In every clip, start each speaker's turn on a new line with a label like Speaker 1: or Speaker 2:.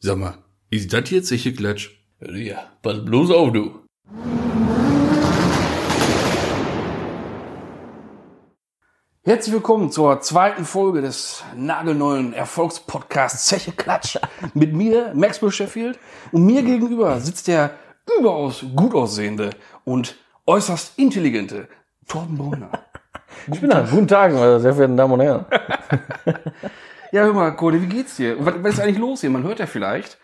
Speaker 1: Sag mal, ist das jetzt sicher Klatsch?
Speaker 2: Ja, pass bloß auf, du.
Speaker 3: Herzlich willkommen zur zweiten Folge des nagelneuen Erfolgspodcasts Zeche Klatsch mit mir, Maxwell Sheffield. Und mir gegenüber sitzt der überaus gut aussehende und äußerst intelligente Torben Brunner.
Speaker 4: Ich bin da. Guten Tag, meine sehr verehrten Damen und Herren.
Speaker 3: Ja, hör mal, Cody, wie geht's dir? Was, was ist eigentlich los hier? Man hört ja vielleicht,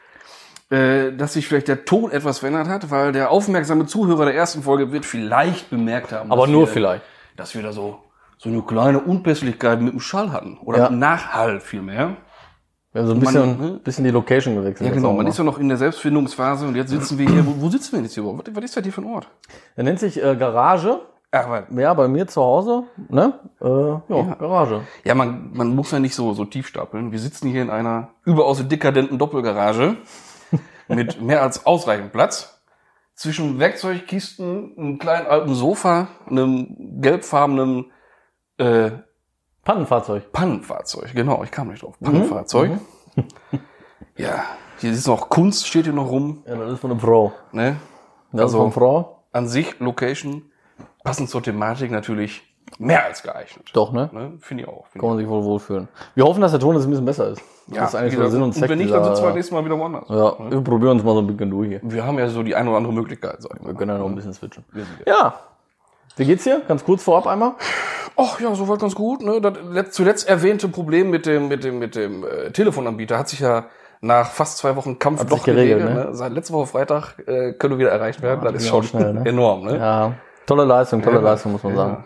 Speaker 3: äh, dass sich vielleicht der Ton etwas verändert hat, weil der aufmerksame Zuhörer der ersten Folge wird vielleicht bemerkt haben,
Speaker 4: Aber
Speaker 3: dass
Speaker 4: nur
Speaker 3: wir-
Speaker 4: vielleicht.
Speaker 3: dass wir da so, so eine kleine Unpässlichkeit mit dem Schall hatten. Oder
Speaker 4: Ja.
Speaker 3: Nachhall vielmehr.
Speaker 4: Wir haben so
Speaker 3: Man-
Speaker 4: ein bisschen,
Speaker 3: ne?
Speaker 4: bisschen die Location gewechselt.
Speaker 3: Ja,
Speaker 4: jetzt
Speaker 3: genau.
Speaker 4: auch
Speaker 3: Man
Speaker 4: mal.
Speaker 3: ist ja noch in der Selbstfindungsphase und jetzt sitzen wir hier. Wo, wo sitzen wir denn jetzt überhaupt? Was, was ist das hier für ein Ort?
Speaker 4: Der nennt sich äh, Garage.
Speaker 3: Ach, weil,
Speaker 4: Ja, bei mir zu Hause. Ne? Äh, ja, Garage.
Speaker 3: ja, man, man muss ja nicht so, so tief stapeln. Wir sitzen hier in einer überaus dekadenten Doppelgarage mit mehr als ausreichend Platz. Zwischen Werkzeugkisten, einem kleinen alten Sofa, einem gelbfarbenen äh,
Speaker 4: Pannenfahrzeug. Hm? Mhm.
Speaker 3: Pannenfahrzeug, genau, ich kam nicht drauf. Pannenfahrzeug. ja, hier ist noch Kunst, steht hier noch rum.
Speaker 4: Ja, das ist von einer Frau.
Speaker 3: Ne?
Speaker 4: Das
Speaker 3: Also-
Speaker 4: ist von Frau.
Speaker 3: An sich, Location, passend zur Thematik natürlich mehr als geeignet.
Speaker 4: Doch, ne?
Speaker 3: Ne? Finde ich auch. Find
Speaker 4: Kann man sich wohl wohlfühlen. Wir hoffen, dass der Ton jetzt ein bisschen besser ist.
Speaker 3: ich.
Speaker 4: das ist eigentlich
Speaker 3: wie
Speaker 4: so der
Speaker 3: gesagt,
Speaker 4: Sinn und
Speaker 3: und
Speaker 4: Zweck
Speaker 3: wenn nicht, dann
Speaker 4: dieser-
Speaker 3: sitzen wir nächstes Mal wieder woanders.
Speaker 4: Ja, wir probieren uns mal so ein bisschen durch hier.
Speaker 3: Wir haben ja so die eine oder andere Möglichkeit, sagen
Speaker 4: Wir
Speaker 3: wir.
Speaker 4: können ja noch ein bisschen switchen.
Speaker 3: sicher.
Speaker 4: Ja. Wie geht's hier? Ganz kurz vorab einmal.
Speaker 3: Ach ja, soweit ganz gut. Ne? Das let- zuletzt erwähnte Problem mit dem, mit dem, mit dem äh, Telefonanbieter hat sich ja nach fast zwei Wochen Kampf
Speaker 4: Hat
Speaker 3: doch
Speaker 4: sich geregelt,
Speaker 3: geregelt. Ne? Seit letzter Woche Freitag äh, können wir wieder erreicht werden. das
Speaker 4: das
Speaker 3: ist
Speaker 4: ging
Speaker 3: schon
Speaker 4: auch schnell, ne?
Speaker 3: enorm. Ne?
Speaker 4: Ja. Tolle Leistung, tolle
Speaker 3: Ja.
Speaker 4: Leistung, muss man
Speaker 3: Ja.
Speaker 4: sagen.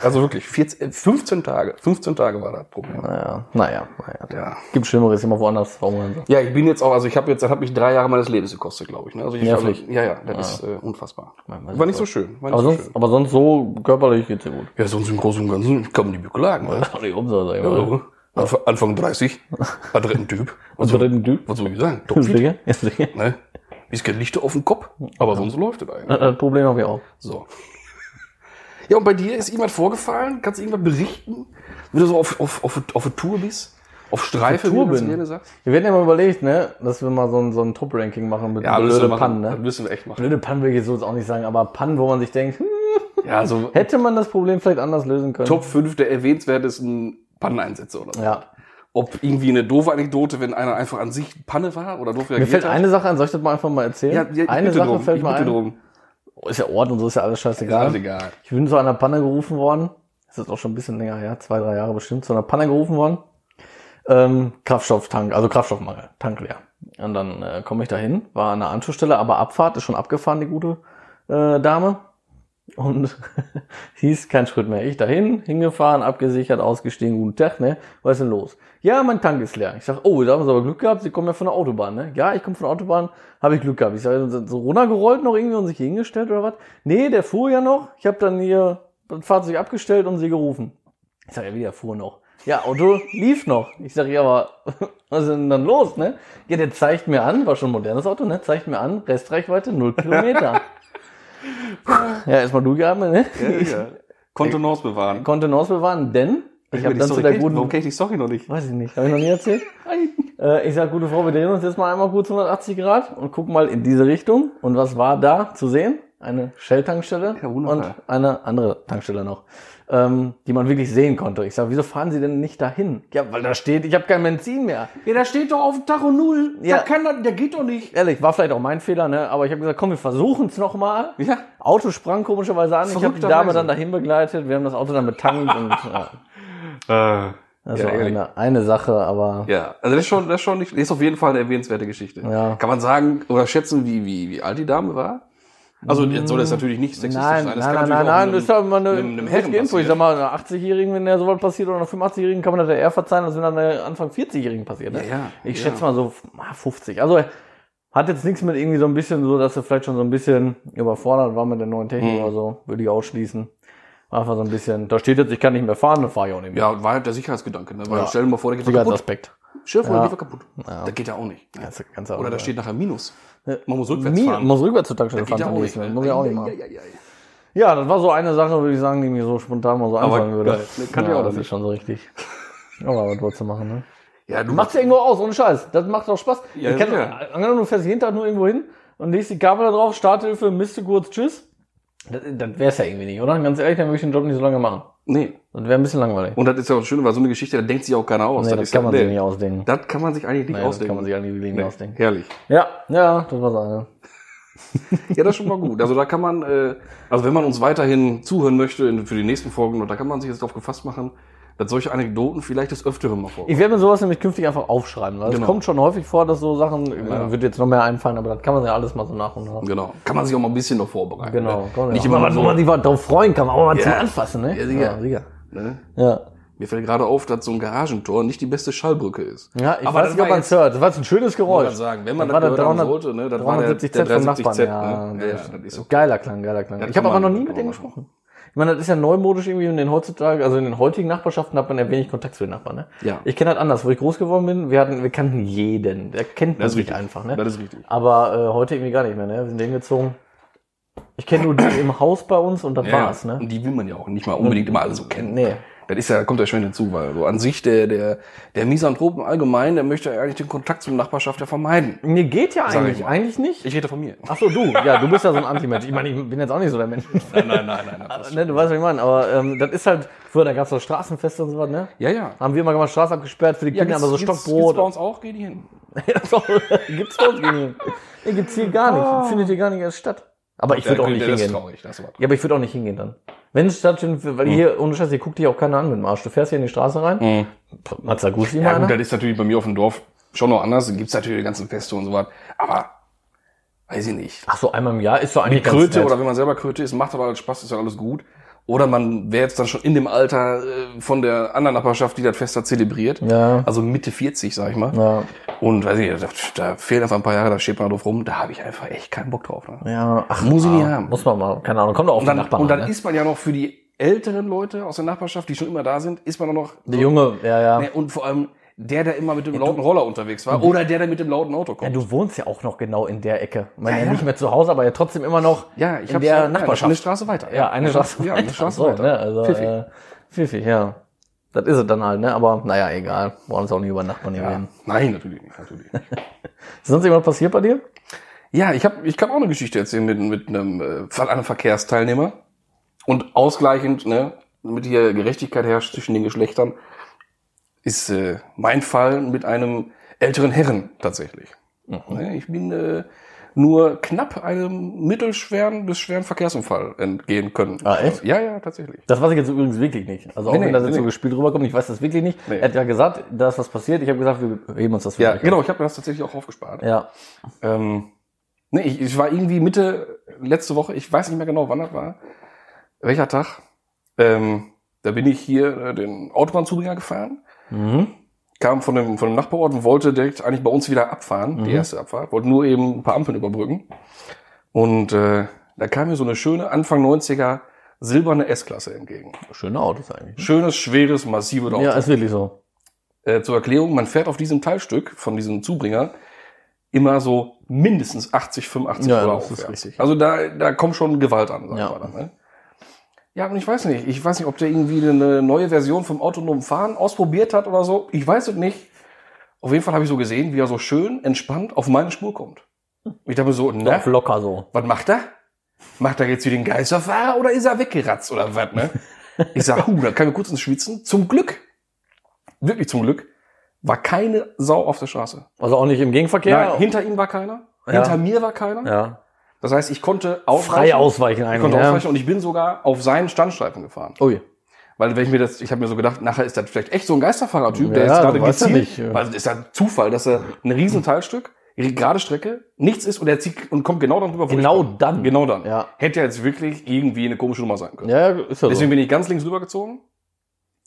Speaker 3: Also wirklich, 14, äh, 15 Tage. 15 Tage war das Problem.
Speaker 4: Naja, naja, naja.
Speaker 3: Ja.
Speaker 4: Gibt Schlimmeres, immer woanders rumholen.
Speaker 3: Ja, ich bin jetzt auch, also ich habe jetzt, das hat mich drei Jahre meines Lebens gekostet, glaube ich. Ne? Also ich
Speaker 4: Nervlich.
Speaker 3: Also, ja, ja, das ist äh, unfassbar.
Speaker 4: Man weiß
Speaker 3: War
Speaker 4: es
Speaker 3: nicht so schön. War nicht
Speaker 4: Aber
Speaker 3: so
Speaker 4: sonst,
Speaker 3: schön.
Speaker 4: aber sonst so körperlich geht's dir gut.
Speaker 3: Ja, sonst im Großen und Ganzen kann man nicht beklagen. Ne?
Speaker 4: Also,
Speaker 3: Anfang, Anfang 30, adretten Typ. Was soll,
Speaker 4: dritten Typ.
Speaker 3: was soll ich sagen? Topfit,
Speaker 4: Sicher? Ja, sicher.
Speaker 3: ne? Ist kein Licht auf dem Kopf, aber sonst läuft es eigentlich.
Speaker 4: Das Problem habe ich auch.
Speaker 3: So. Ja, und bei dir ist irgendwas vorgefallen? Kannst du irgendwas berichten? Wenn du so auf, auf, auf, auf eine Tour bist? Auf Streife,
Speaker 4: Tour
Speaker 3: wie du das
Speaker 4: bin?
Speaker 3: gerne sagst?
Speaker 4: Wir werden ja mal überlegt, ne, dass wir mal so ein, so ein Top-Ranking machen mit blöde Pannen,
Speaker 3: Das
Speaker 4: ne?
Speaker 3: müssen wir echt machen.
Speaker 4: Blöde Pannen will ich jetzt so jetzt auch nicht sagen, aber Pannen, wo man sich denkt, hm,
Speaker 3: Ja, so
Speaker 4: hätte man das Problem vielleicht anders lösen können.
Speaker 3: Top 5 der erwähnenswertesten Panneneinsätze oder so.
Speaker 4: Ja.
Speaker 3: Ob irgendwie eine doofe Anekdote, wenn einer einfach an sich Panne war oder doof
Speaker 4: Mir
Speaker 3: reagiert
Speaker 4: fällt
Speaker 3: hat.
Speaker 4: eine Sache an, soll ich das mal einfach mal erzählen?
Speaker 3: ja, ja, ich
Speaker 4: eine
Speaker 3: bitte
Speaker 4: Sache
Speaker 3: drum,
Speaker 4: fällt
Speaker 3: ich
Speaker 4: mir
Speaker 3: bitte
Speaker 4: ein.
Speaker 3: drum.
Speaker 4: Oh, ist ja Ort und so, ist ja alles scheißegal.
Speaker 3: Ist egal.
Speaker 4: Ich bin zu einer Panne gerufen worden. Das ist auch schon ein bisschen länger her, zwei, drei Jahre bestimmt, zu einer Panne gerufen worden. Ähm, Kraftstofftank, also Kraftstoffmangel, Tank leer. Und dann äh, komme ich dahin, war an der Anschlussstelle, aber Abfahrt ist schon abgefahren, die gute äh, Dame. Und hieß kein Schritt mehr. Ich dahin, hingefahren, abgesichert, ausgestiegen, guten Tag, ne? Was ist denn los? Ja, mein Tank ist leer. Ich sag, oh, da haben sie aber Glück gehabt, sie kommen ja von der Autobahn, ne? Ja, ich komme von der Autobahn, habe ich Glück gehabt. Ich sag, sind so runtergerollt noch irgendwie und sich hier hingestellt oder was? Nee, der fuhr ja noch. Ich habe dann hier das Fahrzeug abgestellt und sie gerufen. Ich sag, ja, wie der fuhr noch? Ja, Auto lief noch. Ich sag, ja, aber was ist denn dann los, ne? Ja, der zeigt mir an, war schon ein modernes Auto, ne? Zeigt mir an, Restreichweite null Kilometer. ja, erstmal durchgeatmet, ne?
Speaker 3: Ja, ja. Kontenance bewahren.
Speaker 4: Kontenance bewahren, denn ich habe
Speaker 3: die
Speaker 4: dann zu
Speaker 3: Story
Speaker 4: der
Speaker 3: kenn ich-
Speaker 4: guten,
Speaker 3: Warum kenne ich die Story noch nicht?
Speaker 4: weiß ich nicht, habe ich noch nie erzählt. äh, ich sag, gute Frau, wir drehen uns jetzt mal einmal kurz 180 Grad und gucken mal in diese Richtung. Und was war da zu sehen? Eine Shell-Tankstelle
Speaker 3: Ja, wunderbar.
Speaker 4: und eine andere Tankstelle noch, ähm, die man wirklich sehen konnte. Ich sag, wieso fahren Sie denn nicht dahin? Ja, weil da steht, ich habe kein Benzin mehr.
Speaker 3: Ja, da steht doch auf dem Tacho Null.
Speaker 4: Ja.
Speaker 3: kann das, der geht doch nicht.
Speaker 4: Ehrlich, war vielleicht auch mein Fehler, ne? aber ich habe gesagt, komm, wir versuchen es nochmal.
Speaker 3: Ja.
Speaker 4: Auto sprang komischerweise an. Ich habe die Dame
Speaker 3: Verrückterweise.
Speaker 4: dann dahin begleitet. Wir haben das Auto dann betankt. und ja,
Speaker 3: Äh,
Speaker 4: das
Speaker 3: Ja,
Speaker 4: war
Speaker 3: ehrlich.
Speaker 4: eine, eine Sache, aber...
Speaker 3: ja, also das ist schon, das ist schon nicht, das ist auf jeden Fall eine erwähnenswerte Geschichte.
Speaker 4: Ja.
Speaker 3: Kann man sagen oder schätzen, wie, wie, wie alt die Dame war? Also, jetzt soll das natürlich nicht sexistisch
Speaker 4: Hm. Nein,
Speaker 3: sein.
Speaker 4: nein,
Speaker 3: Das kann
Speaker 4: nein, nein,
Speaker 3: natürlich auch
Speaker 4: nein,
Speaker 3: einem-
Speaker 4: das ist ja immer eine,
Speaker 3: einem- einem Herren
Speaker 4: heftige Info. Ich
Speaker 3: passieren.
Speaker 4: sag mal, einer 80-Jährigen, wenn der sowas passiert, oder einer 85-Jährigen, kann man das ja eher verzeihen, als wenn einer Anfang 40-Jährigen passiert. Ne?
Speaker 3: Ja, ja,
Speaker 4: ich
Speaker 3: ja.
Speaker 4: schätze mal so ah, 50. Also hat jetzt nichts mit irgendwie so ein bisschen so, dass er vielleicht schon so ein bisschen überfordert war mit der neuen Technik
Speaker 3: Hm.
Speaker 4: oder so, würde ich ausschließen. Einfach so ein bisschen, da steht jetzt, ich kann nicht mehr fahren, dann fahre ich auch nicht mehr.
Speaker 3: Ja, war halt der Sicherheitsgedanke. Ne? Weil
Speaker 4: Ja.
Speaker 3: stell dir mal vor, der geht
Speaker 4: Sicher als
Speaker 3: kaputt.
Speaker 4: Aspekt.
Speaker 3: Stell dir vor,
Speaker 4: Ja.
Speaker 3: der geht kaputt. Das geht ja auch nicht.
Speaker 4: Das ist ganz
Speaker 3: Oder da steht nachher Minus. Man muss rückwärts
Speaker 4: Mi
Speaker 3: fahren.
Speaker 4: muss rückwärts zur Tankstelle
Speaker 3: Geht
Speaker 4: fahren.
Speaker 3: ja auch
Speaker 4: zum
Speaker 3: nicht.
Speaker 4: nächsten Mal. Muss ich auch nicht
Speaker 3: Ja,
Speaker 4: machen.
Speaker 3: ja, ja, ja.
Speaker 4: Ja, das war so eine Sache, würde ich sagen, die mir so spontan mal so anfangen würde.
Speaker 3: geil. Nee, kann ich
Speaker 4: ja,
Speaker 3: auch
Speaker 4: das
Speaker 3: nicht.
Speaker 4: ist schon so richtig. Aber was wolltest du machen, ne?
Speaker 3: Ja, du
Speaker 4: Macht's ja irgendwo aus, ohne Scheiß. Das macht auch Spaß.
Speaker 3: Ja,
Speaker 4: ich kann,
Speaker 3: sicher.
Speaker 4: angenommen, du fährst jeden Tag nur irgendwo hin und legst die Kabel da drauf, Starthilfe, Miste kurz, tschüss. Das, das wär's ja irgendwie nicht, oder? Ganz ehrlich, dann würde ich den Job nicht so lange machen.
Speaker 3: Nee.
Speaker 4: Das wäre ein bisschen langweilig.
Speaker 3: Und das ist ja auch das Schöne, weil so eine Geschichte, da denkt sich auch keiner aus.
Speaker 4: nee, das kann
Speaker 3: ja-
Speaker 4: man sich nicht ausdenken.
Speaker 3: Das kann man sich eigentlich nicht
Speaker 4: Naja, das
Speaker 3: ausdenken.
Speaker 4: kann man sich eigentlich wirklich nicht
Speaker 3: Nee,
Speaker 4: ausdenken.
Speaker 3: Herrlich.
Speaker 4: Ja, ja, das war's eine.
Speaker 3: Ja, das ist schon mal gut. Also da kann man, äh, also wenn man uns weiterhin zuhören möchte in, für die nächsten Folgen, und da kann man sich jetzt darauf gefasst machen, dass solche Anekdoten vielleicht des Öfteren mal vorkommen.
Speaker 4: Ich werde mir sowas nämlich künftig einfach aufschreiben. Weil
Speaker 3: Genau.
Speaker 4: Es kommt schon häufig vor, dass so Sachen, ich meine, wird jetzt noch mehr einfallen, aber das kann man ja alles mal so nach und nach.
Speaker 3: Genau. Kann man sich auch mal ein bisschen noch vorbereiten.
Speaker 4: Genau.
Speaker 3: Ne? Nicht
Speaker 4: ja.
Speaker 3: immer
Speaker 4: mal,
Speaker 3: nur
Speaker 4: wo man
Speaker 3: so,
Speaker 4: sich mal drauf freuen kann, aber mal
Speaker 3: Ja.
Speaker 4: zum Anfassen, ne?
Speaker 3: Ja, sicher.
Speaker 4: Ja, sicher.
Speaker 3: ne?
Speaker 4: Ja.
Speaker 3: Mir fällt gerade auf, dass so ein Garagentor nicht die beste Schallbrücke ist.
Speaker 4: ja ich
Speaker 3: Aber
Speaker 4: weiß
Speaker 3: das
Speaker 4: nicht,
Speaker 3: war
Speaker 4: ob man
Speaker 3: jetzt-
Speaker 4: es hört. Das war jetzt ein schönes
Speaker 3: Wollte
Speaker 4: Geräusch.
Speaker 3: gerade sagen, wenn man
Speaker 4: war
Speaker 3: das
Speaker 4: der
Speaker 3: gehört haben
Speaker 4: 300
Speaker 3: sollte, ne, das war der-
Speaker 4: 370
Speaker 3: der
Speaker 4: Cent vom
Speaker 3: 73
Speaker 4: Nachbarn.
Speaker 3: Cent,
Speaker 4: ja,
Speaker 3: ne? Ja,
Speaker 4: das ist
Speaker 3: ja, das ist so.
Speaker 4: Geiler Klang, geiler Klang.
Speaker 3: das
Speaker 4: ich habe
Speaker 3: kann
Speaker 4: aber noch
Speaker 3: man-
Speaker 4: nie
Speaker 3: kann man
Speaker 4: mit denen
Speaker 3: machen.
Speaker 4: gesprochen. Ich meine, das ist ja neumodisch irgendwie und in heutzutage, also in den heutigen Nachbarschaften hat man ja wenig Kontakt zu den Nachbarn. Ne?
Speaker 3: Ja.
Speaker 4: Ich kenne halt anders, wo ich groß geworden bin, wir hatten, wir kannten jeden. Der kennt man
Speaker 3: Das ist
Speaker 4: sich
Speaker 3: richtig.
Speaker 4: einfach. Ne?
Speaker 3: Das ist richtig.
Speaker 4: Aber äh, heute irgendwie gar nicht mehr, ne? Wir sind hingezogen. Ich kenne nur die im Haus bei uns und das war's, ne?
Speaker 3: Und die will man ja auch nicht mal unbedingt immer alle so kennen.
Speaker 4: Nee.
Speaker 3: Das ist ja, kommt ja schön hinzu, weil so an sich der, der, der Misanthropen allgemein, der möchte ja eigentlich den Kontakt zur Nachbarschaft ja vermeiden.
Speaker 4: Mir geht ja
Speaker 3: Sag ich
Speaker 4: eigentlich,
Speaker 3: mal.
Speaker 4: eigentlich nicht.
Speaker 3: Ich rede von mir.
Speaker 4: Ach so, du, ja, du bist ja so ein Anti-Mensch. Ich meine, ich bin jetzt auch nicht so der Mensch.
Speaker 3: Nein, nein, nein, nein.
Speaker 4: Aber, ne, du weißt, was ich meine, aber ähm, das ist halt, früher, da gab's so Straßenfeste und sowas, ne?
Speaker 3: Ja, ja.
Speaker 4: Haben wir immer gemacht, Straße abgesperrt für die Kinder, aber so
Speaker 3: Gibt's bei
Speaker 4: Stockbrot.
Speaker 3: uns auch, geht die hin.
Speaker 4: Gibt's bei uns gar nicht. Nee, gibt's hier gar
Speaker 3: Ah.
Speaker 4: nicht. Findet hier gar nicht erst statt. Aber ich würde auch nicht
Speaker 3: das ist
Speaker 4: hingehen.
Speaker 3: traurig, das ist aber
Speaker 4: Ja, aber ich würde auch nicht hingehen dann. Wenn es stattfindet, weil
Speaker 3: Mhm.
Speaker 4: hier, ohne Scheiß, hier guckt dich auch keiner an mit dem Arsch. Du fährst hier in die Straße rein,
Speaker 3: traurig.
Speaker 4: Matza Guzzi
Speaker 3: Mhm. Ja,
Speaker 4: mal
Speaker 3: gut,
Speaker 4: einer?
Speaker 3: das ist natürlich bei mir auf dem Dorf schon noch anders. Da gibt's natürlich die ganzen Feste und so was. Aber, weiß ich nicht.
Speaker 4: Ach so, einmal im Jahr ist doch eigentlich ganz
Speaker 3: Kröte
Speaker 4: nett.
Speaker 3: oder wenn man selber Kröte ist, macht aber alles Spaß, ist ja alles gut. Oder man wäre jetzt dann schon in dem Alter äh, von der anderen Nachbarschaft, die das Fest da zelebriert.
Speaker 4: Ja.
Speaker 3: Also Mitte 40, sag ich mal.
Speaker 4: Ja.
Speaker 3: Und weiß ich, nicht, da, da fehlen einfach ein paar Jahre, da steht man drauf rum, da habe ich einfach echt keinen Bock drauf. Ne?
Speaker 4: Ja, ach,
Speaker 3: Muss ich nicht
Speaker 4: ah,
Speaker 3: haben.
Speaker 4: Muss man mal, keine Ahnung, kommt doch auf
Speaker 3: Und dann,
Speaker 4: den Nachbarn
Speaker 3: und dann
Speaker 4: an, ne?
Speaker 3: ist man ja noch für die älteren Leute aus der Nachbarschaft, die schon immer da sind, ist man auch noch.
Speaker 4: Der Junge, ja, ja.
Speaker 3: Ne, und vor allem der, der immer mit dem lauten Roller unterwegs
Speaker 4: Mhm.
Speaker 3: war. Oder der, der mit dem lauten Auto
Speaker 4: ja.
Speaker 3: kommt.
Speaker 4: Du wohnst ja auch noch genau in der Ecke. Ich meine, ja, nicht mehr zu Hause, aber ja trotzdem immer noch in
Speaker 3: hab's-
Speaker 4: der
Speaker 3: ja,
Speaker 4: Nachbarschaft.
Speaker 3: Eine Straße weiter.
Speaker 4: Ja, eine Straße
Speaker 3: Ja,
Speaker 4: weiter.
Speaker 3: eine Straße
Speaker 4: so,
Speaker 3: weiter.
Speaker 4: Ne? Also,
Speaker 3: Pfiffi.
Speaker 4: Pfiffig. Äh, pfiffig, ja. Das ist es dann halt, ne? Aber naja, egal. Wollen uns auch nicht über Nachbarn hier
Speaker 3: Ja.
Speaker 4: reden.
Speaker 3: Nein, natürlich nicht. Natürlich nicht.
Speaker 4: Ist sonst irgendwas passiert bei dir?
Speaker 3: ja, ich, hab, ich kann auch eine Geschichte erzählen mit, mit einem, äh, von einem Verkehrsteilnehmer. Und ausgleichend, ne, damit hier Gerechtigkeit herrscht zwischen den Geschlechtern, ist äh, mein Fall mit einem älteren Herren tatsächlich.
Speaker 4: Mhm.
Speaker 3: Ne, Ich bin äh, nur knapp einem mittelschweren bis schweren Verkehrsunfall entgehen können.
Speaker 4: Ah, echt?
Speaker 3: Ja, ja, tatsächlich.
Speaker 4: Das weiß ich jetzt übrigens wirklich nicht. Also auch
Speaker 3: Nee, nee,
Speaker 4: wenn das jetzt
Speaker 3: nee,
Speaker 4: so
Speaker 3: nee.
Speaker 4: gespielt rüberkommt, ich weiß das wirklich nicht.
Speaker 3: Nee.
Speaker 4: Er hat ja gesagt, da ist was passiert. Ich habe gesagt, wir heben uns das für
Speaker 3: Ja,
Speaker 4: euch
Speaker 3: genau, ich habe mir das tatsächlich auch aufgespart.
Speaker 4: auf. Ja.
Speaker 3: Ähm, nee, ich, ich war irgendwie Mitte letzte Woche, ich weiß nicht mehr genau, wann das war, welcher Tag. Ähm, da bin ich hier äh, den Autobahnzubringer gefahren,
Speaker 4: Mhm.
Speaker 3: kam von dem, von dem Nachbarort und wollte direkt eigentlich bei uns wieder abfahren, die erste Abfahrt, wollte nur eben ein paar Ampeln überbrücken. Und äh, da kam mir so eine schöne Anfang 90er silberne S-Klasse entgegen.
Speaker 4: Schöne Autos eigentlich. ne?
Speaker 3: Schönes, schweres, massives Auto.
Speaker 4: Ja, ist wirklich so.
Speaker 3: Äh, zur Erklärung, man fährt auf diesem Teilstück von diesem Zubringer immer so mindestens 80, 85
Speaker 4: Ja,
Speaker 3: oder
Speaker 4: das ist
Speaker 3: aufwärts.
Speaker 4: richtig.
Speaker 3: Also da, da kommt schon Gewalt an, sagen
Speaker 4: Ja.
Speaker 3: wir dann. Ne? Ja, und ich weiß nicht. Ich weiß nicht, ob der irgendwie eine neue Version vom autonomen Fahren ausprobiert hat oder so. Ich weiß es nicht. Auf jeden Fall habe ich so gesehen, wie er so schön entspannt auf meine Spur kommt. Ich dachte mir so, ne? na,
Speaker 4: Auf locker so.
Speaker 3: was macht er? Macht er jetzt wie den Geisterfahrer oder ist er weggeratzt oder was, ne? Ich sag, huh, da kann ich kurz ins Schwitzen. Zum Glück, wirklich zum Glück, war keine Sau auf der Straße.
Speaker 4: Also auch nicht im Gegenverkehr.
Speaker 3: Nein, hinter ihm war keiner,
Speaker 4: Ja.
Speaker 3: hinter mir war keiner.
Speaker 4: ja.
Speaker 3: Das heißt, ich konnte ausweichen.
Speaker 4: Frei ausweichen
Speaker 3: Ich
Speaker 4: eigentlich.
Speaker 3: konnte
Speaker 4: Ja.
Speaker 3: ausweichen und ich bin sogar auf seinen Standstreifen gefahren.
Speaker 4: Ui.
Speaker 3: Weil wenn ich mir das, ich habe mir so gedacht, nachher ist das vielleicht echt so ein Geisterfahrertyp,
Speaker 4: Ja,
Speaker 3: der jetzt
Speaker 4: du
Speaker 3: gerade
Speaker 4: weißt ja
Speaker 3: gezielt,
Speaker 4: nicht, äh. ja.
Speaker 3: weil es ist ja Zufall, dass er ein riesen Teilstück, gerade Strecke, nichts ist und er zieht und kommt genau dann drüber. wo ich
Speaker 4: Genau
Speaker 3: bin.
Speaker 4: dann.
Speaker 3: Genau dann.
Speaker 4: Ja.
Speaker 3: Hätte ja jetzt wirklich irgendwie eine komische Nummer sein können.
Speaker 4: Ja, ja, ist ja
Speaker 3: Deswegen
Speaker 4: so.
Speaker 3: bin ich ganz links rübergezogen,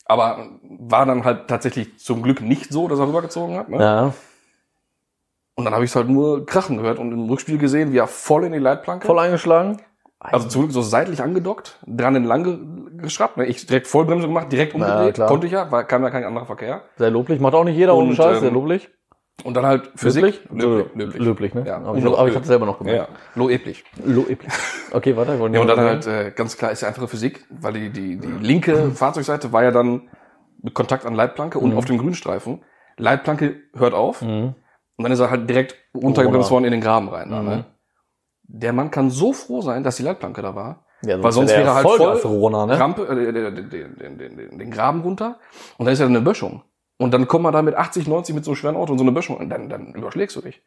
Speaker 3: aber war dann halt tatsächlich zum Glück nicht so, dass er rübergezogen hat. Ne?
Speaker 4: Ja.
Speaker 3: Und dann habe ich es halt nur krachen gehört und im Rückspiel gesehen, wie er voll in die Leitplanke.
Speaker 4: Voll eingeschlagen.
Speaker 3: Also zum Glück so seitlich angedockt, dran entlang ge- geschrappt. Ne? Ich direkt Vollbremse gemacht, direkt
Speaker 4: Na ja,
Speaker 3: umgedreht.
Speaker 4: klar.
Speaker 3: konnte ich ja, weil kam ja kein anderer Verkehr.
Speaker 4: Sehr loblich. Macht auch nicht jeder ohne
Speaker 3: Und,
Speaker 4: Scheiß.
Speaker 3: ähm,
Speaker 4: Sehr loblich.
Speaker 3: Und dann halt Physik.
Speaker 4: Löblich?
Speaker 3: Löblich.
Speaker 4: Löblich, ne?
Speaker 3: Ja.
Speaker 4: Aber ich, aber ich hab's selber noch
Speaker 3: Ja,
Speaker 4: gemerkt.
Speaker 3: ja. Loeblich.
Speaker 4: Löblich. Okay, warte.
Speaker 3: Ja, und dann halt, äh, ganz klar, ist ja einfache Physik, weil
Speaker 4: Mhm.
Speaker 3: die, die, die linke Fahrzeugseite war ja dann mit Kontakt an Leitplanke und auf dem Grünstreifen. Leitplanke hört auf und dann ist er halt direkt
Speaker 4: Oh,
Speaker 3: runtergebremst worden in den Graben rein. da,
Speaker 4: Mhm.
Speaker 3: Ne? Der Mann kann so froh sein, dass die Leitplanke da war.
Speaker 4: Ja,
Speaker 3: Weil sonst
Speaker 4: wär
Speaker 3: wäre
Speaker 4: der
Speaker 3: er halt voll
Speaker 4: Vollgas Corona, ne?
Speaker 3: Rampe, äh, den, den, den, den, den Graben runter und da ist ja eine Böschung. Und dann kommt man da mit 80, 90 mit so einem schweren Auto und so eine Böschung und dann, dann überschlägst du dich.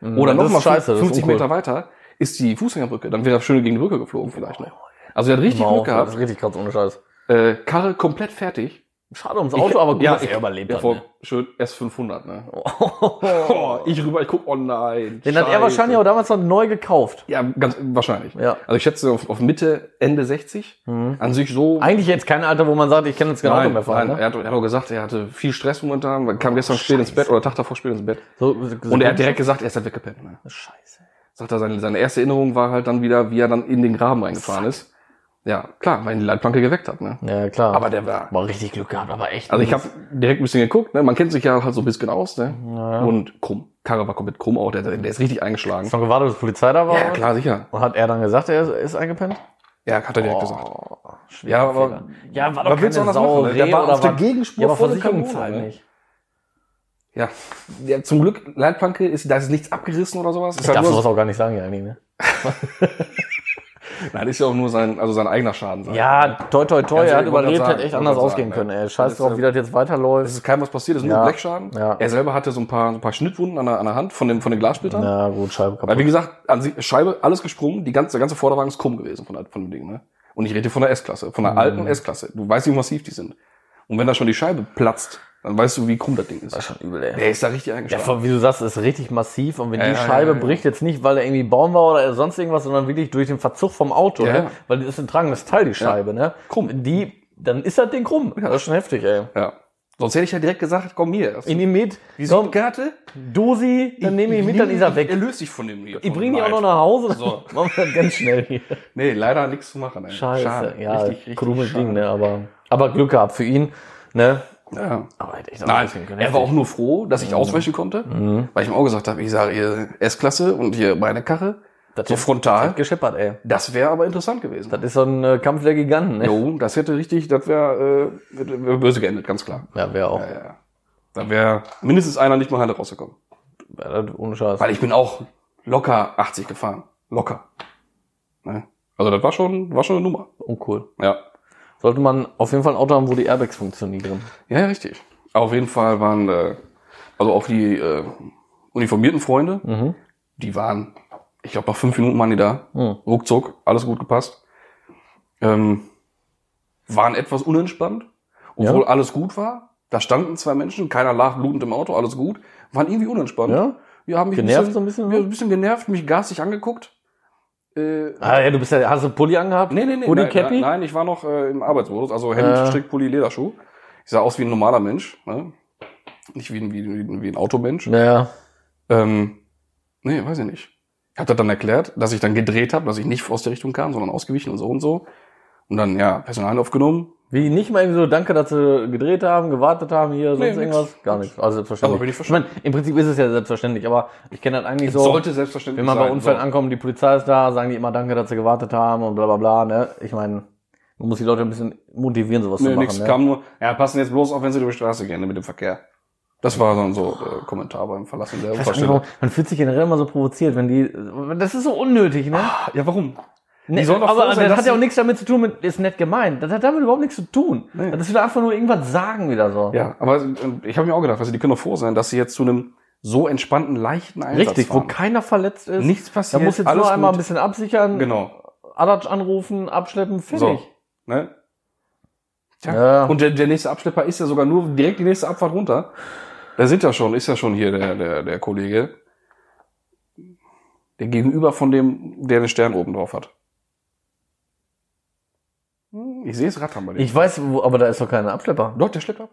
Speaker 4: Mhm.
Speaker 3: Oder
Speaker 4: Das ist
Speaker 3: nochmal
Speaker 4: scheiße, das ist
Speaker 3: 50
Speaker 4: uncool.
Speaker 3: Meter weiter ist die Fußgängerbrücke. Dann wäre er schön gegen die Brücke geflogen vielleicht noch. Also er hat richtig
Speaker 4: Mal
Speaker 3: Glück
Speaker 4: auf, Das
Speaker 3: gehabt.
Speaker 4: ist richtig krass, ohne Scheiß.
Speaker 3: Äh, Karre komplett fertig.
Speaker 4: Schade ums Auto, aber gut,
Speaker 3: ja,
Speaker 4: dass
Speaker 3: ich-
Speaker 4: er überlebt
Speaker 3: Ja,
Speaker 4: hat.
Speaker 3: voll
Speaker 4: ne?
Speaker 3: schön S500, ne? Oh, ich rüber, ich guck, oh nein.
Speaker 4: Den hat er
Speaker 3: Scheiße.
Speaker 4: wahrscheinlich auch damals noch neu gekauft.
Speaker 3: Ja, ganz wahrscheinlich.
Speaker 4: Ja. Mhm.
Speaker 3: Also ich schätze auf, auf Mitte, Ende 60. An sich so.
Speaker 4: Eigentlich jetzt kein Alter, wo man sagt, ich kann jetzt kein Auto mehr fahren.
Speaker 3: nein.
Speaker 4: Ne?
Speaker 3: Er, hat, er hat auch gesagt, er hatte viel Stress momentan, weil kam gestern spät ins Bett oder Tag davor spät ins Bett.
Speaker 4: So,
Speaker 3: Und er hat direkt gesagt, er ist halt weggepennt. Ne?
Speaker 4: Scheiße.
Speaker 3: Sagt er, seine, seine erste Erinnerung war halt dann wieder, wie er dann in den Graben reingefahren ist. Ja, klar, weil ihn die Leitplanke geweckt hat. Ne?
Speaker 4: Ja, klar.
Speaker 3: Aber der war.
Speaker 4: war richtig Glück gehabt, aber echt.
Speaker 3: Also ich habe direkt ein bisschen geguckt, ne? man kennt sich ja halt so ein bisschen aus. Ne? Und krumm. Karre war komplett krumm auch, der, der ist richtig eingeschlagen.
Speaker 4: Hast du noch gewartet, bis die Polizei da war?
Speaker 3: Ja, klar, sicher.
Speaker 4: Und hat er dann gesagt, er ist, ist eingepennt?
Speaker 3: Ja, hat er direkt gesagt.
Speaker 4: Oh,
Speaker 3: Ja, aber-
Speaker 4: Fehler. ja, war
Speaker 3: Was
Speaker 4: doch keine
Speaker 3: willst du anders
Speaker 4: Sau,
Speaker 3: machen, ne? Der
Speaker 4: Reh
Speaker 3: war
Speaker 4: oder
Speaker 3: auf der
Speaker 4: was?
Speaker 3: Gegenspur
Speaker 4: ja, aber
Speaker 3: volle
Speaker 4: Versicherung
Speaker 3: Kanone,
Speaker 4: zahlt
Speaker 3: ne?
Speaker 4: nicht.
Speaker 3: Ja. ja, zum Glück, Leitplanke, ist, da ist nichts abgerissen oder sowas. Ist halt
Speaker 4: Ich darf
Speaker 3: nur,
Speaker 4: sowas auch gar nicht sagen, ja, eigentlich, ne?
Speaker 3: nein, ist ja auch nur sein, also sein eigener Schaden. sein.
Speaker 4: Ja, toi, toi, toi,
Speaker 3: Ganz
Speaker 4: er hat
Speaker 3: ehrlich, wollte grad
Speaker 4: überlebt, hätte
Speaker 3: sagen,
Speaker 4: echt
Speaker 3: wollte
Speaker 4: anders
Speaker 3: grad
Speaker 4: ausgehen
Speaker 3: sagen,
Speaker 4: können,
Speaker 3: ne?
Speaker 4: ey. Scheiß
Speaker 3: Das
Speaker 4: drauf,
Speaker 3: ist-
Speaker 4: wie das jetzt weiterläuft.
Speaker 3: Es ist keinem was passiert, es ist nur
Speaker 4: Ja.
Speaker 3: ein Blechschaden.
Speaker 4: Ja.
Speaker 3: Er selber hatte so ein paar, ein paar Schnittwunden an der, an der Hand von, dem, von den Glassplittern.
Speaker 4: Na gut, Scheibe
Speaker 3: Weil,
Speaker 4: kaputt.
Speaker 3: wie gesagt, an sich- Scheibe, alles gesprungen, die ganze, der ganze Vorderwagen ist krumm gewesen von, der, von dem Ding, ne? Und ich rede hier von der S-Klasse, von der
Speaker 4: Mhm.
Speaker 3: alten S-Klasse. Du weißt, wie massiv die sind. Und wenn da schon die Scheibe platzt, dann weißt du, wie krumm das Ding ist.
Speaker 4: schon übel, ey.
Speaker 3: Der ist da richtig
Speaker 4: Ja,
Speaker 3: eingeschlagen.
Speaker 4: von, wie du sagst, ist richtig massiv und wenn
Speaker 3: Ja,
Speaker 4: die
Speaker 3: ja,
Speaker 4: Scheibe
Speaker 3: ja, ja.
Speaker 4: bricht, jetzt nicht, weil er irgendwie Baum war oder sonst irgendwas, sondern wirklich durch den Verzug vom Auto,
Speaker 3: Ja,
Speaker 4: ne?
Speaker 3: ja.
Speaker 4: weil das ist ein tragendes Teil, die Scheibe, ne?
Speaker 3: Krumm.
Speaker 4: Die, dann ist das Ding krumm. Das ist schon heftig, ey.
Speaker 3: Ja. Sonst hätte ich ja direkt gesagt, komm hier.
Speaker 4: In die mit, komm,
Speaker 3: Karte?
Speaker 4: Dosi, dann nehme ich mit, dann ist er weg.
Speaker 3: Er löst sich von dem hier.
Speaker 4: Ich bringe die auch
Speaker 3: Leid.
Speaker 4: noch nach Hause,
Speaker 3: So.
Speaker 4: dann machen wir das ganz schnell hier.
Speaker 3: Nee, leider nichts zu machen. Ey.
Speaker 4: Scheiße, ja,
Speaker 3: richtig, richtig
Speaker 4: krummes
Speaker 3: schade.
Speaker 4: Ding, ne, aber, aber Glück gehabt für ihn, ne.
Speaker 3: Ja.
Speaker 4: Aber hätte echt auch
Speaker 3: Nein,
Speaker 4: ausgehen können. Mhm.
Speaker 3: er war auch nur froh, dass ich ausweichen konnte, weil ich ihm auch gesagt habe, ich sage ihr S-Klasse und hier meine Karre,
Speaker 4: Das
Speaker 3: so
Speaker 4: ist-
Speaker 3: frontal.
Speaker 4: Hat gescheppert, ey.
Speaker 3: Das wäre aber interessant gewesen.
Speaker 4: Das ist so ein äh, Kampf der Giganten, ne?
Speaker 3: jo, das hätte richtig, das wäre äh, wär böse geendet, ganz klar.
Speaker 4: Ja, wäre auch.
Speaker 3: Ja, ja. Da wäre mindestens einer nicht mal heile rausgekommen.
Speaker 4: Ja, das- Ohne Scheiß.
Speaker 3: Weil ich bin auch locker 80 gefahren. Locker. Ne? Also das war schon, war schon eine Nummer.
Speaker 4: Uncool.
Speaker 3: Ja.
Speaker 4: Sollte man auf jeden Fall ein Auto haben, wo die Airbags funktionieren.
Speaker 3: Ja, ja, richtig. Auf jeden Fall waren, äh, also auch die äh, uniformierten Freunde, die waren, ich glaube, nach fünf Minuten waren die da.
Speaker 4: Mhm.
Speaker 3: Ruckzuck, alles gut gepasst. Ähm, waren etwas unentspannt, obwohl
Speaker 4: Ja.
Speaker 3: alles gut war. Da standen zwei Menschen, keiner lag blutend im Auto, alles gut. Waren irgendwie unentspannt.
Speaker 4: Ja?
Speaker 3: Wir haben mich
Speaker 4: Genervt so
Speaker 3: ein
Speaker 4: ein
Speaker 3: bisschen,
Speaker 4: bisschen? ne?
Speaker 3: ja, ein bisschen genervt, mich garstig angeguckt. Äh,
Speaker 4: Ah, ja, du bist ja, hast du einen Pulli angehabt?
Speaker 3: Nee, nee, nee.
Speaker 4: Hoodie,
Speaker 3: nein, Nein,
Speaker 4: Cappy?
Speaker 3: nein, ich war noch äh, im Arbeitsmodus. Also Hemd,
Speaker 4: Äh.
Speaker 3: Strickpulli, Lederschuh. Ich sah aus wie ein normaler Mensch. Ne? Nicht wie ein, wie, ein- wie ein Automensch.
Speaker 4: Naja.
Speaker 3: Ähm, nee, weiß ich nicht. Ich hab das dann erklärt, dass ich dann gedreht habe, dass ich nicht aus der Richtung kam, sondern ausgewichen und so und so. Und dann, ja, Personal aufgenommen.
Speaker 4: Wie nicht mal eben so, danke, dass sie gedreht haben, gewartet haben, hier, sonst
Speaker 3: nix.
Speaker 4: irgendwas? Gar nichts. Also selbstverständlich.
Speaker 3: Aber bin ich
Speaker 4: ich meine, im Prinzip ist es ja selbstverständlich, aber ich kenne das eigentlich so.
Speaker 3: Sollte selbstverständlich
Speaker 4: wenn man bei
Speaker 3: sein,
Speaker 4: Unfällen
Speaker 3: so.
Speaker 4: ankommt, die Polizei ist da, sagen die immer danke, dass sie gewartet haben und bla bla bla, ne? Ich meine, man muss die Leute ein bisschen motivieren, sowas zu
Speaker 3: Nee,
Speaker 4: machen.
Speaker 3: nix,
Speaker 4: ne?
Speaker 3: kam nur, ja, passen jetzt bloß auf, wenn sie über die Straße gehen, ne, mit dem Verkehr. Das war dann so äh, Kommentar beim Verlassen der
Speaker 4: Ich weiß nicht, warum-
Speaker 3: Unfallstelle.
Speaker 4: man fühlt sich generell immer so provoziert, wenn die. Das ist so unnötig, ne?
Speaker 3: Ja, warum?
Speaker 4: Nee,
Speaker 3: Ah, Die sollen doch
Speaker 4: aber
Speaker 3: froh sein,
Speaker 4: das
Speaker 3: dass
Speaker 4: hat ja auch
Speaker 3: sie-
Speaker 4: nichts damit zu tun, mit, ist nett gemeint. Das hat damit überhaupt nichts zu tun.
Speaker 3: Nee.
Speaker 4: Das ist wieder einfach nur irgendwas sagen wieder so.
Speaker 3: Ja, aber ähm, ich habe mir auch gedacht, also die können doch froh sein, dass sie jetzt zu einem so entspannten, leichten Einsatz
Speaker 4: Richtig, wo
Speaker 3: fahren.
Speaker 4: keiner verletzt ist.
Speaker 3: Nichts
Speaker 4: da
Speaker 3: passiert,
Speaker 4: muss jetzt
Speaker 3: alles
Speaker 4: nur einmal
Speaker 3: gut.
Speaker 4: ein bisschen absichern,
Speaker 3: Genau.
Speaker 4: Adatsch anrufen, abschleppen,
Speaker 3: So.
Speaker 4: fertig.
Speaker 3: Ne? Tja.
Speaker 4: Ja.
Speaker 3: Und der, der nächste Abschlepper ist ja sogar nur direkt die nächste Abfahrt runter. Da sind ja schon, ist ja schon hier der, der, der Kollege. Der Gegenüber von dem, der den Stern oben drauf hat. Ich sehe es rattern bei dem.
Speaker 4: Ich weiß, wo, aber da ist doch kein Abschlepper.
Speaker 3: Doch, der schleppt ab.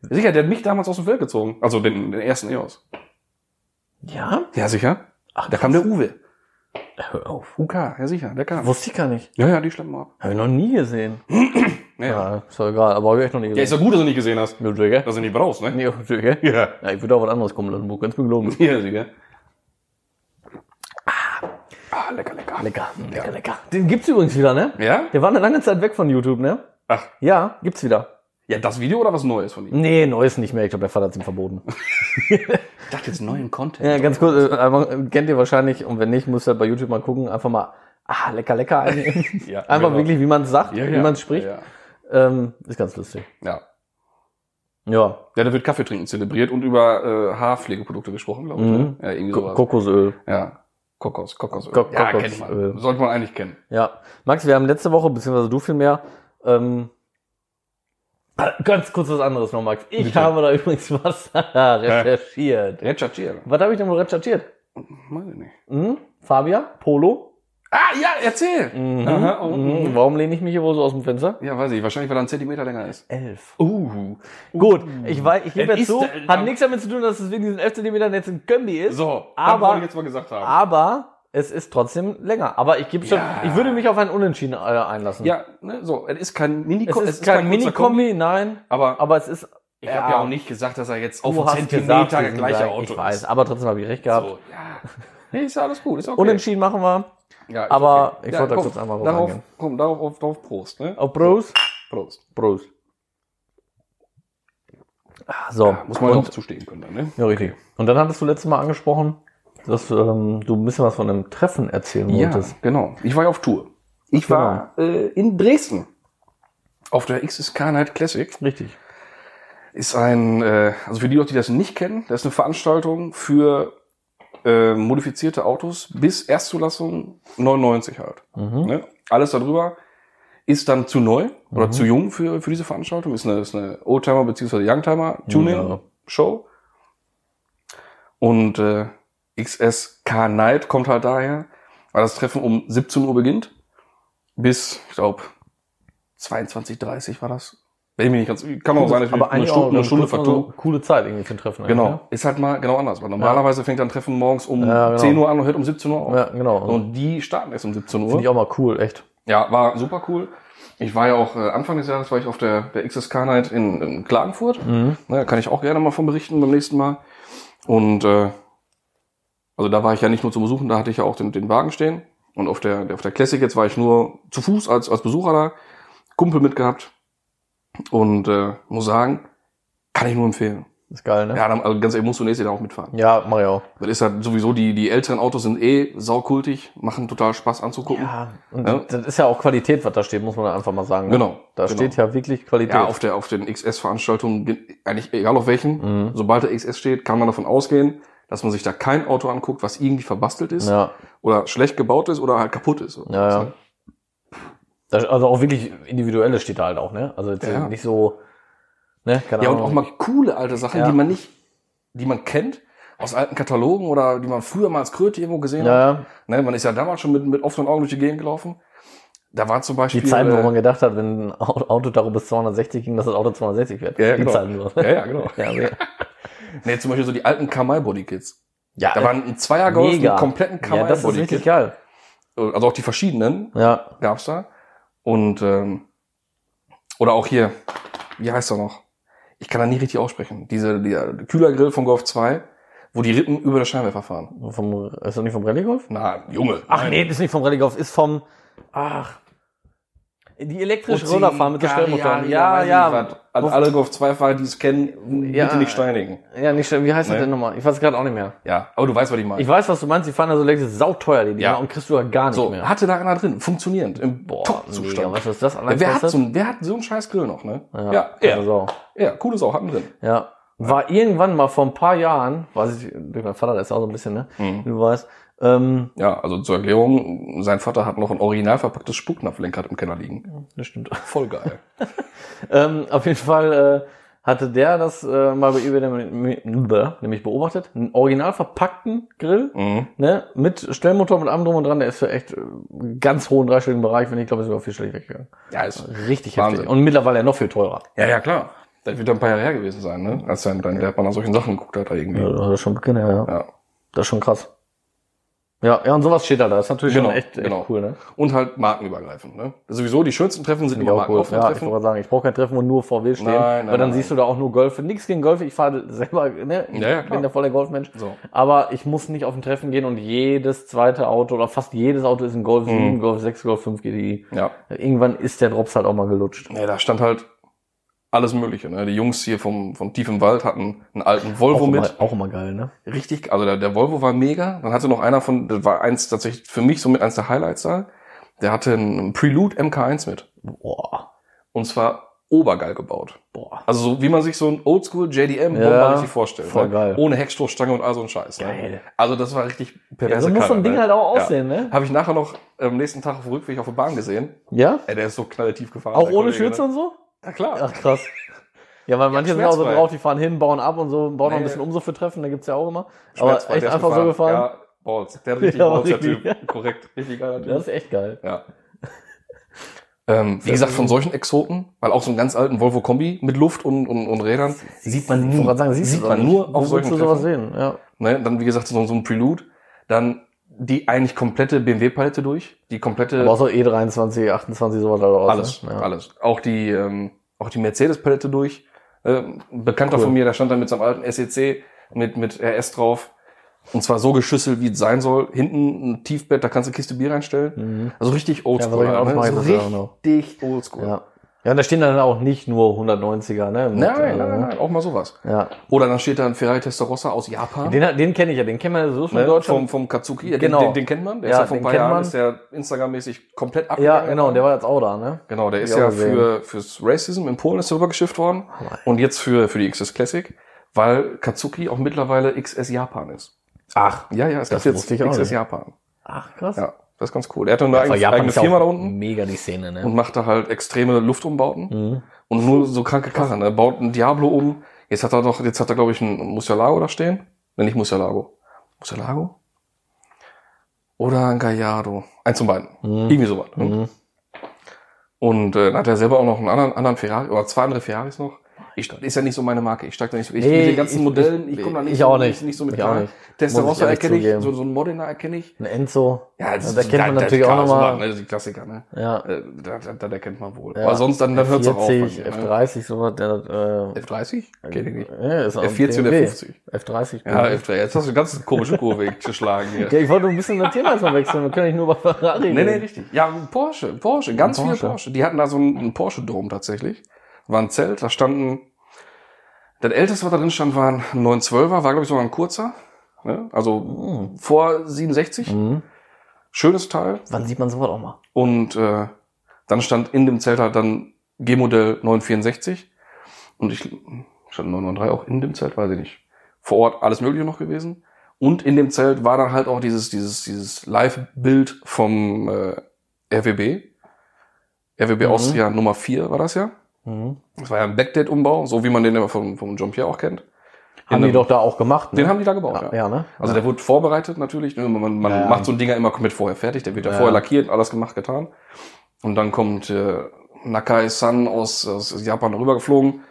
Speaker 3: Sicher, der hat mich damals aus dem Feld gezogen. Also den, den ersten EOS.
Speaker 4: Ja?
Speaker 3: Ja, sicher.
Speaker 4: Ach,
Speaker 3: Da kam der Uwe.
Speaker 4: Hör auf.
Speaker 3: UK, ja sicher, der kam.
Speaker 4: Wusste ich gar nicht.
Speaker 3: Ja, ja, die schleppen ab.
Speaker 4: Habe ich noch nie gesehen.
Speaker 3: Ja,
Speaker 4: Ja, ist doch egal, aber habe ich echt noch nie
Speaker 3: ja ist ja
Speaker 4: gesehen.
Speaker 3: gut, dass du nicht gesehen hast.
Speaker 4: Ja, ist ja, gell?
Speaker 3: Dass du nicht brauchst, ne?
Speaker 4: Nee, ist ja, gell?
Speaker 3: Ja.
Speaker 4: ja, ich würde auch was anderes kommen lassen, Buch, ganz mir glauben.
Speaker 3: Ja, sicher. Ah, lecker, lecker.
Speaker 4: Lecker, lecker, lecker. Den gibt's übrigens wieder, ne?
Speaker 3: Ja?
Speaker 4: Der war eine lange Zeit weg von YouTube, ne?
Speaker 3: Ach,
Speaker 4: Ja, gibt's wieder.
Speaker 3: Ja, das Video oder was Neues von ihm?
Speaker 4: Nee, neues nicht mehr. Ich glaube, der Vater hat ihm verboten.
Speaker 3: Ich dachte jetzt neuen Content.
Speaker 4: Ja, ganz kurz, äh, einmal, äh, kennt ihr wahrscheinlich, und wenn nicht, müsst ihr bei YouTube mal gucken, einfach mal, ah, lecker, lecker eingeben.
Speaker 3: Ja,
Speaker 4: einfach
Speaker 3: genau.
Speaker 4: wirklich, wie man es sagt,
Speaker 3: Ja,
Speaker 4: wie
Speaker 3: ja.
Speaker 4: man es spricht.
Speaker 3: Ja,
Speaker 4: Ähm, ist ganz lustig.
Speaker 3: ja. ja.
Speaker 4: Ja,
Speaker 3: Ja, da wird Kaffee trinken zelebriert und über äh, Haarpflegeprodukte gesprochen, glaube ich.
Speaker 4: Mhm.
Speaker 3: ne? Ja, irgendwie
Speaker 4: Ko
Speaker 3: sowas.
Speaker 4: Kokosöl.
Speaker 3: ja. Kokos, Kokosöl.
Speaker 4: Ko-
Speaker 3: ja,
Speaker 4: Kokos,
Speaker 3: kennt
Speaker 4: äh.
Speaker 3: man. Sollte man eigentlich kennen.
Speaker 4: Ja. Max, wir haben letzte Woche, beziehungsweise du vielmehr, ähm, ah, ganz kurz was anderes noch, Max. Ich
Speaker 3: Bitte.
Speaker 4: habe da übrigens was recherchiert.
Speaker 3: Recherchieren.
Speaker 4: Was habe ich denn wohl recherchiert?
Speaker 3: Weiß ich nicht.
Speaker 4: Hm? Fabia? Polo?
Speaker 3: Ah, ja, erzähl!
Speaker 4: Mhm.
Speaker 3: Aha, oh,
Speaker 4: mhm.
Speaker 3: mhm.
Speaker 4: Warum lehne ich mich hier wohl so aus dem Fenster?
Speaker 3: Ja, weiß ich. Wahrscheinlich, weil er einen Zentimeter länger ist.
Speaker 4: Elf. Uh. Gut, ich weiß, ich gebe
Speaker 3: Es
Speaker 4: jetzt
Speaker 3: ist
Speaker 4: zu,
Speaker 3: der-
Speaker 4: hat nichts damit zu tun, dass es wegen diesen 11 cm jetzt ein Kömbi ist,
Speaker 3: So,
Speaker 4: Aber-
Speaker 3: das wollte ich jetzt mal gesagt haben.
Speaker 4: aber es ist trotzdem länger. Aber ich gebe schon,
Speaker 3: Ja.
Speaker 4: ich würde mich auf ein Unentschieden äh, einlassen.
Speaker 3: ja, ne, so, es ist kein
Speaker 4: es,
Speaker 3: Mini-Kombi.
Speaker 4: ist kein Mini-Kombi, nein,
Speaker 3: Aber,
Speaker 4: aber es ist,
Speaker 3: ich habe ja auch nicht gesagt, dass er jetzt auf
Speaker 4: du
Speaker 3: einen
Speaker 4: hast
Speaker 3: Zentimeter
Speaker 4: gesagt, wir sind
Speaker 3: gleicher
Speaker 4: gleich.
Speaker 3: Auto
Speaker 4: Ich weiß,
Speaker 3: ist.
Speaker 4: aber trotzdem habe ich recht gehabt.
Speaker 3: So, ja. Nee, ist ja alles gut, ist okay.
Speaker 4: Unentschieden machen wir.
Speaker 3: Ja, ist
Speaker 4: aber ich wollte da
Speaker 3: komm,
Speaker 4: kurz einmal drauf
Speaker 3: darauf,
Speaker 4: eingehen.
Speaker 3: komm, darauf, auf, darauf Prost, ne?
Speaker 4: Auf Prost.
Speaker 3: Prost.
Speaker 4: Prost. Ah, So,
Speaker 3: Muss man
Speaker 4: und,
Speaker 3: auch zustehen können, dann, ne?
Speaker 4: ja, richtig. Und dann hattest du letztes Mal angesprochen, dass ähm, du ein bisschen was von einem Treffen erzählen wolltest.
Speaker 3: genau. Ich war ja auf Tour. Ich war äh, in Dresden. Auf der XSK Night Classic
Speaker 4: Richtig.
Speaker 3: ist ein, äh, also für die Leute, die das nicht kennen, das ist eine Veranstaltung für äh, modifizierte Autos bis Erstzulassung 99 halt.
Speaker 4: Mhm.
Speaker 3: Ne? Alles darüber ist dann zu neu oder
Speaker 4: Mhm.
Speaker 3: zu jung für, für diese Veranstaltung. Ist eine, ist eine Oldtimer bzw. Youngtimer Tuning Show. Und äh, XSK Night kommt halt daher, weil das Treffen um 17 Uhr beginnt bis, ich glaube, 22.30 war das. Wenn ich mich nicht ganz, kann auch sein, dass ich
Speaker 4: aber
Speaker 3: Oh, eine
Speaker 4: eigentlich
Speaker 3: Stunde,
Speaker 4: auch
Speaker 3: eine Stunde vertue.
Speaker 4: so coole Zeit irgendwie für ein Treffen.
Speaker 3: Genau,
Speaker 4: eigentlich,
Speaker 3: ist halt mal genau anders. Weil normalerweise fängt ein Treffen morgens um
Speaker 4: Ja, genau.
Speaker 3: 10 Uhr an und hört um 17 Uhr auf.
Speaker 4: Ne? Ja, genau. Und
Speaker 3: Und die starten erst um 17 Uhr.
Speaker 4: finde ich auch mal cool, echt.
Speaker 3: Ja, war super cool. Ich war ja auch äh, Anfang des Jahres war ich auf der, der XSK Night in, in Klagenfurt. Na, da kann ich auch gerne mal von berichten beim nächsten Mal. Und äh, also da war ich ja nicht nur zum Besuchen, da hatte ich ja auch den, den Wagen stehen. Und auf der, der- auf der Classic jetzt war ich nur zu Fuß als, als Besucher da, Kumpel mitgehabt. Und äh, muss sagen, kann ich nur empfehlen.
Speaker 4: Ist geil, ne?
Speaker 3: Ja, dann, also ganz ehrlich, musst du nächstes Jahr auch mitfahren.
Speaker 4: Ja, mach ich auch.
Speaker 3: Das ist halt sowieso, die, die älteren Autos sind eh saukultig, machen total Spaß anzugucken.
Speaker 4: Ja, und
Speaker 3: Ja.
Speaker 4: das ist ja auch Qualität, was da steht, muss man einfach mal sagen. ne?
Speaker 3: Genau,
Speaker 4: Da
Speaker 3: genau.
Speaker 4: steht ja wirklich Qualität.
Speaker 3: Ja, auf, der, auf den XS-Veranstaltungen, ge- eigentlich egal auf welchen, sobald der XS steht, kann man davon ausgehen, dass man sich da kein Auto anguckt, was irgendwie verbastelt ist
Speaker 4: ja,
Speaker 3: oder schlecht gebaut ist oder halt kaputt ist.
Speaker 4: ja. ja. Da- Also auch wirklich individuelle steht da halt auch, ne? Also jetzt
Speaker 3: Ja.
Speaker 4: nicht so, ne? Keine
Speaker 3: Ja, und
Speaker 4: Ahnung.
Speaker 3: auch mal coole alte Sachen,
Speaker 4: Ja.
Speaker 3: die man nicht, die man kennt aus alten Katalogen oder die man früher mal als Kröte irgendwo gesehen hat.
Speaker 4: ja, ja.
Speaker 3: Ne, man ist ja damals schon mit, mit offenen Augen durch die Gegend gelaufen. Da war zum Beispiel...
Speaker 4: die Zeiten, wo
Speaker 3: äh,
Speaker 4: man gedacht hat, wenn ein Au- Auto darüber bis 260 ging, dass das Auto 260 wird.
Speaker 3: Ja, ja,
Speaker 4: die
Speaker 3: genau.
Speaker 4: Zeiten nur.
Speaker 3: Ja, ja, genau.
Speaker 4: Ja, ja.
Speaker 3: ne, zum Beispiel so die alten Kamai-Bodykits.
Speaker 4: ja,
Speaker 3: Da waren ein Zweier-Golf mit
Speaker 4: mega.
Speaker 3: kompletten
Speaker 4: ja, das ist
Speaker 3: Kamai-Bodykit.
Speaker 4: richtig geil.
Speaker 3: also auch die verschiedenen.
Speaker 4: Ja,
Speaker 3: gab's da. Und ähm, oder auch hier, wie heißt er noch? Ich kann da nie richtig aussprechen. Diese der Kühlergrill vom Golf 2, wo die Rippen über der Scheinwerfer fahren.
Speaker 4: Vom, ist das nicht vom Rallye-Golf?
Speaker 3: Na, Junge.
Speaker 4: Ach nee, das ist nicht vom Rallye-Golf, ist vom, ach, die elektrische
Speaker 3: Ozi,
Speaker 4: Rollerfahren mit der
Speaker 3: Gariari,
Speaker 4: Stellmotor.
Speaker 3: weiß ich nicht was. Also alle Golf 2-Fahrer, die es kennen,
Speaker 4: Ja.
Speaker 3: bitte nicht steinigen.
Speaker 4: Ja, nicht, wie heißt
Speaker 3: Nee.
Speaker 4: das denn nochmal? Ich weiß gerade auch nicht mehr.
Speaker 3: Ja, aber du weißt, was ich meine.
Speaker 4: Ich weiß, was du meinst, die fahren da so elektrisch, sauteuer, die Dinger,
Speaker 3: Ja.
Speaker 4: und kriegst du ja gar nicht
Speaker 3: so,
Speaker 4: mehr.
Speaker 3: hatte da einer drin, funktionierend, im
Speaker 4: mega,
Speaker 3: Top-Zustand.
Speaker 4: was ist das?
Speaker 3: Ja, wer, hat
Speaker 4: kostet?
Speaker 3: so, einen- wer hat so einen scheiß Grill noch, ne?
Speaker 4: Ja, Also-
Speaker 3: er.
Speaker 4: keine Sau.
Speaker 3: Ja, coole Sau, hatten drin.
Speaker 4: Ja. War irgendwann mal vor ein paar Jahren, weiß ich, durch meinen Vater, der ist auch so ein bisschen, ne?
Speaker 3: Mhm.
Speaker 4: Du weißt, ähm,
Speaker 3: Ja, also zur Erklärung, sein Vater hat noch ein original verpacktes Spucknapflenkrad im Keller liegen.
Speaker 4: das stimmt.
Speaker 3: Voll geil.
Speaker 4: Ähm, auf jeden Fall äh, hatte der das äh, mal bei eBay nämlich- nämlich beobachtet. Einen original verpackten Grill,
Speaker 3: Mhm.
Speaker 4: ne? Mit Stellmotor, mit allem drum und dran, der ist für echt äh, ganz hohen dreistelligen Bereich, wenn ich glaube, ist sogar vierstellig weggegangen.
Speaker 3: Ja, ist,
Speaker 4: Richtig
Speaker 3: Wahnsinn.
Speaker 4: heftig. Und mittlerweile ja noch viel teurer.
Speaker 3: ja, ja, klar. Das wird dann ein paar Jahre her gewesen sein, ne? Als dann dein Dad mal nach solchen Sachen geguckt hat, da irgendwie.
Speaker 4: Ja, das ist schon Beginn, ja, ja.
Speaker 3: genau, Ja.
Speaker 4: Das ist schon krass. Ja, ja, und sowas steht da. Das ist natürlich
Speaker 3: Genau,
Speaker 4: schon echt, echt
Speaker 3: genau.
Speaker 4: cool, ne?
Speaker 3: Und halt markenübergreifend, ne? Sowieso, die schönsten Treffen sind
Speaker 4: Finde ich
Speaker 3: immer
Speaker 4: auch cool. Ja, ich wollte
Speaker 3: Markenaufentreffen.
Speaker 4: gerade sagen, ich brauche kein Treffen, wo nur VW stehen.
Speaker 3: Nein, nein,
Speaker 4: weil dann
Speaker 3: nein.
Speaker 4: siehst du da auch nur Golf. Nix gegen Golf. Ich fahre selber, ne? Ich
Speaker 3: Ja, ja,
Speaker 4: bin
Speaker 3: klar.
Speaker 4: ja voll der Golfmensch.
Speaker 3: So.
Speaker 4: Aber ich muss nicht auf ein Treffen gehen und jedes zweite Auto oder fast jedes Auto ist ein
Speaker 3: Mhm.
Speaker 4: Golf 7, Golf 6, Golf 5 GTI.
Speaker 3: Ja.
Speaker 4: Irgendwann ist der Drops halt auch mal gelutscht.
Speaker 3: ja, da stand halt alles Mögliche. Ne? Die Jungs hier vom, vom Tief im Wald hatten einen alten Volvo
Speaker 4: Auch
Speaker 3: mit.
Speaker 4: immer, auch immer geil, ne?
Speaker 3: Richtig, also der, der Volvo war mega. Dann hatte noch einer von, das war eins tatsächlich für mich somit eins der Highlights da. Der hatte einen Prelude MK1 mit.
Speaker 4: Boah,
Speaker 3: Und zwar obergeil gebaut.
Speaker 4: boah.
Speaker 3: Also so, wie man sich so ein Oldschool JDM
Speaker 4: Ja,
Speaker 3: Bomber richtig vorstellt.
Speaker 4: voll
Speaker 3: ne?
Speaker 4: geil.
Speaker 3: Ohne Heckstoßstange und all so ein Scheiß. Ne?
Speaker 4: Geil.
Speaker 3: Also das war richtig
Speaker 4: Ja,
Speaker 3: perverse
Speaker 4: so muss so ein
Speaker 3: Karre,
Speaker 4: Ding
Speaker 3: ne?
Speaker 4: halt auch
Speaker 3: Ja.
Speaker 4: aussehen, ne?
Speaker 3: Habe ich nachher noch am nächsten Tag auf dem Rückweg auf der Bahn gesehen.
Speaker 4: Ja?
Speaker 3: Ey, der ist so knalltief gefahren.
Speaker 4: Auch
Speaker 3: der
Speaker 4: ohne
Speaker 3: Kollege, ne?
Speaker 4: Schürze und so?
Speaker 3: Ja klar.
Speaker 4: Ach krass. Ja, weil manche sind auch so
Speaker 3: schmerzfrei.
Speaker 4: drauf, die fahren hin, bauen ab und so, bauen noch ein
Speaker 3: Nee.
Speaker 4: bisschen um so für Treffen, da gibt's ja auch immer. Aber echt
Speaker 3: Schmerzfrei, der ist
Speaker 4: einfach so gefahren.
Speaker 3: Ja, Balls. Der hat richtig
Speaker 4: Ja,
Speaker 3: Balls, der
Speaker 4: richtig,
Speaker 3: Typ.
Speaker 4: ja.
Speaker 3: Korrekt. Richtig geiler Typ.
Speaker 4: Das ist echt geil.
Speaker 3: Ja. Ähm, wie gesagt, von solchen Exoten, weil auch so einen ganz alten Volvo Kombi mit Luft und, und, und Rädern sieht man
Speaker 4: Ich
Speaker 3: nie.
Speaker 4: wollte gerade sagen, siehst
Speaker 3: sieht
Speaker 4: du
Speaker 3: man
Speaker 4: doch nicht.
Speaker 3: nur
Speaker 4: Wo
Speaker 3: auf
Speaker 4: willst
Speaker 3: solchen
Speaker 4: du sowas
Speaker 3: Treffen.
Speaker 4: sehen? Ja.
Speaker 3: Ne? Dann, wie gesagt, so, so ein Prelude. Dann die eigentlich komplette BMW-Palette durch. Die komplette,
Speaker 4: Aber auch so E23, 28, sowas halt da draußen.
Speaker 3: Äh. alles,
Speaker 4: ne? Ja.
Speaker 3: alles. Auch die, ähm, auch die Mercedes-Palette durch. Ähm, ein Bekannter von mir, der stand da mit seinem alten SEC mit, mit RS drauf. Und zwar so geschüsselt, wie es sein soll. Hinten ein Tiefbett, da kannst du eine Kiste Bier reinstellen.
Speaker 4: Mhm.
Speaker 3: Also richtig
Speaker 4: Ja, was soll
Speaker 3: oldschool.
Speaker 4: ich denn
Speaker 3: ne?
Speaker 4: auch machen?
Speaker 3: so
Speaker 4: Das ist ja auch
Speaker 3: richtig
Speaker 4: noch-
Speaker 3: oldschool.
Speaker 4: Ja. ja, und da stehen dann auch nicht nur 190er, ne? Mit,
Speaker 3: Nein,
Speaker 4: äh,
Speaker 3: nein, nein, auch mal sowas.
Speaker 4: Ja.
Speaker 3: Oder dann steht da ein Ferrari Testarossa aus Japan.
Speaker 4: Den, hat- den kenne ich ja, den kennen wir ja so von
Speaker 3: ne,
Speaker 4: Deutschland.
Speaker 3: Vom, vom Katsuki. Ja,
Speaker 4: Genau.
Speaker 3: Den, den, den kennt man. Der
Speaker 4: Ja,
Speaker 3: ist ja vor ein
Speaker 4: den
Speaker 3: paar
Speaker 4: kennt
Speaker 3: Jahren,
Speaker 4: man.
Speaker 3: ist der Instagram-mäßig komplett
Speaker 4: ja,
Speaker 3: abgegangen.
Speaker 4: genau, der war jetzt auch da, ne?
Speaker 3: Genau, der ist
Speaker 4: ich auch
Speaker 3: ja
Speaker 4: gesehen. Oh
Speaker 3: für, fürs Racism in Polen ist er rübergeschifft worden.
Speaker 4: nein.
Speaker 3: Und jetzt für, für die XS Classic, weil Katsuki auch mittlerweile XS Japan ist. Ach. Ja, ja, es
Speaker 4: das
Speaker 3: gibt jetzt
Speaker 4: wusste ich auch
Speaker 3: XS
Speaker 4: nicht.
Speaker 3: Japan.
Speaker 4: Ach, krass.
Speaker 3: Ja, das ist ganz cool. Er hat dann eine
Speaker 4: Aber
Speaker 3: eigene, eigene
Speaker 4: ist ja
Speaker 3: Firma
Speaker 4: auch
Speaker 3: da unten
Speaker 4: Mega die Szene, ne?
Speaker 3: und macht da halt extreme Luftumbauten.
Speaker 4: Mhm.
Speaker 3: Und nur so kranke Karren. Ne? Baut einen Diablo um. Jetzt hat er doch, jetzt hat er, glaube ich, einen Musialago da stehen. Ne, nicht Musialago. Musialago? Oder ein Gallardo. Eins von beiden. Irgendwie sowas. Ne?
Speaker 4: Mhm.
Speaker 3: Und äh, dann hat er selber auch noch einen anderen, anderen Ferrari, oder zwei andere Ferraris noch. Ich, ist ja nicht so meine Marke. Ich steig da nicht so. Ich,
Speaker 4: Nee,
Speaker 3: mit den ganzen
Speaker 4: ich-
Speaker 3: Modellen, ich,
Speaker 4: ich-
Speaker 3: komme da nicht,
Speaker 4: ich
Speaker 3: so-
Speaker 4: auch nicht.
Speaker 3: nicht so mit
Speaker 4: Ich auch
Speaker 3: klar.
Speaker 4: nicht. Muss ich
Speaker 3: Testarossa
Speaker 4: ehrlich
Speaker 3: erkenne
Speaker 4: zugeben.
Speaker 3: ich, so, so einen Modena erkenne ich.
Speaker 4: Ein Enzo.
Speaker 3: Ja, das
Speaker 4: da
Speaker 3: ist-
Speaker 4: kennt man
Speaker 3: das-
Speaker 4: natürlich auch
Speaker 3: klar, so
Speaker 4: nochmal.
Speaker 3: was, Ne? Die Klassiker, ne?
Speaker 4: Ja.
Speaker 3: Äh, Da, da, da erkennt man wohl.
Speaker 4: Ja.
Speaker 3: Aber sonst, dann, dann hört's auch auf. also, bei mir,
Speaker 4: 40, F30, sowas, der,
Speaker 3: ne? F30? Kenn ich nicht.
Speaker 4: äh, ja, ist auch ein
Speaker 3: F40 und
Speaker 4: BMW.
Speaker 3: F50.
Speaker 4: F30.
Speaker 3: Ja,
Speaker 4: BMW.
Speaker 3: F3. Jetzt hast du eine ganz komische Kurve geschlagen hier.
Speaker 4: ja, ich wollte ein bisschen das Thema jetzt mal wechseln, wir können nicht nur über Ferrari
Speaker 3: Nee, nee,
Speaker 4: reden.
Speaker 3: richtig. Ja, Porsche, Porsche, ganz
Speaker 4: Porsche.
Speaker 3: viele Porsche. Die hatten da so einen Porsche-Dom tatsächlich. War ein Zelt, da standen, das älteste, was da drin stand, war ein 912er, war glaube ich sogar ein kurzer. Ne? Also vor 67.
Speaker 4: Oh. Mhm.
Speaker 3: Schönes Teil.
Speaker 4: Wann sieht man sowas auch mal?
Speaker 3: Und äh, dann stand in dem Zelt halt dann G-Modell 964. Und ich stand 993 auch in dem Zelt, weiß ich nicht. Vor Ort alles Mögliche noch gewesen. Und in dem Zelt war dann halt auch dieses, dieses, dieses Live-Bild vom äh, RWB. RWB
Speaker 4: Mhm.
Speaker 3: Austria Nummer 4 war das ja.
Speaker 4: Mhm.
Speaker 3: Das war ja ein Backdate-Umbau, so wie man den ja vom, vom Jean-Pierre auch kennt. In
Speaker 4: Haben die
Speaker 3: einem-
Speaker 4: doch da auch gemacht, ne?
Speaker 3: Den haben die da gebaut,
Speaker 4: ja, ja, ne?
Speaker 3: also der wurde vorbereitet natürlich. ne, Man, man
Speaker 4: Ja, ja.
Speaker 3: macht so ein Dinger immer komplett vorher fertig. Der wird ja
Speaker 4: Ja.
Speaker 3: vorher lackiert, alles gemacht, getan. Und dann kommt äh, Nakai-san aus, aus Japan rübergeflogen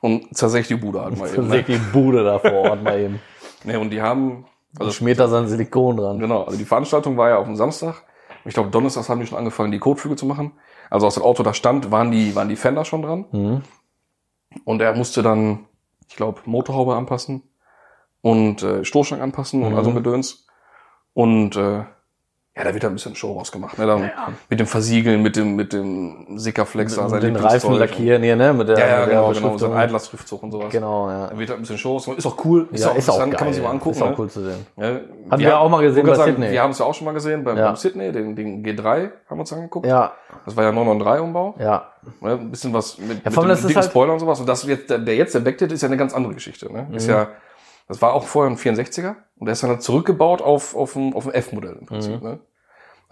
Speaker 3: und zersägt die Bude halt mal eben.
Speaker 4: Versägt
Speaker 3: Ne?
Speaker 4: die Bude da vor Ort mal eben.
Speaker 3: Ne, und die haben,
Speaker 4: Also schmiert da sein Silikon dran.
Speaker 3: genau, also die Veranstaltung war ja auf dem Samstag. Ich glaube, Donnerstags haben die schon angefangen, die Kotflüge zu machen. Also aus dem Auto da stand, waren die, waren die Fender schon dran.
Speaker 4: Mhm.
Speaker 3: Und er musste dann, ich glaube, Motorhaube anpassen und äh, Stoßstangen anpassen und
Speaker 4: Mhm.
Speaker 3: also Gedöns. Und äh, ja, da wird dann ein bisschen Show rausgemacht. Ne? Dann Mit dem Versiegeln, mit dem, mit dem Sickerflex da
Speaker 4: Und den
Speaker 3: Lieblingszeug
Speaker 4: Reifen
Speaker 3: und-
Speaker 4: lackieren hier, ne? Mit der,
Speaker 3: Ja, ja,
Speaker 4: mit der
Speaker 3: genau, genau. So
Speaker 4: Beschriftung.
Speaker 3: ein Eidlassriftzug und sowas.
Speaker 4: Genau, ja.
Speaker 3: Da wird halt ein bisschen Show rausgemacht. Ist auch cool, ist
Speaker 4: ja,
Speaker 3: auch interessant, kann man sich
Speaker 4: geil.
Speaker 3: mal angucken.
Speaker 4: Ist auch
Speaker 3: ne?
Speaker 4: cool zu sehen.
Speaker 3: Ja,
Speaker 4: wir auch mal gesehen
Speaker 3: wollte
Speaker 4: bei
Speaker 3: sagen,
Speaker 4: Sydney.
Speaker 3: Wir haben es ja auch schon mal gesehen beim,
Speaker 4: Ja.
Speaker 3: beim Sydney, den, den G3 haben wir uns angeguckt.
Speaker 4: Ja,
Speaker 3: Das war ja 993-Umbau.
Speaker 4: ja.
Speaker 3: Ne, ein bisschen was mit,
Speaker 4: vor allem,
Speaker 3: mit
Speaker 4: das
Speaker 3: dem
Speaker 4: ist
Speaker 3: dicken
Speaker 4: halt-
Speaker 3: Spoiler und sowas. Und das jetzt, der, der jetzt der Backdate ist ja eine ganz andere Geschichte. Ne?
Speaker 4: Mhm.
Speaker 3: Ist ja, das war auch vorher ein 64er und der ist dann halt zurückgebaut auf, auf ein, auf ein F-Modell im
Speaker 4: Mhm.
Speaker 3: Prinzip. Ne?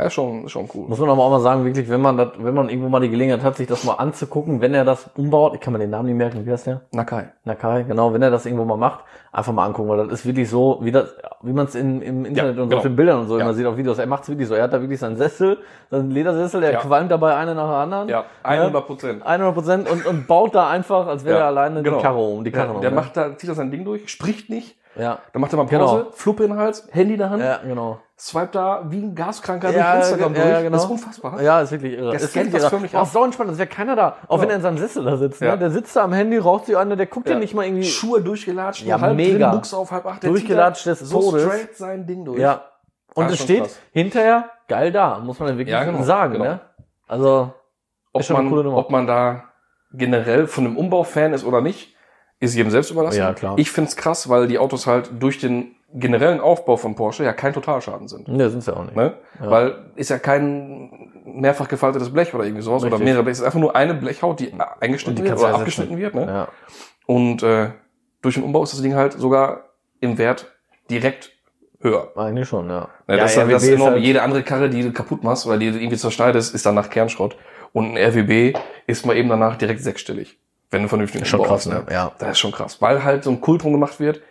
Speaker 3: Ja, schon, ist schon cool.
Speaker 4: Muss man aber auch mal sagen, wirklich, wenn man das, wenn man irgendwo mal die Gelegenheit hat, sich das mal anzugucken, wenn er das umbaut, ich kann mir den Namen nicht merken, wie heißt der?
Speaker 3: Nakai.
Speaker 4: Nakai, genau, wenn er das irgendwo mal macht, einfach mal angucken, weil das ist wirklich so, wie das, wie man es in, im Internet und so
Speaker 3: genau.
Speaker 4: auf den Bildern und so
Speaker 3: Ja.
Speaker 4: immer sieht auf Videos. Er macht es wirklich so. Er hat da wirklich seinen Sessel, seinen Ledersessel, der
Speaker 3: Ja.
Speaker 4: qualmt dabei eine nach der anderen.
Speaker 3: Ja, 100 Prozent.
Speaker 4: 100 Prozent und, und baut da einfach, als wäre
Speaker 3: Ja,
Speaker 4: er alleine
Speaker 3: genau.
Speaker 4: die Karre um, die
Speaker 3: Der,
Speaker 4: Karre um.
Speaker 3: der
Speaker 4: ne?
Speaker 3: macht da, zieht da sein Ding durch, spricht nicht,
Speaker 4: ja,
Speaker 3: dann macht er mal Pause,
Speaker 4: Genau.
Speaker 3: Fluppe in den Hals, Handy in der Hand,
Speaker 4: ja, genau.
Speaker 3: swipe da wie ein Gaskranker
Speaker 4: Ja,
Speaker 3: durch Instagram
Speaker 4: ja,
Speaker 3: durch.
Speaker 4: ja, genau.
Speaker 3: Das ist unfassbar.
Speaker 4: Ja, ist wirklich irre.
Speaker 3: Der
Speaker 4: ist
Speaker 3: scannt
Speaker 4: wirklich
Speaker 3: das
Speaker 4: irre.
Speaker 3: förmlich
Speaker 4: Auch
Speaker 3: ab.
Speaker 4: so entspannt, als wäre keiner da. Auch wenn er in seinem Sessel da sitzt.
Speaker 3: Ja.
Speaker 4: Ne? Der sitzt da am Handy, raucht sich eine, der guckt ja nicht mal irgendwie.
Speaker 3: Schuhe durchgelatscht,
Speaker 4: Ja,
Speaker 3: nur halb
Speaker 4: mega.
Speaker 3: drin, Buchse auf halb acht. der
Speaker 4: Durchgelatscht
Speaker 3: zieht da
Speaker 4: des
Speaker 3: so
Speaker 4: Todes.
Speaker 3: straight sein Ding durch.
Speaker 4: ja. Und
Speaker 3: Ja,
Speaker 4: es
Speaker 3: schon
Speaker 4: steht
Speaker 3: krass.
Speaker 4: hinterher geil da, muss man dann wirklich
Speaker 3: Ja, genau,
Speaker 4: sagen.
Speaker 3: genau.
Speaker 4: Ne? Also,
Speaker 3: ob
Speaker 4: Ist schon eine
Speaker 3: man,
Speaker 4: coole Nummer.
Speaker 3: ob man da generell von einem Umbau Fan ist oder nicht, ist jedem selbst überlassen.
Speaker 4: Ja, klar.
Speaker 3: Ich find's krass, weil die Autos halt durch den generellen Aufbau von Porsche ja kein Totalschaden sind.
Speaker 4: Ne, sind's ja auch nicht.
Speaker 3: Ne? Weil ist ja kein mehrfach gefaltetes Blech oder irgendwie sowas oder
Speaker 4: Richtig.
Speaker 3: mehrere Blech. Es ist einfach nur eine Blechhaut, die eingeschnitten wird
Speaker 4: kannst
Speaker 3: oder
Speaker 4: du ersetzen.
Speaker 3: abgeschnitten wird. Ne?
Speaker 4: Ja.
Speaker 3: Und äh, durch den Umbau ist das Ding halt sogar im Wert direkt höher.
Speaker 4: Eigentlich schon, ja.
Speaker 3: Ne,
Speaker 4: ja,
Speaker 3: das ist, halt- das ist
Speaker 4: RWB
Speaker 3: enorm.
Speaker 4: halt-
Speaker 3: Jede andere Karre, die du kaputt machst oder die du irgendwie zerschneidest, ist danach Kernschrott. Und ein RWB ist mal eben danach direkt sechsstellig, wenn du vernünftig
Speaker 4: Schon krass, ne? Ja.
Speaker 3: Das ist schon krass. Weil halt so ein Kult drum gemacht wird,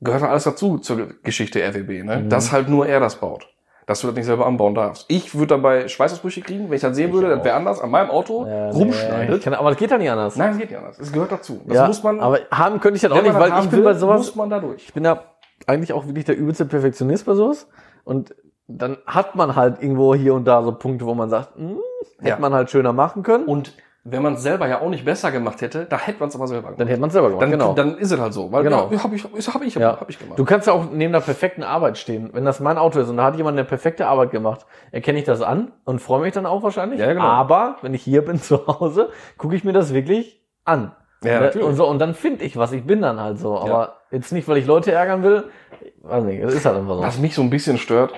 Speaker 3: gehört halt alles dazu zur Geschichte RWB.
Speaker 4: Mhm.
Speaker 3: Ne? Dass halt nur er das baut. Dass du das nicht selber anbauen darfst. Ich würde dabei Schweißausbrüche kriegen, wenn ich das sehen würde, das wäre anders an meinem Auto
Speaker 4: Ja, nee, ich
Speaker 3: rumschneidet.
Speaker 4: kann, aber das geht ja nicht anders.
Speaker 3: Nein, das geht nicht anders. Es gehört dazu. Das
Speaker 4: ja,
Speaker 3: muss man.
Speaker 4: aber haben könnte ich das auch
Speaker 3: wenn man
Speaker 4: nicht,
Speaker 3: das
Speaker 4: weil
Speaker 3: haben
Speaker 4: ich bin bei
Speaker 3: will, muss
Speaker 4: sowas,
Speaker 3: man da durch.
Speaker 4: ich bin ja eigentlich auch wirklich der übelste Perfektionist bei sowas. Und dann hat man halt irgendwo hier und da so Punkte, wo man sagt, hm, hätte
Speaker 3: Ja.
Speaker 4: man halt schöner machen können.
Speaker 3: Und wenn man es selber ja auch nicht besser gemacht hätte, da hätte man es aber selber gemacht.
Speaker 4: dann hätte man es selber gemacht,
Speaker 3: dann,
Speaker 4: genau.
Speaker 3: dann ist es halt so. Weil
Speaker 4: Genau.
Speaker 3: ja, habe ich, ist- hab ich,
Speaker 4: ja.
Speaker 3: hab ich gemacht.
Speaker 4: Du kannst ja auch neben der perfekten Arbeit stehen. Wenn das mein Auto ist und da hat jemand eine perfekte Arbeit gemacht, erkenne ich das an und freue mich dann auch wahrscheinlich.
Speaker 3: Ja, genau.
Speaker 4: Aber wenn ich hier bin zu Hause, gucke ich mir das wirklich an.
Speaker 3: Ja,
Speaker 4: Ne?
Speaker 3: natürlich.
Speaker 4: Und, so, und dann finde ich was. Ich bin dann halt so. Aber jetzt nicht, weil ich Leute ärgern will. Ich Weiß nicht, das ist halt einfach so.
Speaker 3: Was mich so ein bisschen stört,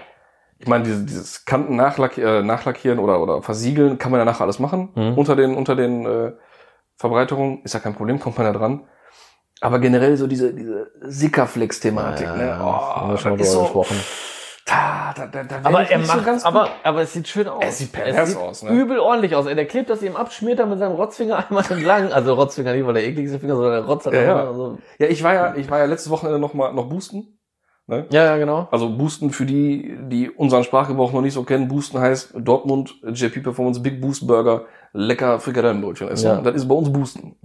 Speaker 3: ich meine, dieses, dieses Kanten nachlack, äh, nachlackieren oder, oder versiegeln kann man ja nachher alles machen.
Speaker 4: Mhm.
Speaker 3: Unter den, unter den äh, Verbreiterungen ist ja kein Problem, kommt man ja dran. Aber generell so diese, diese Sickerflex-Thematik. ne?
Speaker 4: Äh, haben wir schon mal
Speaker 3: das ist
Speaker 4: drüber
Speaker 3: so,
Speaker 4: gesprochen.
Speaker 3: da, da, da, da
Speaker 4: Aber
Speaker 3: werd ich
Speaker 4: er
Speaker 3: nicht so
Speaker 4: macht,
Speaker 3: ganz
Speaker 4: aber, aber es sieht schön aus.
Speaker 3: Es sieht pervers aus, ne?
Speaker 4: Übel ordentlich aus. Ey, der klebt das ihm ab, schmiert da mit seinem Rotzfinger einmal entlang. Also Rotzfinger nicht, weil der ekligste Finger, sondern der Rotz hat
Speaker 3: Ja,
Speaker 4: auch
Speaker 3: ja.
Speaker 4: noch so.
Speaker 3: Ja, ich war ja, ich war ja letztes Wochenende noch mal noch boosten. Ne?
Speaker 4: ja, ja, genau.
Speaker 3: Also boosten für die, die unseren Sprachgebrauch noch nicht so kennen. Boosten heißt Dortmund JP Performance Big Boost Burger lecker Frikadellenbrötchen essen.
Speaker 4: Ja.
Speaker 3: Das ist bei uns boosten.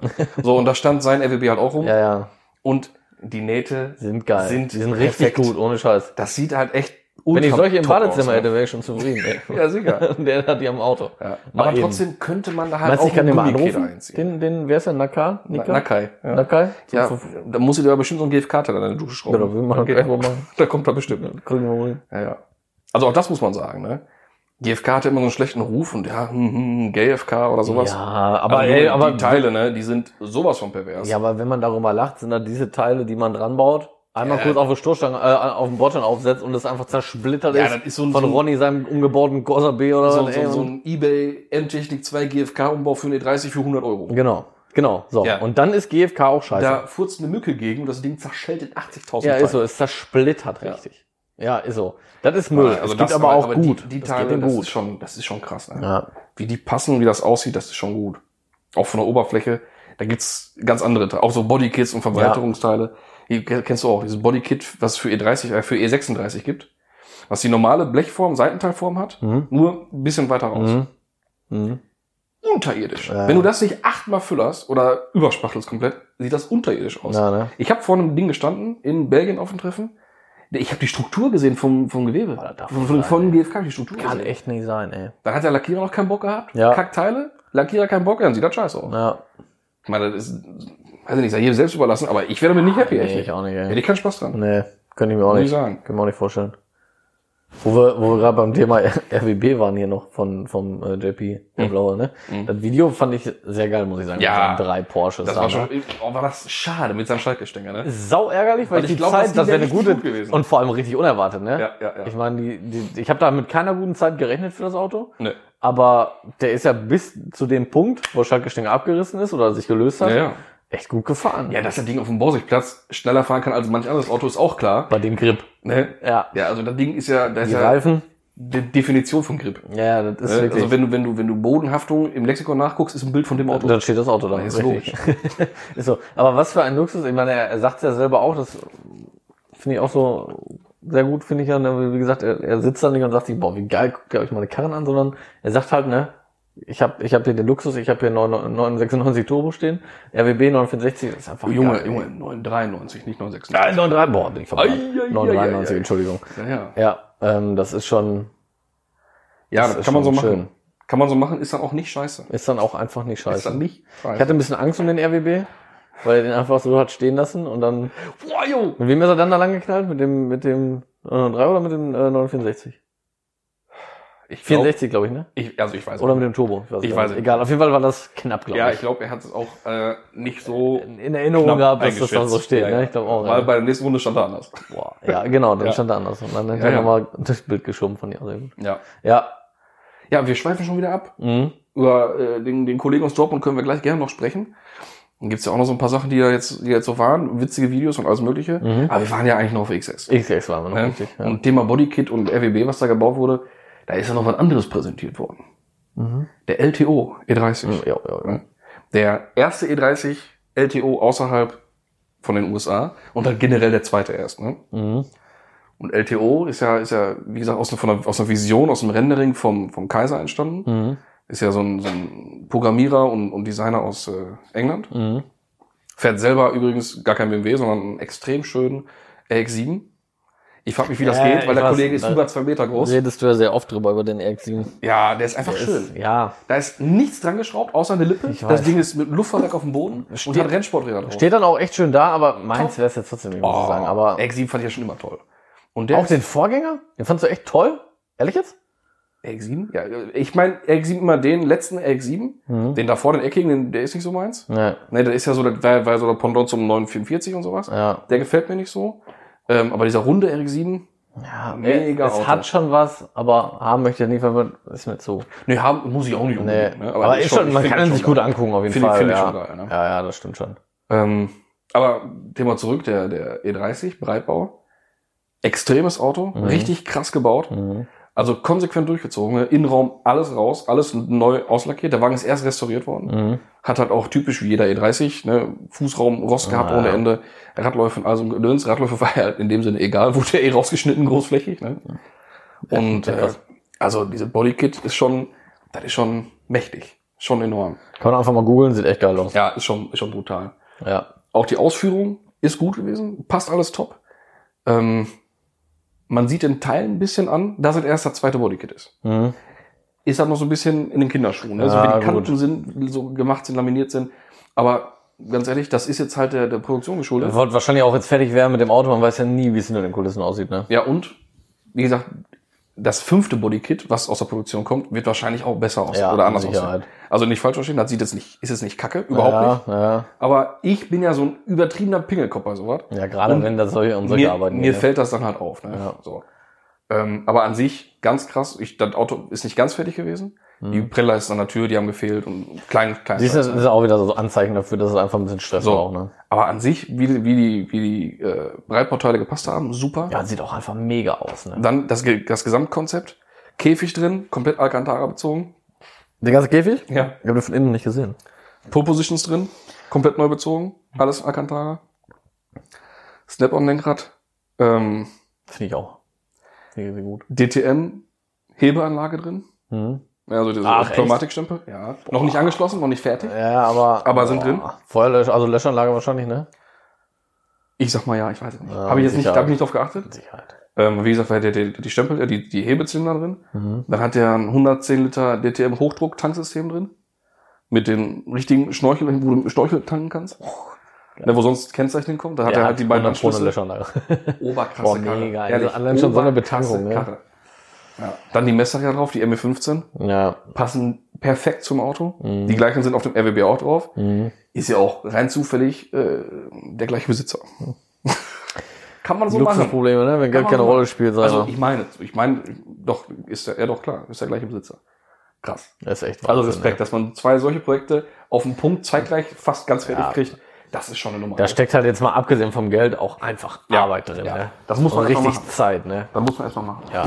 Speaker 3: so und da stand sein RWB halt auch rum
Speaker 4: Ja, ja.
Speaker 3: und die Nähte,
Speaker 4: Sind geil.
Speaker 3: Sind
Speaker 4: die sind richtig
Speaker 3: perfekt.
Speaker 4: gut, ohne Scheiß.
Speaker 3: das sieht halt echt
Speaker 4: Wenn ich
Speaker 3: ultra
Speaker 4: solche im
Speaker 3: top
Speaker 4: Badezimmer
Speaker 3: aus,
Speaker 4: hätte, wäre ich schon zufrieden. Ey.
Speaker 3: ne? Ja, sicher.
Speaker 4: Und der hat die am Auto.
Speaker 3: Ja.
Speaker 4: Mal
Speaker 3: Aber
Speaker 4: eben.
Speaker 3: trotzdem könnte man da halt
Speaker 4: Meinst du, ich kann den
Speaker 3: einen
Speaker 4: mal
Speaker 3: Gummikeder
Speaker 4: anrufen?
Speaker 3: einziehen.
Speaker 4: Den, den, wer ist der? Naka?
Speaker 3: Na-
Speaker 4: Nika?
Speaker 3: Nakai. Ja.
Speaker 4: Nakai?
Speaker 3: ja, da musst du dir aber bestimmt so einen GFK-Teil an deine Dusche
Speaker 4: Ja, da
Speaker 3: schrauben.
Speaker 4: will man
Speaker 3: Okay.
Speaker 4: irgendwo Genau, machen.
Speaker 3: Da kommt er bestimmt. ne?
Speaker 4: Kriegen wir wohl hin.
Speaker 3: Ja, ja. Also auch das muss man sagen, ne? GFK hatte immer so einen schlechten Ruf und ja, hm, hm, GFK oder sowas.
Speaker 4: Ja, aber,
Speaker 3: Also,
Speaker 4: ey,
Speaker 3: die
Speaker 4: aber,
Speaker 3: Teile, ne, die sind sowas von pervers.
Speaker 4: ja, aber wenn man darüber lacht, sind dann diese Teile, die man dran baut, einmal
Speaker 3: Ja.
Speaker 4: kurz auf den Stoßstange, äh, auf den Bordstein aufsetzt und das einfach zersplittert
Speaker 3: Ja,
Speaker 4: ist,
Speaker 3: das ist so ein-
Speaker 4: von
Speaker 3: so ein-
Speaker 4: Ronny seinem umgebauten Corsa B oder
Speaker 3: so,
Speaker 4: was,
Speaker 3: so,
Speaker 4: ey,
Speaker 3: so ein
Speaker 4: und-
Speaker 3: eBay M-Technik 2 GFK-Umbau für eine 30 für 100 Euro.
Speaker 4: Genau, genau, so.
Speaker 3: Ja.
Speaker 4: Und dann ist GFK auch scheiße.
Speaker 3: Da furzt eine Mücke gegen und das Ding zerschellt in 80.000
Speaker 4: also. Ja,
Speaker 3: Teile.
Speaker 4: ist so, es zersplittert
Speaker 3: Ja. Ah, also
Speaker 4: richtig. Ja, ist so. Das ist Müll. es gibt aber auch gut.
Speaker 3: Die, die
Speaker 4: Das
Speaker 3: Teile,
Speaker 4: geht ihm
Speaker 3: das,
Speaker 4: gut.
Speaker 3: Ist schon, das ist schon krass. Ne?
Speaker 4: ja.
Speaker 3: Wie die passen, wie das aussieht, das ist schon gut. Auch von der Oberfläche, da gibt's ganz andere Teile. Auch so Bodykits und Verbreiterungsteile. Die ke- Kennst du auch, dieses Bodykit, was es für E30, äh, für E36 gibt. Was die normale Blechform, Seitenteilform hat,
Speaker 4: Mhm.
Speaker 3: nur ein bisschen weiter raus.
Speaker 4: Mhm. Mhm.
Speaker 3: Unterirdisch.
Speaker 4: Ja.
Speaker 3: Wenn du das nicht achtmal füllerst oder überspachtelst komplett, sieht das unterirdisch aus.
Speaker 4: Ja, ne?
Speaker 3: Ich habe vor einem Ding gestanden, in Belgien auf dem Treffen. Ich habe die Struktur gesehen vom, vom Gewebe.
Speaker 4: das darf
Speaker 3: Von,
Speaker 4: nicht
Speaker 3: von, von
Speaker 4: sein,
Speaker 3: GFK hab ich die Struktur
Speaker 4: Kann
Speaker 3: gesehen.
Speaker 4: echt nicht sein, ey.
Speaker 3: Dann hat der Lackierer noch keinen Bock gehabt.
Speaker 4: Ja.
Speaker 3: Kackteile, Lackierer keinen Bock, dann sieht das scheiße aus.
Speaker 4: Ja,
Speaker 3: Ich meine, das ist, weiß ich nicht, sei jedem selbst überlassen, aber ich wäre damit nicht happy, echt
Speaker 4: Ah, nee,
Speaker 3: nicht.
Speaker 4: ich auch nicht,
Speaker 3: Hätte
Speaker 4: ey.
Speaker 3: ich keinen Spaß dran.
Speaker 4: Nee, könnte ich mir auch
Speaker 3: Muss ich
Speaker 4: nicht,
Speaker 3: sagen.
Speaker 4: sagen. Kann ich mir auch nicht vorstellen. Wo wir, wo wir gerade beim Thema RWB waren hier noch von, vom äh, JP, der Blaue, ne? Das Video fand ich sehr geil, muss ich sagen.
Speaker 3: Mhm. Ja.
Speaker 4: Mit seinen Drei Porsches.
Speaker 3: Das
Speaker 4: da,
Speaker 3: war
Speaker 4: ne?
Speaker 3: schon, oh, war das schade mit seinem Schaltgestänge, ne?
Speaker 4: sau ärgerlich, weil,
Speaker 3: Weil ich
Speaker 4: ich die
Speaker 3: glaub, dass
Speaker 4: Zeit,
Speaker 3: die
Speaker 4: das wäre
Speaker 3: wär
Speaker 4: eine
Speaker 3: richtig
Speaker 4: gute
Speaker 3: gut gewesen.
Speaker 4: und vor allem richtig unerwartet, ne?
Speaker 3: Ja, ja, ja.
Speaker 4: Ich meine, die, die, ich habe da mit keiner guten Zeit gerechnet für das Auto,
Speaker 3: Ne.
Speaker 4: aber der ist ja bis zu dem Punkt, wo Schaltgestänge abgerissen ist oder sich gelöst hat,
Speaker 3: Ja, ja.
Speaker 4: echt gut gefahren.
Speaker 3: ja, dass das Ding auf dem Borsigplatz schneller fahren kann als manch anderes Auto, ist auch klar.
Speaker 4: bei dem Grip.
Speaker 3: Ne?
Speaker 4: Ja,
Speaker 3: Ja, also das Ding ist ja, das
Speaker 4: die
Speaker 3: ist ja
Speaker 4: Reifen.
Speaker 3: die Definition von Grip.
Speaker 4: Ja, das ist
Speaker 3: Ne?
Speaker 4: wirklich.
Speaker 3: Also wenn du, wenn du, wenn du Bodenhaftung im Lexikon nachguckst, ist ein Bild von dem Auto.
Speaker 4: dann steht das Auto da.
Speaker 3: Ja, ist
Speaker 4: ist so. Aber was für ein Luxus. Ich meine, er, er sagt ja selber auch, das finde ich auch so sehr gut, finde ich ja. ne, Wie gesagt, er, er sitzt da nicht und sagt sich, boah, wie geil, guckt ihr euch meine Karren an, sondern er sagt halt, ne, ich habe ich hab hier den Luxus, ich habe hier 9 996 Turbo stehen, RWB 964, das ist einfach
Speaker 3: Oh, Junge,
Speaker 4: geil.
Speaker 3: Junge, 993, nicht 996.
Speaker 4: Nein, 93, boah, bin ich verbrannt.
Speaker 3: Ei, ei, ei,
Speaker 4: 993,
Speaker 3: ei, ei.
Speaker 4: Entschuldigung.
Speaker 3: Ja, ja.
Speaker 4: Ja, ähm, das ist schon,
Speaker 3: ja das,
Speaker 4: ist
Speaker 3: kann man so
Speaker 4: schon
Speaker 3: machen.
Speaker 4: schön.
Speaker 3: Kann man so machen, ist dann auch nicht scheiße.
Speaker 4: ist dann auch einfach nicht scheiße.
Speaker 3: Ist dann nicht scheiße.
Speaker 4: Ich hatte ein bisschen Angst um den RWB, weil er den einfach so hat stehen lassen und dann.
Speaker 3: Boah, yo.
Speaker 4: Mit wem ist er äh, dann da lang geknallt? Mit dem, mit dem 903 oder mit dem äh, 964?
Speaker 3: Ich glaub,
Speaker 4: 64, glaube ich, ne?
Speaker 3: ich, also ich weiß
Speaker 4: Oder
Speaker 3: auch
Speaker 4: mit
Speaker 3: nicht.
Speaker 4: dem Turbo.
Speaker 3: Ich
Speaker 4: gar
Speaker 3: weiß
Speaker 4: nicht.
Speaker 3: es
Speaker 4: Egal, auf jeden Fall war das knapp, glaube
Speaker 3: Ja,
Speaker 4: ich.
Speaker 3: ich glaube, er hat es auch äh, nicht so
Speaker 4: In Erinnerung
Speaker 3: knapp
Speaker 4: gehabt, dass das da
Speaker 3: eingeschätzt.
Speaker 4: so steht.
Speaker 3: Ja,
Speaker 4: Ne?
Speaker 3: ja.
Speaker 4: Ich glaube auch.
Speaker 3: Weil
Speaker 4: ja.
Speaker 3: bei der nächsten Runde stand er anders.
Speaker 4: Boah, ja, genau, dann
Speaker 3: Ja.
Speaker 4: stand er anders. Und dann hat
Speaker 3: Ja,
Speaker 4: er
Speaker 3: ja.
Speaker 4: nochmal durchs Bild geschoben von dir. Sehr gut.
Speaker 3: Ja.
Speaker 4: Ja.
Speaker 3: Ja, wir schweifen schon wieder ab.
Speaker 4: Mhm.
Speaker 3: Über äh, den, den Kollegen aus Dortmund können wir gleich gerne noch sprechen. Dann gibt's ja auch noch so ein paar Sachen, die ja jetzt, die jetzt so waren. Witzige Videos und alles mögliche.
Speaker 4: Mhm.
Speaker 3: Aber wir waren ja eigentlich noch auf XS.
Speaker 4: XX waren wir noch
Speaker 3: Ne?
Speaker 4: richtig. Ja.
Speaker 3: Und Thema Bodykit und RWB, was da gebaut wurde, da ist ja noch was anderes präsentiert worden.
Speaker 4: Mhm.
Speaker 3: Der LTO E30.
Speaker 4: Ja, ja, ja.
Speaker 3: Der erste E E30 LTO außerhalb von den USA und dann generell der zweite erst. Ne?
Speaker 4: Mhm.
Speaker 3: Und LTO ist ja, ist ja wie gesagt, aus, einer- von einer, aus einer Vision, aus dem Rendering vom, vom Kaiser entstanden.
Speaker 4: Mhm.
Speaker 3: Ist ja so ein, so ein Programmierer und, und Designer aus äh, England.
Speaker 4: Mhm.
Speaker 3: Fährt selber übrigens gar kein BMW, sondern einen extrem schönen RX-7. Ich frage mich, wie das
Speaker 4: Ja,
Speaker 3: geht, weil
Speaker 4: ich
Speaker 3: der
Speaker 4: weiß,
Speaker 3: Kollege ist
Speaker 4: weil-
Speaker 3: über zwei Meter groß.
Speaker 4: Redest du ja sehr oft drüber über den RX7.
Speaker 3: Ja, der ist einfach schön.
Speaker 4: Ist, ja.
Speaker 3: Da ist nichts dran geschraubt, außer eine Lippe.
Speaker 4: Ich
Speaker 3: Das
Speaker 4: weiß.
Speaker 3: Ding ist mit einem Luftfahrwerk auf dem Boden und hat Rennsporträder drauf.
Speaker 4: Steht dann auch echt schön da, aber meins wäre es jetzt trotzdem nicht, muss ich sagen. Aber
Speaker 3: X7 fand ich ja schon immer toll. Und der
Speaker 4: auch den Vorgänger? Den fandst du echt toll? Ehrlich jetzt?
Speaker 3: RX7? Ja, ich meine RX7 immer den letzten RX7,
Speaker 4: Mhm.
Speaker 3: den davor, den eckigen, den, der ist nicht so meins.
Speaker 4: Nee.
Speaker 3: Ne, der ist ja so, der war, war so der Pendant zum 944 und sowas.
Speaker 4: Ja.
Speaker 3: Der gefällt mir nicht so. Ähm, aber dieser runde RX7,
Speaker 4: ja.
Speaker 3: Mega
Speaker 4: Es
Speaker 3: Auto.
Speaker 4: hat schon was, aber haben möchte ich nicht, weil man ist mir zu.
Speaker 3: nee, ne, haben, muss ich auch nicht
Speaker 4: Nee.
Speaker 3: unbedingt. ne?
Speaker 4: Aber, ist schon,
Speaker 3: ich
Speaker 4: man
Speaker 3: find
Speaker 4: kann ihn
Speaker 3: schon
Speaker 4: sich gut
Speaker 3: geil.
Speaker 4: angucken, auf jeden
Speaker 3: Find ich-
Speaker 4: Fall.
Speaker 3: find ich
Speaker 4: ja.
Speaker 3: schon geil, ne?
Speaker 4: ja, ja, das stimmt schon.
Speaker 3: Ähm, aber Thema zurück, der, der E30, Breitbau. Extremes Auto, richtig krass gebaut.
Speaker 4: Mhm.
Speaker 3: Also konsequent durchgezogen. ne? Innenraum alles raus, alles neu auslackiert. Der Wagen ist erst restauriert worden.
Speaker 4: Mhm.
Speaker 3: Hat halt auch typisch wie jeder E30, ne? Fußraum, Rost gehabt
Speaker 4: Ah,
Speaker 3: ohne
Speaker 4: ja.
Speaker 3: Ende. Radläufe und also Gedöns. Radläufe war ja in dem Sinne egal, wurde ja eh rausgeschnitten, großflächig. Ne? Und äh,
Speaker 4: Etwas.
Speaker 3: also diese Bodykit ist schon, das ist schon mächtig. Schon enorm.
Speaker 4: Kann man einfach mal googeln, sieht echt geil aus.
Speaker 3: Ja, ist schon, ist schon brutal.
Speaker 4: ja.
Speaker 3: Auch die Ausführung ist gut gewesen, passt alles top. Ähm, man sieht in Teilen ein bisschen an, dass es erst das zweite Bodykit ist.
Speaker 4: Mhm.
Speaker 3: Ist halt noch so ein bisschen in den Kinderschuhen. Ne? so
Speaker 4: Ja,
Speaker 3: wie die
Speaker 4: gut.
Speaker 3: Kanten sind, so gemacht sind, laminiert sind. Aber ganz ehrlich, das ist jetzt halt der, der Produktion geschuldet.
Speaker 4: Er wollte wahrscheinlich auch jetzt fertig werden mit dem Auto, man weiß ja nie, wie es hinter den Kulissen aussieht, ne?
Speaker 3: Ja, und wie gesagt, das fünfte Bodykit, was aus der Produktion kommt, wird wahrscheinlich auch besser aussehen
Speaker 4: Ja,
Speaker 3: oder
Speaker 4: mit
Speaker 3: anders aussehen.
Speaker 4: Sicherheit.
Speaker 3: Also nicht falsch verstehen, das sieht jetzt nicht, ist jetzt nicht kacke, überhaupt
Speaker 4: ja,
Speaker 3: nicht.
Speaker 4: Ja,
Speaker 3: Aber ich bin ja so ein übertriebener Pingelkopf bei sowas.
Speaker 4: ja gerade
Speaker 3: Und
Speaker 4: wenn da solche und solche
Speaker 3: mir,
Speaker 4: arbeiten.
Speaker 3: mir
Speaker 4: ne?
Speaker 3: fällt das dann halt auf. Ne?
Speaker 4: Ja.
Speaker 3: So. Ähm, aber an sich ganz krass. Ich, das Auto ist nicht ganz fertig gewesen. Die Brille ist an der Tür, die haben gefehlt und klein, klein.
Speaker 4: Mhm. Siehst du, das ist auch wieder so Anzeichen dafür, dass es einfach ein bisschen Stress
Speaker 3: So.
Speaker 4: braucht, ne?
Speaker 3: Aber an sich, wie, wie die, wie die äh, Breitportale gepasst haben, super.
Speaker 4: Ja, sieht auch einfach mega aus, ne?
Speaker 3: Dann das, Ge- das Gesamtkonzept. Käfig drin, komplett Alcantara bezogen.
Speaker 4: Der ganze Käfig?
Speaker 3: Ja.
Speaker 4: Ich habe den von innen nicht gesehen.
Speaker 3: Pole Positions drin, komplett neu bezogen. Alles Alcantara. Snap-on-Lenkrad. Ähm,
Speaker 4: Finde ich auch. Sehr, sehr gut.
Speaker 3: DTM, Hebeanlage drin.
Speaker 4: Mhm.
Speaker 3: Ja, Also diese
Speaker 4: Ach, echt?
Speaker 3: Automatikstempel. Ja. Noch nicht angeschlossen, noch nicht fertig.
Speaker 4: Ja, aber.
Speaker 3: Aber sind drin?
Speaker 4: Feuerlöscher, also Löschanlage wahrscheinlich, ne?
Speaker 3: Ich sag mal ja, ich weiß es nicht.
Speaker 4: Ja,
Speaker 3: Habe ich jetzt nicht,
Speaker 4: sicher.
Speaker 3: da habe ich nicht drauf geachtet.
Speaker 4: Sicherheit.
Speaker 3: Ähm, wie gesagt, weil der, der, die Stempel, äh, die, die Hebezylinder drin.
Speaker 4: Mhm.
Speaker 3: Dann hat der ein 110 Liter DTM Hochdruck-Tanksystem drin. Mit den richtigen Schnorchel, wo du Storchel tanken kannst.
Speaker 4: Oh,
Speaker 3: Na, wo sonst Kennzeichen kommt, da hat er halt die beiden Anschlüsse.
Speaker 4: Löschanlage.
Speaker 3: Oberkrasse
Speaker 4: Boah,
Speaker 3: Karre.
Speaker 4: mega.
Speaker 3: Ehrlich,
Speaker 4: Also allein schon so eine
Speaker 3: oberkrasse
Speaker 4: Betankung, ne?
Speaker 3: Karre. Ja. Dann die Messer ja drauf, die ME15,
Speaker 4: ja.
Speaker 3: passen perfekt zum Auto. Die gleichen sind auf dem RWB auch drauf.
Speaker 4: Mhm.
Speaker 3: ist ja auch rein zufällig äh, der gleiche Besitzer. Kann man so machen.
Speaker 4: Luxusprobleme, ne? Wenn Geld
Speaker 3: man
Speaker 4: keine
Speaker 3: so
Speaker 4: Rolle
Speaker 3: machen.
Speaker 4: spielt, sag
Speaker 3: Also
Speaker 4: mal.
Speaker 3: ich meine, ich meine, doch, ist ja, ja doch klar, ist der gleiche Besitzer. Krass.
Speaker 4: Das ist echt
Speaker 3: Also
Speaker 4: Wahnsinn,
Speaker 3: Respekt,
Speaker 4: ne?
Speaker 3: dass man zwei solche Projekte auf den Punkt zeitgleich fast ganz fertig
Speaker 4: Ja.
Speaker 3: kriegt, das ist schon eine Nummer.
Speaker 4: Da steckt halt jetzt mal abgesehen vom Geld auch einfach
Speaker 3: Ja.
Speaker 4: Arbeit drin,
Speaker 3: Ja.
Speaker 4: ne?
Speaker 3: Das muss man
Speaker 4: Und
Speaker 3: einfach
Speaker 4: richtig
Speaker 3: machen.
Speaker 4: Zeit, ne?
Speaker 3: da muss man erstmal machen.
Speaker 4: Ja,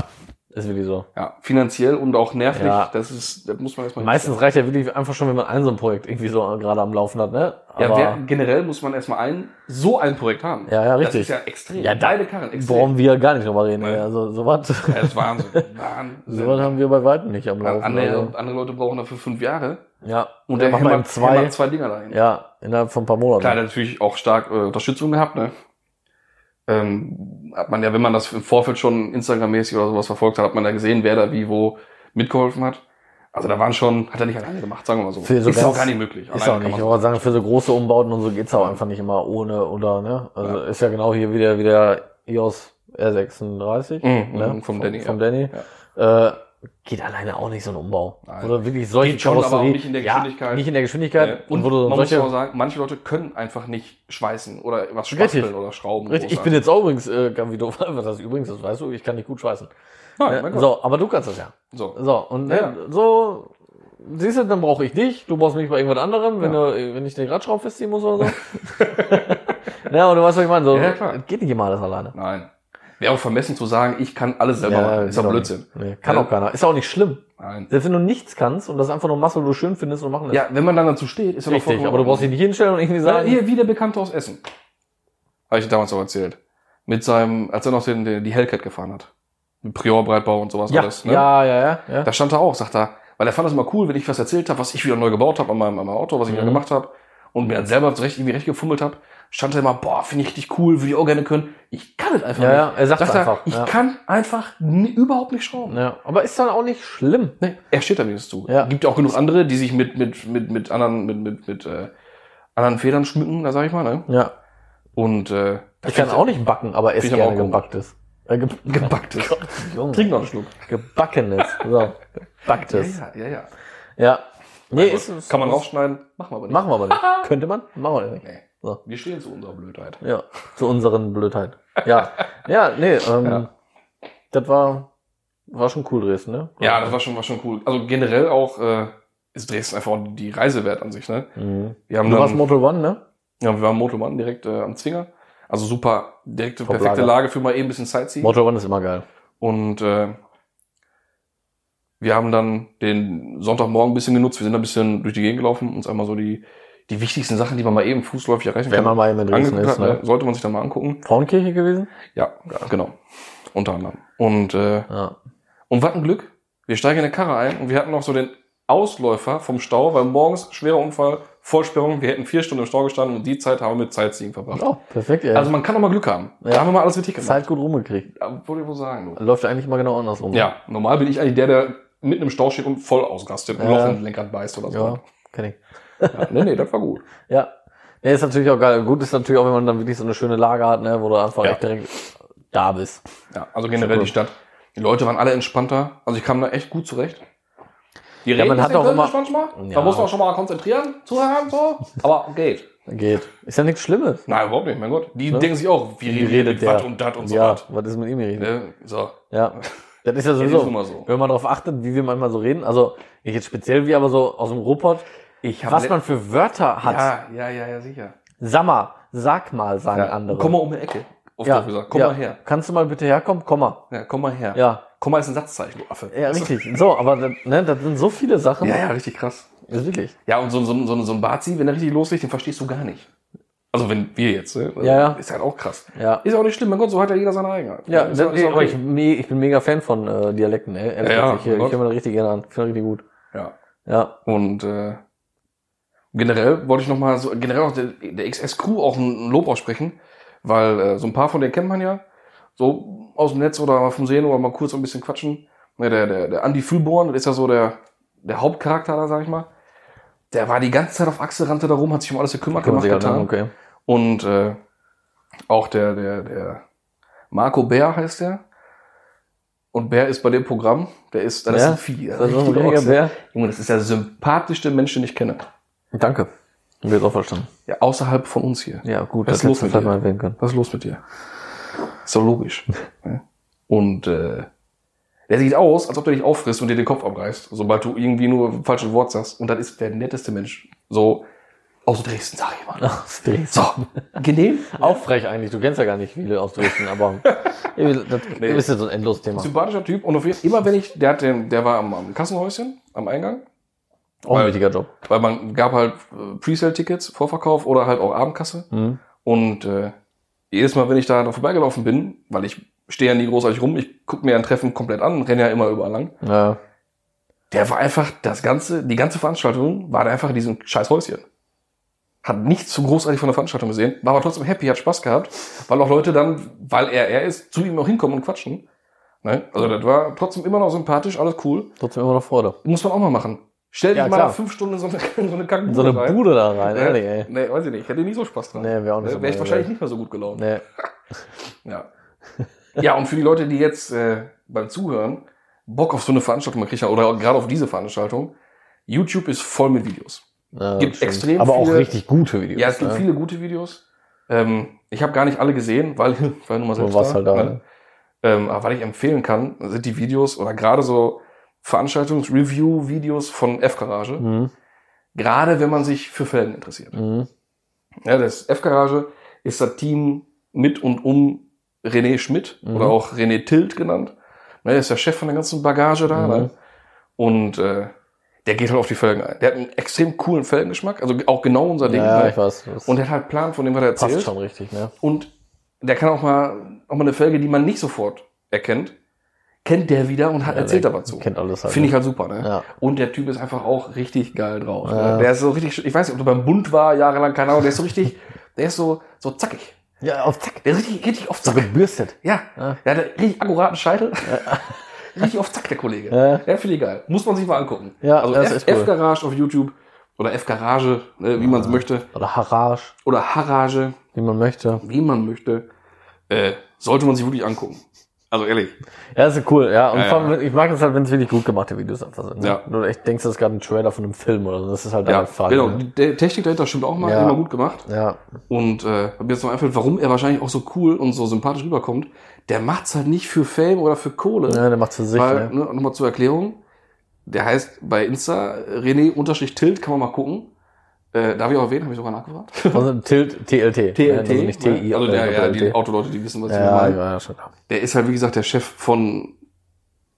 Speaker 4: ist wirklich so.
Speaker 3: Ja, finanziell und auch nervlich,
Speaker 4: Ja.
Speaker 3: das ist, das muss man erstmal
Speaker 4: Meistens reicht ja wirklich einfach schon, wenn man ein so ein Projekt irgendwie so gerade am Laufen hat, ne?
Speaker 3: ja, wer, generell muss man erstmal ein, so ein Projekt haben.
Speaker 4: ja, ja, richtig.
Speaker 3: Das ist ja extrem.
Speaker 4: Ja, da
Speaker 3: Beide Karren extrem.
Speaker 4: brauchen wir gar nicht drüber reden.
Speaker 3: Nee.
Speaker 4: ne? Also sowas,
Speaker 3: Ja, das ist Wahnsinn. Wahnsinn.
Speaker 4: sowas haben wir bei weitem nicht am Laufen.
Speaker 3: andere,
Speaker 4: also.
Speaker 3: andere Leute brauchen dafür fünf Jahre.
Speaker 4: Ja,
Speaker 3: Und der,
Speaker 4: macht
Speaker 3: hämmert,
Speaker 4: mal eben
Speaker 3: zwei,
Speaker 4: Äh, zwei,
Speaker 3: hämmert zwei Dinger dahin.
Speaker 4: ja, innerhalb von ein paar Monaten.
Speaker 3: Klar, der hat natürlich auch stark äh, Unterstützung gehabt, ne? Ähm, hat man ja, wenn man das im Vorfeld schon Instagram-mäßig oder sowas verfolgt hat, hat man da gesehen, wer da wie wo mitgeholfen hat. Also da waren schon, hat er nicht alleine gemacht, sagen wir mal so.
Speaker 4: Für so
Speaker 3: ist
Speaker 4: ganz-
Speaker 3: auch gar nicht möglich.
Speaker 4: Ist
Speaker 3: Alleine
Speaker 4: auch
Speaker 3: kann
Speaker 4: nicht. Ich
Speaker 3: man-
Speaker 4: wollte sagen, für so große Umbauten und so geht's auch einfach nicht immer ohne oder ne? Also ist ja genau hier wieder wieder EOS R36
Speaker 3: Mhm,
Speaker 4: ne?
Speaker 3: mhm, vom Danny,
Speaker 4: Vom
Speaker 3: ja.
Speaker 4: Danny. Äh, geht alleine auch nicht so ein Umbau.
Speaker 3: Nein.
Speaker 4: Oder wirklich solche
Speaker 3: Geht schon, aber auch
Speaker 4: Karosserie-
Speaker 3: nicht in der
Speaker 4: Ja,
Speaker 3: Geschwindigkeit.
Speaker 4: nicht in der Geschwindigkeit.
Speaker 3: Äh,
Speaker 4: und
Speaker 3: und
Speaker 4: wo du
Speaker 3: man
Speaker 4: solche,
Speaker 3: muss auch sagen, manche Leute können einfach nicht schweißen oder was
Speaker 4: Richtig.
Speaker 3: spachteln oder schrauben.
Speaker 4: Richtig, ich bin jetzt auch übrigens, äh, ganz wie doof, was das übrigens, das weißt du, ich kann nicht gut schweißen.
Speaker 3: Nein, mein
Speaker 4: Ja,
Speaker 3: Gott.
Speaker 4: so, aber du kannst das ja.
Speaker 3: So.
Speaker 4: So, und
Speaker 3: Ja,
Speaker 4: ne, so, siehst du, dann brauche ich dich, du brauchst mich bei irgendwas anderem, wenn,
Speaker 3: Ja.
Speaker 4: du, wenn ich den Radschraub festziehen muss oder so. ja, und du weißt, was ich meine, so,
Speaker 3: Ja, ja, klar.
Speaker 4: geht nicht immer alles alleine.
Speaker 3: Nein. Wäre auch vermessen zu sagen, ich kann alles selber machen. Ist
Speaker 4: geht
Speaker 3: doch
Speaker 4: auch
Speaker 3: Blödsinn.
Speaker 4: nicht. Nee, kann
Speaker 3: Ja.
Speaker 4: auch keiner, ist auch nicht schlimm.
Speaker 3: Nein.
Speaker 4: Selbst wenn du nichts kannst und das einfach nur machst, weil du schön findest und machen lässt.
Speaker 3: Ja, wenn man dann dazu steht, ist ja doch
Speaker 4: richtig,
Speaker 3: vollkommen
Speaker 4: aber du brauchst dich nicht hinstellen und irgendwie
Speaker 3: Ja,
Speaker 4: sagen,
Speaker 3: hier, wie der Bekannte aus Essen. Habe ich damals auch erzählt. Mit seinem, als er noch den, den, die Hellcat gefahren hat. Mit Prior, Breitbau und sowas
Speaker 4: ja,
Speaker 3: alles. Ne?
Speaker 4: ja, ja, ja, ja.
Speaker 3: Da stand er auch, sagt er, weil er fand das immer cool, wenn ich was erzählt habe, was ich wieder neu gebaut habe an meinem, an meinem Auto, was ich wieder
Speaker 4: Mhm.
Speaker 3: gemacht habe und mir dann selber zurecht, irgendwie recht gefummelt habe, stand er immer, boah, finde ich richtig cool, würde ich auch gerne können. Ich kann es einfach
Speaker 4: Ja,
Speaker 3: nicht.
Speaker 4: ja, er sagt's
Speaker 3: Sagt er,
Speaker 4: einfach,
Speaker 3: Ich
Speaker 4: ja.
Speaker 3: kann einfach ni- überhaupt nicht schrauben.
Speaker 4: ja. Aber ist dann auch nicht schlimm.
Speaker 3: Nee, er steht da wenigstens zu.
Speaker 4: Ja.
Speaker 3: Gibt ja auch genug andere, die sich mit, mit, mit, mit anderen, mit, mit, mit äh, anderen Federn schmücken, da sag ich mal. Ne?
Speaker 4: Ja,
Speaker 3: Und äh, da
Speaker 4: Ich kann auch nicht backen, aber esse
Speaker 3: Finde ich aber
Speaker 4: gerne
Speaker 3: auch
Speaker 4: gebacktes. Äh, ge
Speaker 3: gebacktes.
Speaker 4: Junge.
Speaker 3: Trink noch einen Schluck.
Speaker 4: Gebackenes. So. Gebacktes.
Speaker 3: Ja, ja, ja. Also,
Speaker 4: Ja. Nee, ist es.
Speaker 3: Kann man rausschneiden, machen wir aber nicht.
Speaker 4: Machen wir aber nicht. Könnte man? Machen wir nicht.
Speaker 3: Nee.
Speaker 4: So.
Speaker 3: Wir stehen zu unserer Blödheit.
Speaker 4: Ja. Zu unseren Blödheit. Ja. Ja, nee, ähm,
Speaker 3: Ja.
Speaker 4: das war, war schon cool Dresden, ne?
Speaker 3: Ja, das war schon, war schon cool. Also generell auch äh, ist Dresden einfach auch die Reise wert an sich. Ne?
Speaker 4: Mhm.
Speaker 3: Wir haben
Speaker 4: Du warst
Speaker 3: dann,
Speaker 4: Motor One, ne?
Speaker 3: ja, wir waren Motormann direkt äh, am Zwinger. Also super, direkte,
Speaker 4: Top
Speaker 3: perfekte
Speaker 4: Lager.
Speaker 3: Lage für mal eben ein bisschen Sightseeing.
Speaker 4: Motor One ist immer geil.
Speaker 3: Und äh, wir haben dann den Sonntagmorgen ein bisschen genutzt. Wir sind ein bisschen durch die Gegend gelaufen, uns einmal so die, die wichtigsten Sachen, die man mal eben fußläufig erreichen
Speaker 4: Wenn man
Speaker 3: kann.
Speaker 4: mal eben in Dresden
Speaker 3: angeguckt
Speaker 4: ist,
Speaker 3: hat, ne?
Speaker 4: ne?
Speaker 3: Sollte man sich dann mal angucken.
Speaker 4: Frauenkirche gewesen?
Speaker 3: Ja, genau. Unter anderem. Und, äh,
Speaker 4: Ja.
Speaker 3: und was ein Glück. Wir steigen in eine Karre ein und wir hatten noch so den Ausläufer vom Stau, weil morgens schwerer Unfall, Vollsperrung, wir hätten vier Stunden im Stau gestanden und die Zeit haben wir mit Sightseeing verbracht.
Speaker 4: Oh, perfekt, ey.
Speaker 3: Also man kann auch mal Glück haben.
Speaker 4: Ja.
Speaker 3: Da haben wir mal alles richtig gemacht.
Speaker 4: Zeit gut rumgekriegt.
Speaker 3: Ja, Wollte ich wohl sagen. Du.
Speaker 4: Läuft eigentlich mal genau andersrum.
Speaker 3: Ja, normal bin ich eigentlich der, der mitten im Stau steht und voll ausrastet und
Speaker 4: Ja.
Speaker 3: Loch in den Lenkrad beißt oder so.
Speaker 4: Ja, kenn ich.
Speaker 3: Ja. Nee, nee, das war gut.
Speaker 4: Ja. Nee, ist natürlich auch geil. Gut ist natürlich auch, wenn man dann wirklich so eine schöne Lage hat, ne, wo du einfach
Speaker 3: Ja.
Speaker 4: echt direkt da bist.
Speaker 3: Ja, also generell
Speaker 4: Super.
Speaker 3: die Stadt. Die Leute waren alle entspannter. Also ich kam da echt gut zurecht. Die
Speaker 4: Ja, man
Speaker 3: ein
Speaker 4: hat
Speaker 3: bisschen
Speaker 4: auch immer-
Speaker 3: kölnisch manchmal.
Speaker 4: Ja.
Speaker 3: Da muss man auch schon mal konzentrieren, zuhören, so. Aber geht.
Speaker 4: Geht. Ist ja nichts Schlimmes.
Speaker 3: Nein, überhaupt nicht, mein Gott. Die denken sich auch, wie, wie redet
Speaker 4: Ne? der?
Speaker 3: der? und dat und so
Speaker 4: ja,
Speaker 3: wat.
Speaker 4: was ist mit ihm geredet?
Speaker 3: Ne? So.
Speaker 4: Ja. Das ist ja
Speaker 3: ist
Speaker 4: sowieso,
Speaker 3: nun mal so.
Speaker 4: wenn man darauf achtet, wie wir manchmal so reden, also nicht jetzt speziell wir, aber so aus dem Ruhrpott,
Speaker 3: Ich
Speaker 4: was man für Wörter hat.
Speaker 3: Ja, ja, ja, ja, sicher.
Speaker 4: Sag mal, sag mal, sagen
Speaker 3: Ja.
Speaker 4: andere.
Speaker 3: Komm mal um die Ecke. Oft
Speaker 4: ja,
Speaker 3: auch gesagt. Komm
Speaker 4: ja.
Speaker 3: mal her.
Speaker 4: Kannst du mal bitte herkommen? Komm mal.
Speaker 3: Ja, komm mal her.
Speaker 4: Ja,
Speaker 3: Komm mal ist ein Satzzeichen, du Affe.
Speaker 4: ja, richtig. So, aber das, ne, das sind so viele Sachen.
Speaker 3: Ja, ja, richtig krass.
Speaker 4: Ist wirklich.
Speaker 3: Ja, und so, so, so, so ein Bazi, wenn er richtig loslegt, den verstehst du gar nicht. Also wenn wir jetzt, ne? Also,
Speaker 4: Ja, ja.
Speaker 3: Ist halt auch krass.
Speaker 4: Ja.
Speaker 3: Ist auch nicht schlimm, mein Gott, so hat ja jeder seine Eigenheit.
Speaker 4: Ja,
Speaker 3: ist,
Speaker 4: das,
Speaker 3: ist
Speaker 4: aber
Speaker 3: okay.
Speaker 4: ich, me- ich bin mega Fan von äh, Dialekten, ey. Ehrlich
Speaker 3: Ja, ja,
Speaker 4: gesagt, ich, äh, ich
Speaker 3: Gott.
Speaker 4: höre mir das richtig gerne an. Ich finde das richtig gut.
Speaker 3: ja.
Speaker 4: Ja.
Speaker 3: Und äh, generell wollte ich nochmal so, generell auch der, der XS Crew auch ein Lob aussprechen, weil äh, so ein paar von denen kennt man ja, so aus dem Netz oder vom Sehen oder mal kurz so ein bisschen quatschen. Ne, der, der, der Andi Fühlborn, das ist ja so der, der Hauptcharakter da, sag ich mal. Der war die ganze Zeit auf Achse, rannte da rum, hat sich um alles gekümmert,
Speaker 4: Kann man
Speaker 3: gemacht,
Speaker 4: sich halt
Speaker 3: getan.
Speaker 4: dann, okay.
Speaker 3: Und äh, auch der, der, der Marco Bär heißt der. Und Bär ist bei dem Programm, der ist, das
Speaker 4: Ja?
Speaker 3: ist ein Vieh.
Speaker 4: Das ist ein
Speaker 3: richtiger
Speaker 4: richtiger
Speaker 3: Ochse.
Speaker 4: Bär.
Speaker 3: Junge, das ist der sympathischste Mensch, den ich kenne.
Speaker 4: Danke. Wird auch verstanden.
Speaker 3: Ja, außerhalb von uns hier.
Speaker 4: Ja, gut,
Speaker 3: Was
Speaker 4: das
Speaker 3: ist los
Speaker 4: hättest du
Speaker 3: mit
Speaker 4: vielleicht
Speaker 3: dir?
Speaker 4: mal erwähnen können.
Speaker 3: Was ist los mit dir? Ist doch logisch. ne? und äh, der sieht aus, als ob der dich auffrisst und dir den Kopf abreißt, sobald du irgendwie nur ein falsches Wort sagst. Und das ist der netteste Mensch. So aus Dresden, sag ich mal.
Speaker 4: Aus Dresden.
Speaker 3: So, genehm.
Speaker 4: Auch frech eigentlich. Du kennst ja gar nicht viele aus Dresden, aber das
Speaker 3: Nee.
Speaker 4: ist ja so ein endloses Thema.
Speaker 3: Sympathischer Typ. Und auf jeden, immer wenn ich, der, hat den, der war am, am Kassenhäuschen, am Eingang.
Speaker 4: Auch ein
Speaker 3: Weil-
Speaker 4: wichtiger Job.
Speaker 3: Weil man gab halt äh, Presale-Tickets, Vorverkauf oder halt auch Abendkasse.
Speaker 4: Mhm.
Speaker 3: Und äh, jedes Mal, wenn ich da noch vorbeigelaufen bin, weil ich stehe ja nie großartig rum, ich gucke mir ein Treffen komplett an, renne ja immer überall lang.
Speaker 4: Ja.
Speaker 3: Der war einfach, das ganze, die ganze Veranstaltung war da einfach in diesem scheiß Häuschen. Hat nichts so großartig von der Veranstaltung gesehen, war aber trotzdem happy, hat Spaß gehabt, weil auch Leute dann, weil er er ist, zu ihm auch hinkommen und quatschen. Ne? Also das war trotzdem immer noch sympathisch, alles cool.
Speaker 4: Trotzdem immer noch Freude.
Speaker 3: Muss man auch mal machen. Stell dich
Speaker 4: Ja,
Speaker 3: mal
Speaker 4: klar.
Speaker 3: fünf Stunden in so eine, in so eine
Speaker 4: In
Speaker 3: Kackbude
Speaker 4: so eine
Speaker 3: rein.
Speaker 4: Bude da rein,
Speaker 3: Ne?
Speaker 4: ehrlich, ey.
Speaker 3: Nee, weiß ich nicht. Hätte ich nie so Spaß dran.
Speaker 4: Nee, wär auch nicht so
Speaker 3: Wäre ich
Speaker 4: meine
Speaker 3: wahrscheinlich
Speaker 4: Welt.
Speaker 3: nicht mehr so gut gelaunt.
Speaker 4: Nee.
Speaker 3: Ja. Ja, und für die Leute, die jetzt äh, beim Zuhören Bock auf so eine Veranstaltung man kriegt ja, oder gerade auf diese Veranstaltung. YouTube ist voll mit Videos.
Speaker 4: Ja,
Speaker 3: Gibt
Speaker 4: stimmt.
Speaker 3: extrem
Speaker 4: Aber auch
Speaker 3: viele-
Speaker 4: richtig gute Videos.
Speaker 3: ja, es gibt
Speaker 4: ne?
Speaker 3: viele gute Videos. Ähm, ich habe gar nicht alle gesehen, weil ich war nur mal
Speaker 4: Du
Speaker 3: selbst
Speaker 4: warst halt da,
Speaker 3: ne?
Speaker 4: ne?
Speaker 3: Ähm, aber weil ich empfehlen kann, sind die Videos oder gerade so Veranstaltungs-Review-Videos von F-Garage.
Speaker 4: Mhm.
Speaker 3: Gerade wenn man sich für Felgen interessiert.
Speaker 4: Mhm.
Speaker 3: Ja, das F-Garage ist das Team mit und um René Schmidt
Speaker 4: Mhm.
Speaker 3: oder auch René Tilt genannt. Ne, Er ist der Chef von der ganzen Bagage da.
Speaker 4: Mhm.
Speaker 3: Ne? Und äh, der geht halt auf die Felgen ein. Der hat einen extrem coolen Felgengeschmack, also auch genau unser Ding.
Speaker 4: Ja,
Speaker 3: ne?
Speaker 4: ich weiß. Das
Speaker 3: Und der hat halt Plan von dem, was er
Speaker 4: passt
Speaker 3: erzählt.
Speaker 4: schon richtig, ne?
Speaker 3: Und der kann auch mal, auch mal eine Felge, die man nicht sofort erkennt, kennt der wieder und hat, erzählt
Speaker 4: der
Speaker 3: aber zu.
Speaker 4: Kennt alles halt.
Speaker 3: Finde ich halt super, ne?
Speaker 4: Ja.
Speaker 3: Und der Typ ist einfach auch richtig geil drauf.
Speaker 4: Ja.
Speaker 3: Ne? Der ist so richtig, ich weiß nicht, ob du beim Bund war, jahrelang, keine Ahnung, der ist so richtig, der ist so, so zackig.
Speaker 4: Ja, auf Zack.
Speaker 3: Der ist richtig, richtig auf
Speaker 4: So
Speaker 3: Zack.
Speaker 4: gebürstet.
Speaker 3: Ja.
Speaker 4: Ja.
Speaker 3: Der hat einen richtig akkuraten Scheitel. richtig auf Zack, der Kollege.
Speaker 4: Ja.
Speaker 3: Ja, finde ich geil. Muss man sich mal angucken.
Speaker 4: Ja,
Speaker 3: also
Speaker 4: das
Speaker 3: F-
Speaker 4: ist cool.
Speaker 3: F-Garage auf YouTube oder F-Garage, ne, wie man es möchte.
Speaker 4: Oder Harage,
Speaker 3: Oder Harage
Speaker 4: wie man möchte.
Speaker 3: wie man möchte, äh, sollte man sich wirklich angucken. Also ehrlich.
Speaker 4: Ja, ist cool, ja. Und
Speaker 3: Ja,
Speaker 4: vor allem, ich mag es halt, wenn es wirklich gut gemachte Videos einfach sind. Ne?
Speaker 3: Ja.
Speaker 4: Nur echt denkst, das ist gerade ein Trailer von einem Film oder so. Das ist halt
Speaker 3: Ja,
Speaker 4: deine Frage.
Speaker 3: genau.
Speaker 4: Ne?
Speaker 3: Die De- Technik dahinter stimmt auch mal,
Speaker 4: Ja.
Speaker 3: ja. immer gut gemacht.
Speaker 4: Ja.
Speaker 3: Und äh, hab jetzt noch einfällt, warum er wahrscheinlich auch so cool und so sympathisch rüberkommt. Der macht's halt nicht für Fame oder für Kohle.
Speaker 4: ja, der macht's für sich,
Speaker 3: weil,
Speaker 4: ne?
Speaker 3: ne, nochmal zur Erklärung, der heißt bei Insta René-Tilt, kann man mal gucken. Äh, darf ich auch erwähnen, habe ich sogar nachgefragt.
Speaker 4: Also Tilt, TLT. ne? Also nicht TI,
Speaker 3: also der,
Speaker 4: äh,
Speaker 3: ja, die
Speaker 4: TLT.
Speaker 3: Autoleute, die wissen, was ich
Speaker 4: ja,
Speaker 3: meine.
Speaker 4: ja, ja, schon. klar.
Speaker 3: Der ist halt, wie gesagt, der Chef von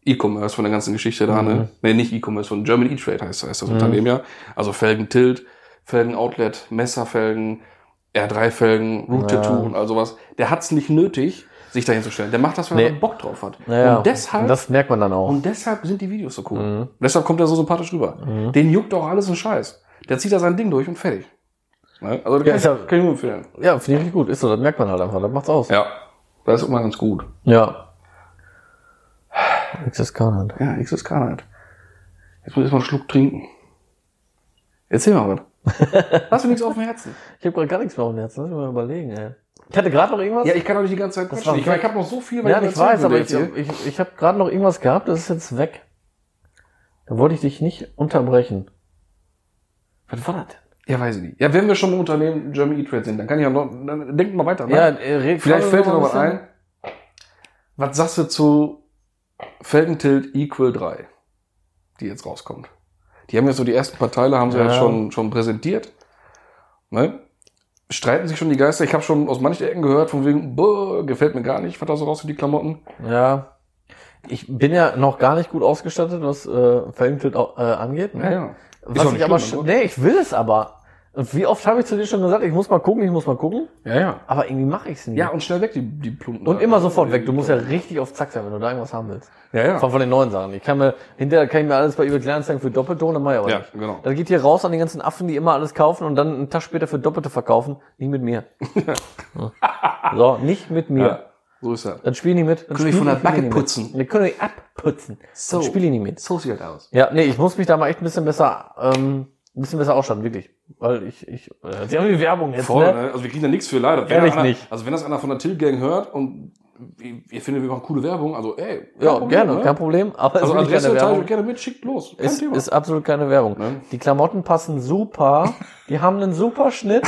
Speaker 3: E-Commerce, von der ganzen Geschichte da,
Speaker 4: Mhm.
Speaker 3: ne? Nee, nicht E-Commerce, von German E-Trade heißt, heißt das Unternehmen ja. Also Felgen Tilt, Felgen Outlet, Messerfelgen, R3-Felgen, Root Tattoo und all sowas. Der hat's nicht nötig, sich dahin zu stellen. Der macht das, weil er
Speaker 4: Nee.
Speaker 3: Bock drauf hat.
Speaker 4: Ja, ja.
Speaker 3: Und deshalb,
Speaker 4: das Mhm. merkt man dann auch.
Speaker 3: und deshalb sind die Videos so cool. Und deshalb kommt er so sympathisch rüber.
Speaker 4: Mhm.
Speaker 3: Den juckt auch alles ein Scheiß. Der zieht da sein Ding durch und fertig. Ne? Also,
Speaker 4: Ja,
Speaker 3: kann,
Speaker 4: ist ja-
Speaker 3: ich, kann ich nur empfehlen.
Speaker 4: Ja, finde ich richtig gut. Ist so, das merkt man halt einfach. Das macht's aus.
Speaker 3: Ja. Das ist immer ganz gut.
Speaker 4: Ja. Nichts ist gar nicht.
Speaker 3: Ja, XSK halt. Jetzt muss ich erstmal einen Schluck trinken. Erzähl mal was. Hast du nichts auf dem Herzen?
Speaker 4: Ich habe gerade gar nichts mehr auf dem Herzen. Lass mich mal überlegen, ey. Ich hatte gerade noch irgendwas?
Speaker 3: Ja, ich kann doch nicht die ganze Zeit
Speaker 4: Das
Speaker 3: quatschen.
Speaker 4: war
Speaker 3: Ich, meine,
Speaker 4: weg.
Speaker 3: ich habe noch so viel,
Speaker 4: Ja, ich
Speaker 3: erzählen
Speaker 4: weiß,
Speaker 3: würde
Speaker 4: aber
Speaker 3: jetzt
Speaker 4: ich,
Speaker 3: hier.
Speaker 4: ich, ich habe gerade noch irgendwas gehabt, das ist jetzt weg. Da wollte ich dich nicht unterbrechen. Was war das denn?
Speaker 3: Ja, weiß ich nicht. Ja, wenn wir schon im Unternehmen German E-Trade sind, dann kann ich ja noch... Dann denkt mal weiter, ne?
Speaker 4: äh,
Speaker 3: Vielleicht fällt dir noch was ein. Was sagst du zu Felgentilt Equal 3, die jetzt rauskommt? Die haben jetzt so die ersten paar Teile, haben sie ja,
Speaker 4: Ja.
Speaker 3: schon, schon präsentiert. Ne? Streiten sich schon die Geister. Ich habe schon aus manchen Ecken gehört, von wegen, boah, gefällt mir gar nicht, was da so raus für die Klamotten.
Speaker 4: Ja. Ich bin ja noch gar nicht gut ausgestattet, was äh, Verhängtilt äh, angeht. Ne?
Speaker 3: Ist doch
Speaker 4: Was
Speaker 3: nicht
Speaker 4: ich aber
Speaker 3: schlimm, ne?
Speaker 4: sch-
Speaker 3: oder?
Speaker 4: nee, ich will es aber. Und wie oft habe ich zu dir schon gesagt, ich muss mal gucken, ich muss mal gucken,
Speaker 3: Ja, ja.
Speaker 4: aber irgendwie mache ich es nie.
Speaker 3: Ja, und schnell weg, die, die Plumpen.
Speaker 4: und
Speaker 3: da.
Speaker 4: immer sofort weg. Du musst ja richtig auf Zack sein, wenn du da irgendwas haben willst.
Speaker 3: Ja,
Speaker 4: Von,
Speaker 3: ja.
Speaker 4: von den neuen Sachen. Ich kann mir, hinterher kann ich mir alles bei eBay Kleinanzeigen für Doppelton, dann mach ich aber
Speaker 3: Ja,
Speaker 4: nicht.
Speaker 3: genau.
Speaker 4: Das geht hier raus an die ganzen Affen, die immer alles kaufen und dann einen Tag später für Doppelte verkaufen. Nicht mit mir. so, nicht mit mir.
Speaker 3: ja. So ist er.
Speaker 4: Dann spielen die mit. Dann
Speaker 3: Können wir
Speaker 4: spielen
Speaker 3: von der
Speaker 4: die- spielen
Speaker 3: Backe
Speaker 4: die mit.
Speaker 3: putzen.
Speaker 4: Wir können die abputzen.
Speaker 3: So.
Speaker 4: So. Dann spielen die nicht mit.
Speaker 3: So sieht das aus.
Speaker 4: Ja, nee, ich muss mich da mal echt ein bisschen besser, ähm, ein bisschen besser ausstatten, wirklich. Weil ich, ich, äh, sie haben die Werbung jetzt,
Speaker 3: Voll,
Speaker 4: ne?
Speaker 3: ne? Also wir kriegen da nichts für leider.
Speaker 4: Ehrlich
Speaker 3: einer,
Speaker 4: nicht.
Speaker 3: Also wenn das einer von der Till-Gang hört und ihr ihr findet, wir machen coole Werbung, also ey, kein
Speaker 4: Ja,
Speaker 3: Problem,
Speaker 4: gerne,
Speaker 3: ne?
Speaker 4: kein Problem. Aber
Speaker 3: Also
Speaker 4: es ist wirklich
Speaker 3: Adresse
Speaker 4: keine
Speaker 3: teile
Speaker 4: Werbung.
Speaker 3: ich gerne mit, schickt los. Kein
Speaker 4: Ist,
Speaker 3: Thema.
Speaker 4: ist absolut keine Werbung.
Speaker 3: Ne?
Speaker 4: Die Klamotten passen super, die haben einen super Schnitt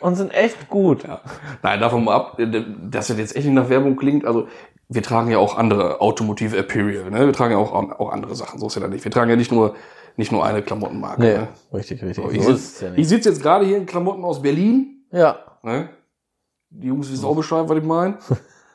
Speaker 4: und sind echt gut.
Speaker 3: ja. Nein, davon mal ab, Äh, dass das jetzt echt nicht nach Werbung klingt. Also wir tragen ja auch andere Automotive Apparel, ne? Wir tragen ja auch, auch andere Sachen, so ist ja da nicht. Wir tragen ja nicht nur, nicht nur eine Klamottenmarke. Ne?
Speaker 4: richtig, richtig.
Speaker 3: So,
Speaker 4: So
Speaker 3: ich
Speaker 4: ist es
Speaker 3: sitze
Speaker 4: ja
Speaker 3: ich
Speaker 4: nicht.
Speaker 3: sitz jetzt gerade hier in Klamotten aus Berlin.
Speaker 4: Ja,
Speaker 3: Ne? Die Jungs wissen auch Bescheid, was ich meine.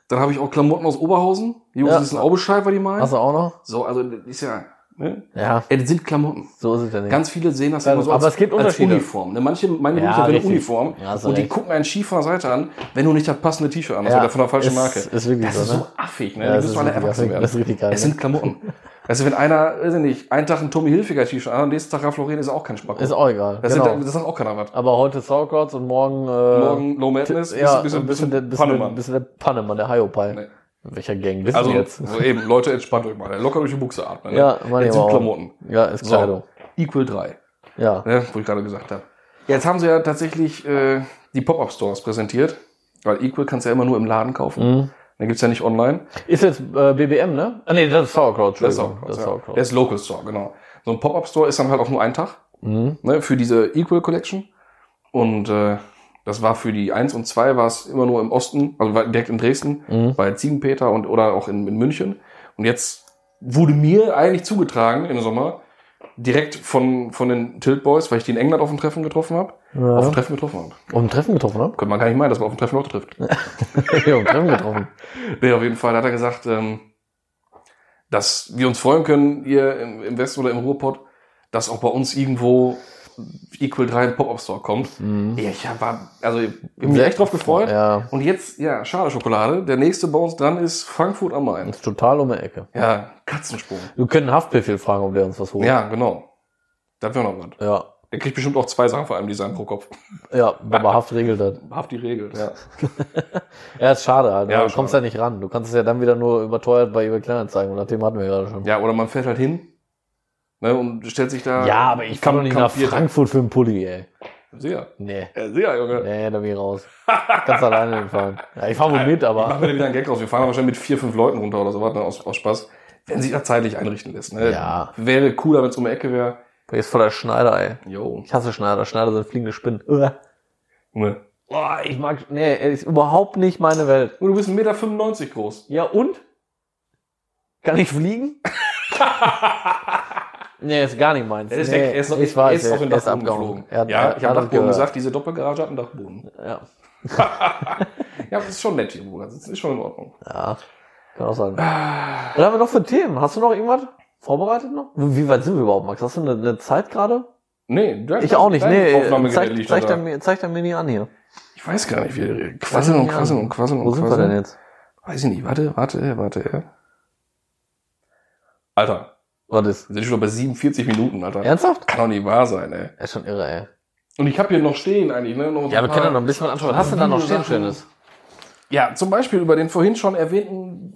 Speaker 3: Dann habe ich auch Klamotten aus Oberhausen. Die Jungs
Speaker 4: Ja.
Speaker 3: wissen auch Bescheid, was ich meine.
Speaker 4: hast du auch noch?
Speaker 3: So, also das ist ja, ne?
Speaker 4: Ja,
Speaker 3: Ey, das sind Klamotten.
Speaker 4: so ist es ja nicht.
Speaker 3: Ganz viele sehen das
Speaker 4: Ja,
Speaker 3: immer so
Speaker 4: aber es gibt Unterschiede.
Speaker 3: als Uniform. Ne? Manche meine
Speaker 4: Ja,
Speaker 3: ja, eine
Speaker 4: richtig.
Speaker 3: Uniform
Speaker 4: Ja, hast du
Speaker 3: und die
Speaker 4: recht.
Speaker 3: gucken einen schief von der Seite an, wenn du nicht das passende T-Shirt an hast
Speaker 4: Ja,
Speaker 3: oder von der falschen
Speaker 4: ist-
Speaker 3: Marke.
Speaker 4: ist wirklich
Speaker 3: das
Speaker 4: so,
Speaker 3: ist
Speaker 4: ne?
Speaker 3: so affig, ne?
Speaker 4: Ja,
Speaker 3: Ja,
Speaker 4: das
Speaker 3: du bist
Speaker 4: ist
Speaker 3: alle
Speaker 4: richtig-
Speaker 3: erwachsen
Speaker 4: das
Speaker 3: werden.
Speaker 4: ist richtig geil,
Speaker 3: Es
Speaker 4: ne?
Speaker 3: sind Klamotten. also wenn einer, weiß ich nicht, einen Tag ein Tommy Hilfiger T-Shirt an, am nächsten Tag Ralph Lauren ist auch kein Schmack.
Speaker 4: ist auch egal.
Speaker 3: das,
Speaker 4: genau.
Speaker 3: sind, das sagt auch keiner was.
Speaker 4: aber heute Sauerkrauts und morgen, äh,
Speaker 3: Morgen Low Madness,
Speaker 4: t- ja, ein
Speaker 3: bisschen, bisschen,
Speaker 4: der,
Speaker 3: bisschen,
Speaker 4: bisschen, der,
Speaker 3: Pannemann.
Speaker 4: bisschen der Pannemann, der Hiopai.
Speaker 3: Nee.
Speaker 4: Welcher Gang bist
Speaker 3: Also,
Speaker 4: du jetzt?
Speaker 3: so eben, Leute, entspannt euch mal. Locker durch die Buchse atmen. Ne?
Speaker 4: Ja,
Speaker 3: Das
Speaker 4: meine ich
Speaker 3: sind
Speaker 4: aber auch.
Speaker 3: Klamotten.
Speaker 4: Ja, ist Kleidung.
Speaker 3: So, Equal 3.
Speaker 4: Ja.
Speaker 3: ne, wo ich gerade gesagt habe. Jetzt haben sie ja tatsächlich äh, die Pop-Up-Stores präsentiert, weil Equal kannst du ja immer nur im Laden kaufen.
Speaker 4: Mhm.
Speaker 3: Den gibt's ja nicht online.
Speaker 4: Ist jetzt äh, BBM, ne? Ah, nee, das ist Sauerkraut.
Speaker 3: Der ist
Speaker 4: Entschuldigung.
Speaker 3: Sauerkraut. Ja. Der ist Local Store, genau. So ein Pop-Up-Store ist dann halt auch nur ein Tag
Speaker 4: Mhm.
Speaker 3: ne, für diese Equal Collection. Und äh, das war für die 1 und 2 war es immer nur im Osten, also war direkt in Dresden,
Speaker 4: Mhm.
Speaker 3: bei Ziegenpeter und oder auch in, in München. Und jetzt wurde mir eigentlich zugetragen im Sommer, direkt von, von den Tilt Boys, weil ich die in England auf dem Treffen getroffen habe.
Speaker 4: Ja.
Speaker 3: Auf dem Treffen getroffen habe.
Speaker 4: Und ein Treffen getroffen, ne?
Speaker 3: Könnte man gar nicht meinen, dass man auf dem Treffen Leute trifft.
Speaker 4: ja, ein Treffen getroffen.
Speaker 3: Nee, auf jeden Fall hat er gesagt, ähm, dass wir uns freuen können, hier im, im Westen oder im Ruhrpott, dass auch bei uns irgendwo Equal 3 ein Pop-Up-Store kommt. Ja, ich war, also ich hab mich
Speaker 4: Mhm. Sehr
Speaker 3: echt drauf gefreut.
Speaker 4: Ja,
Speaker 3: Und jetzt, ja, schade Schokolade. Der nächste bei uns dran ist Frankfurt am Main.
Speaker 4: ist total um die Ecke.
Speaker 3: Ja, Katzensprung.
Speaker 4: Wir können einen Haftbefehl fragen, ob der uns was holt.
Speaker 3: Ja, genau. Da wäre noch was.
Speaker 4: Ja,
Speaker 3: Der kriegt bestimmt auch zwei Sachen vor einem Design pro Kopf.
Speaker 4: ja aber Haft regelt das.
Speaker 3: Habt die Regel, ja.
Speaker 4: Ja, ist schade, halt.
Speaker 3: Ja,
Speaker 4: du kommst ja nicht ran. Du kannst es ja dann wieder nur überteuert bei eBay Kleinanzeigen. Und das Thema hatten wir gerade schon.
Speaker 3: Ja, oder man fährt halt hin ne, und stellt sich da.
Speaker 4: kann doch nicht nach Frankfurt für einen Pulli, ey.
Speaker 3: Sehr,
Speaker 4: Nee.
Speaker 3: äh, sehr, Junge.
Speaker 4: Nee, da bin ich raus. Kannst alleine hinfahren. Ja, ich fahr wohl mit,
Speaker 3: Machen wir
Speaker 4: aber.
Speaker 3: da wieder einen Gag raus. Wir fahren wahrscheinlich mit vier, fünf Leuten runter oder so was, ne, aus, aus Spaß. Wenn sich das zeitlich einrichten lässt. Ne?
Speaker 4: Ja.
Speaker 3: Wäre cooler, wenn es um die Ecke wäre.
Speaker 4: Jetzt voll der Schneider, ey.
Speaker 3: Jo.
Speaker 4: Ich hasse Schneider. Schneider sind fliegende Spinnen. Uah.
Speaker 3: Junge.
Speaker 4: Oh, ich mag. Nee, ey, ist überhaupt nicht meine Welt.
Speaker 3: Und du bist 1,95 Meter groß.
Speaker 4: Ja, und? Kann ich fliegen? nee, ist gar nicht meins.
Speaker 3: Er ist,
Speaker 4: nee,
Speaker 3: weg. Er ist, noch-
Speaker 4: ich
Speaker 3: er
Speaker 4: weiß,
Speaker 3: ist auf den Dachboden
Speaker 4: abgehauen.
Speaker 3: geflogen.
Speaker 4: Er hat-
Speaker 3: ja,
Speaker 4: er
Speaker 3: ich habe
Speaker 4: hat das
Speaker 3: Dachboden
Speaker 4: gehört.
Speaker 3: gesagt, diese Doppelgarage hat einen Dachboden.
Speaker 4: Ja,
Speaker 3: Ja, das ist schon nett hier, Bruder. Das ist schon in Ordnung.
Speaker 4: ja. Kann auch sein. Was haben wir noch für Themen? Hast du noch irgendwas vorbereitet noch? Wie wie weit sind wir überhaupt, Max? Hast du eine, eine Zeit gerade?
Speaker 3: Nee, da-
Speaker 4: Ich auch nicht.
Speaker 3: dein
Speaker 4: Nee, äh,
Speaker 3: Aufnahmegerät
Speaker 4: zeig,
Speaker 3: liegt
Speaker 4: zeig,
Speaker 3: da.
Speaker 4: er mir, zeig er mir nicht an hier.
Speaker 3: Ich weiß gar nicht, wie der quasseln und
Speaker 4: Ja.
Speaker 3: quasseln und quasseln
Speaker 4: Wo
Speaker 3: und
Speaker 4: sind wir denn
Speaker 3: quasseln.
Speaker 4: jetzt?
Speaker 3: Weiß ich nicht. Warte, warte, warte. Alter,
Speaker 4: Was ist?
Speaker 3: wir sind schon bei 47 Minuten, Alter.
Speaker 4: Ernsthaft?
Speaker 3: Kann doch nicht wahr sein, ey.
Speaker 4: Das ist schon irre, ey.
Speaker 3: Und ich habe hier noch stehen eigentlich, ne? Noch so
Speaker 4: Ja,
Speaker 3: ein
Speaker 4: wir können
Speaker 3: paar-
Speaker 4: ja noch ein bisschen was anschauen. Was hast du denn da noch stehen, Schönes?
Speaker 3: Ja, zum Beispiel über den vorhin schon erwähnten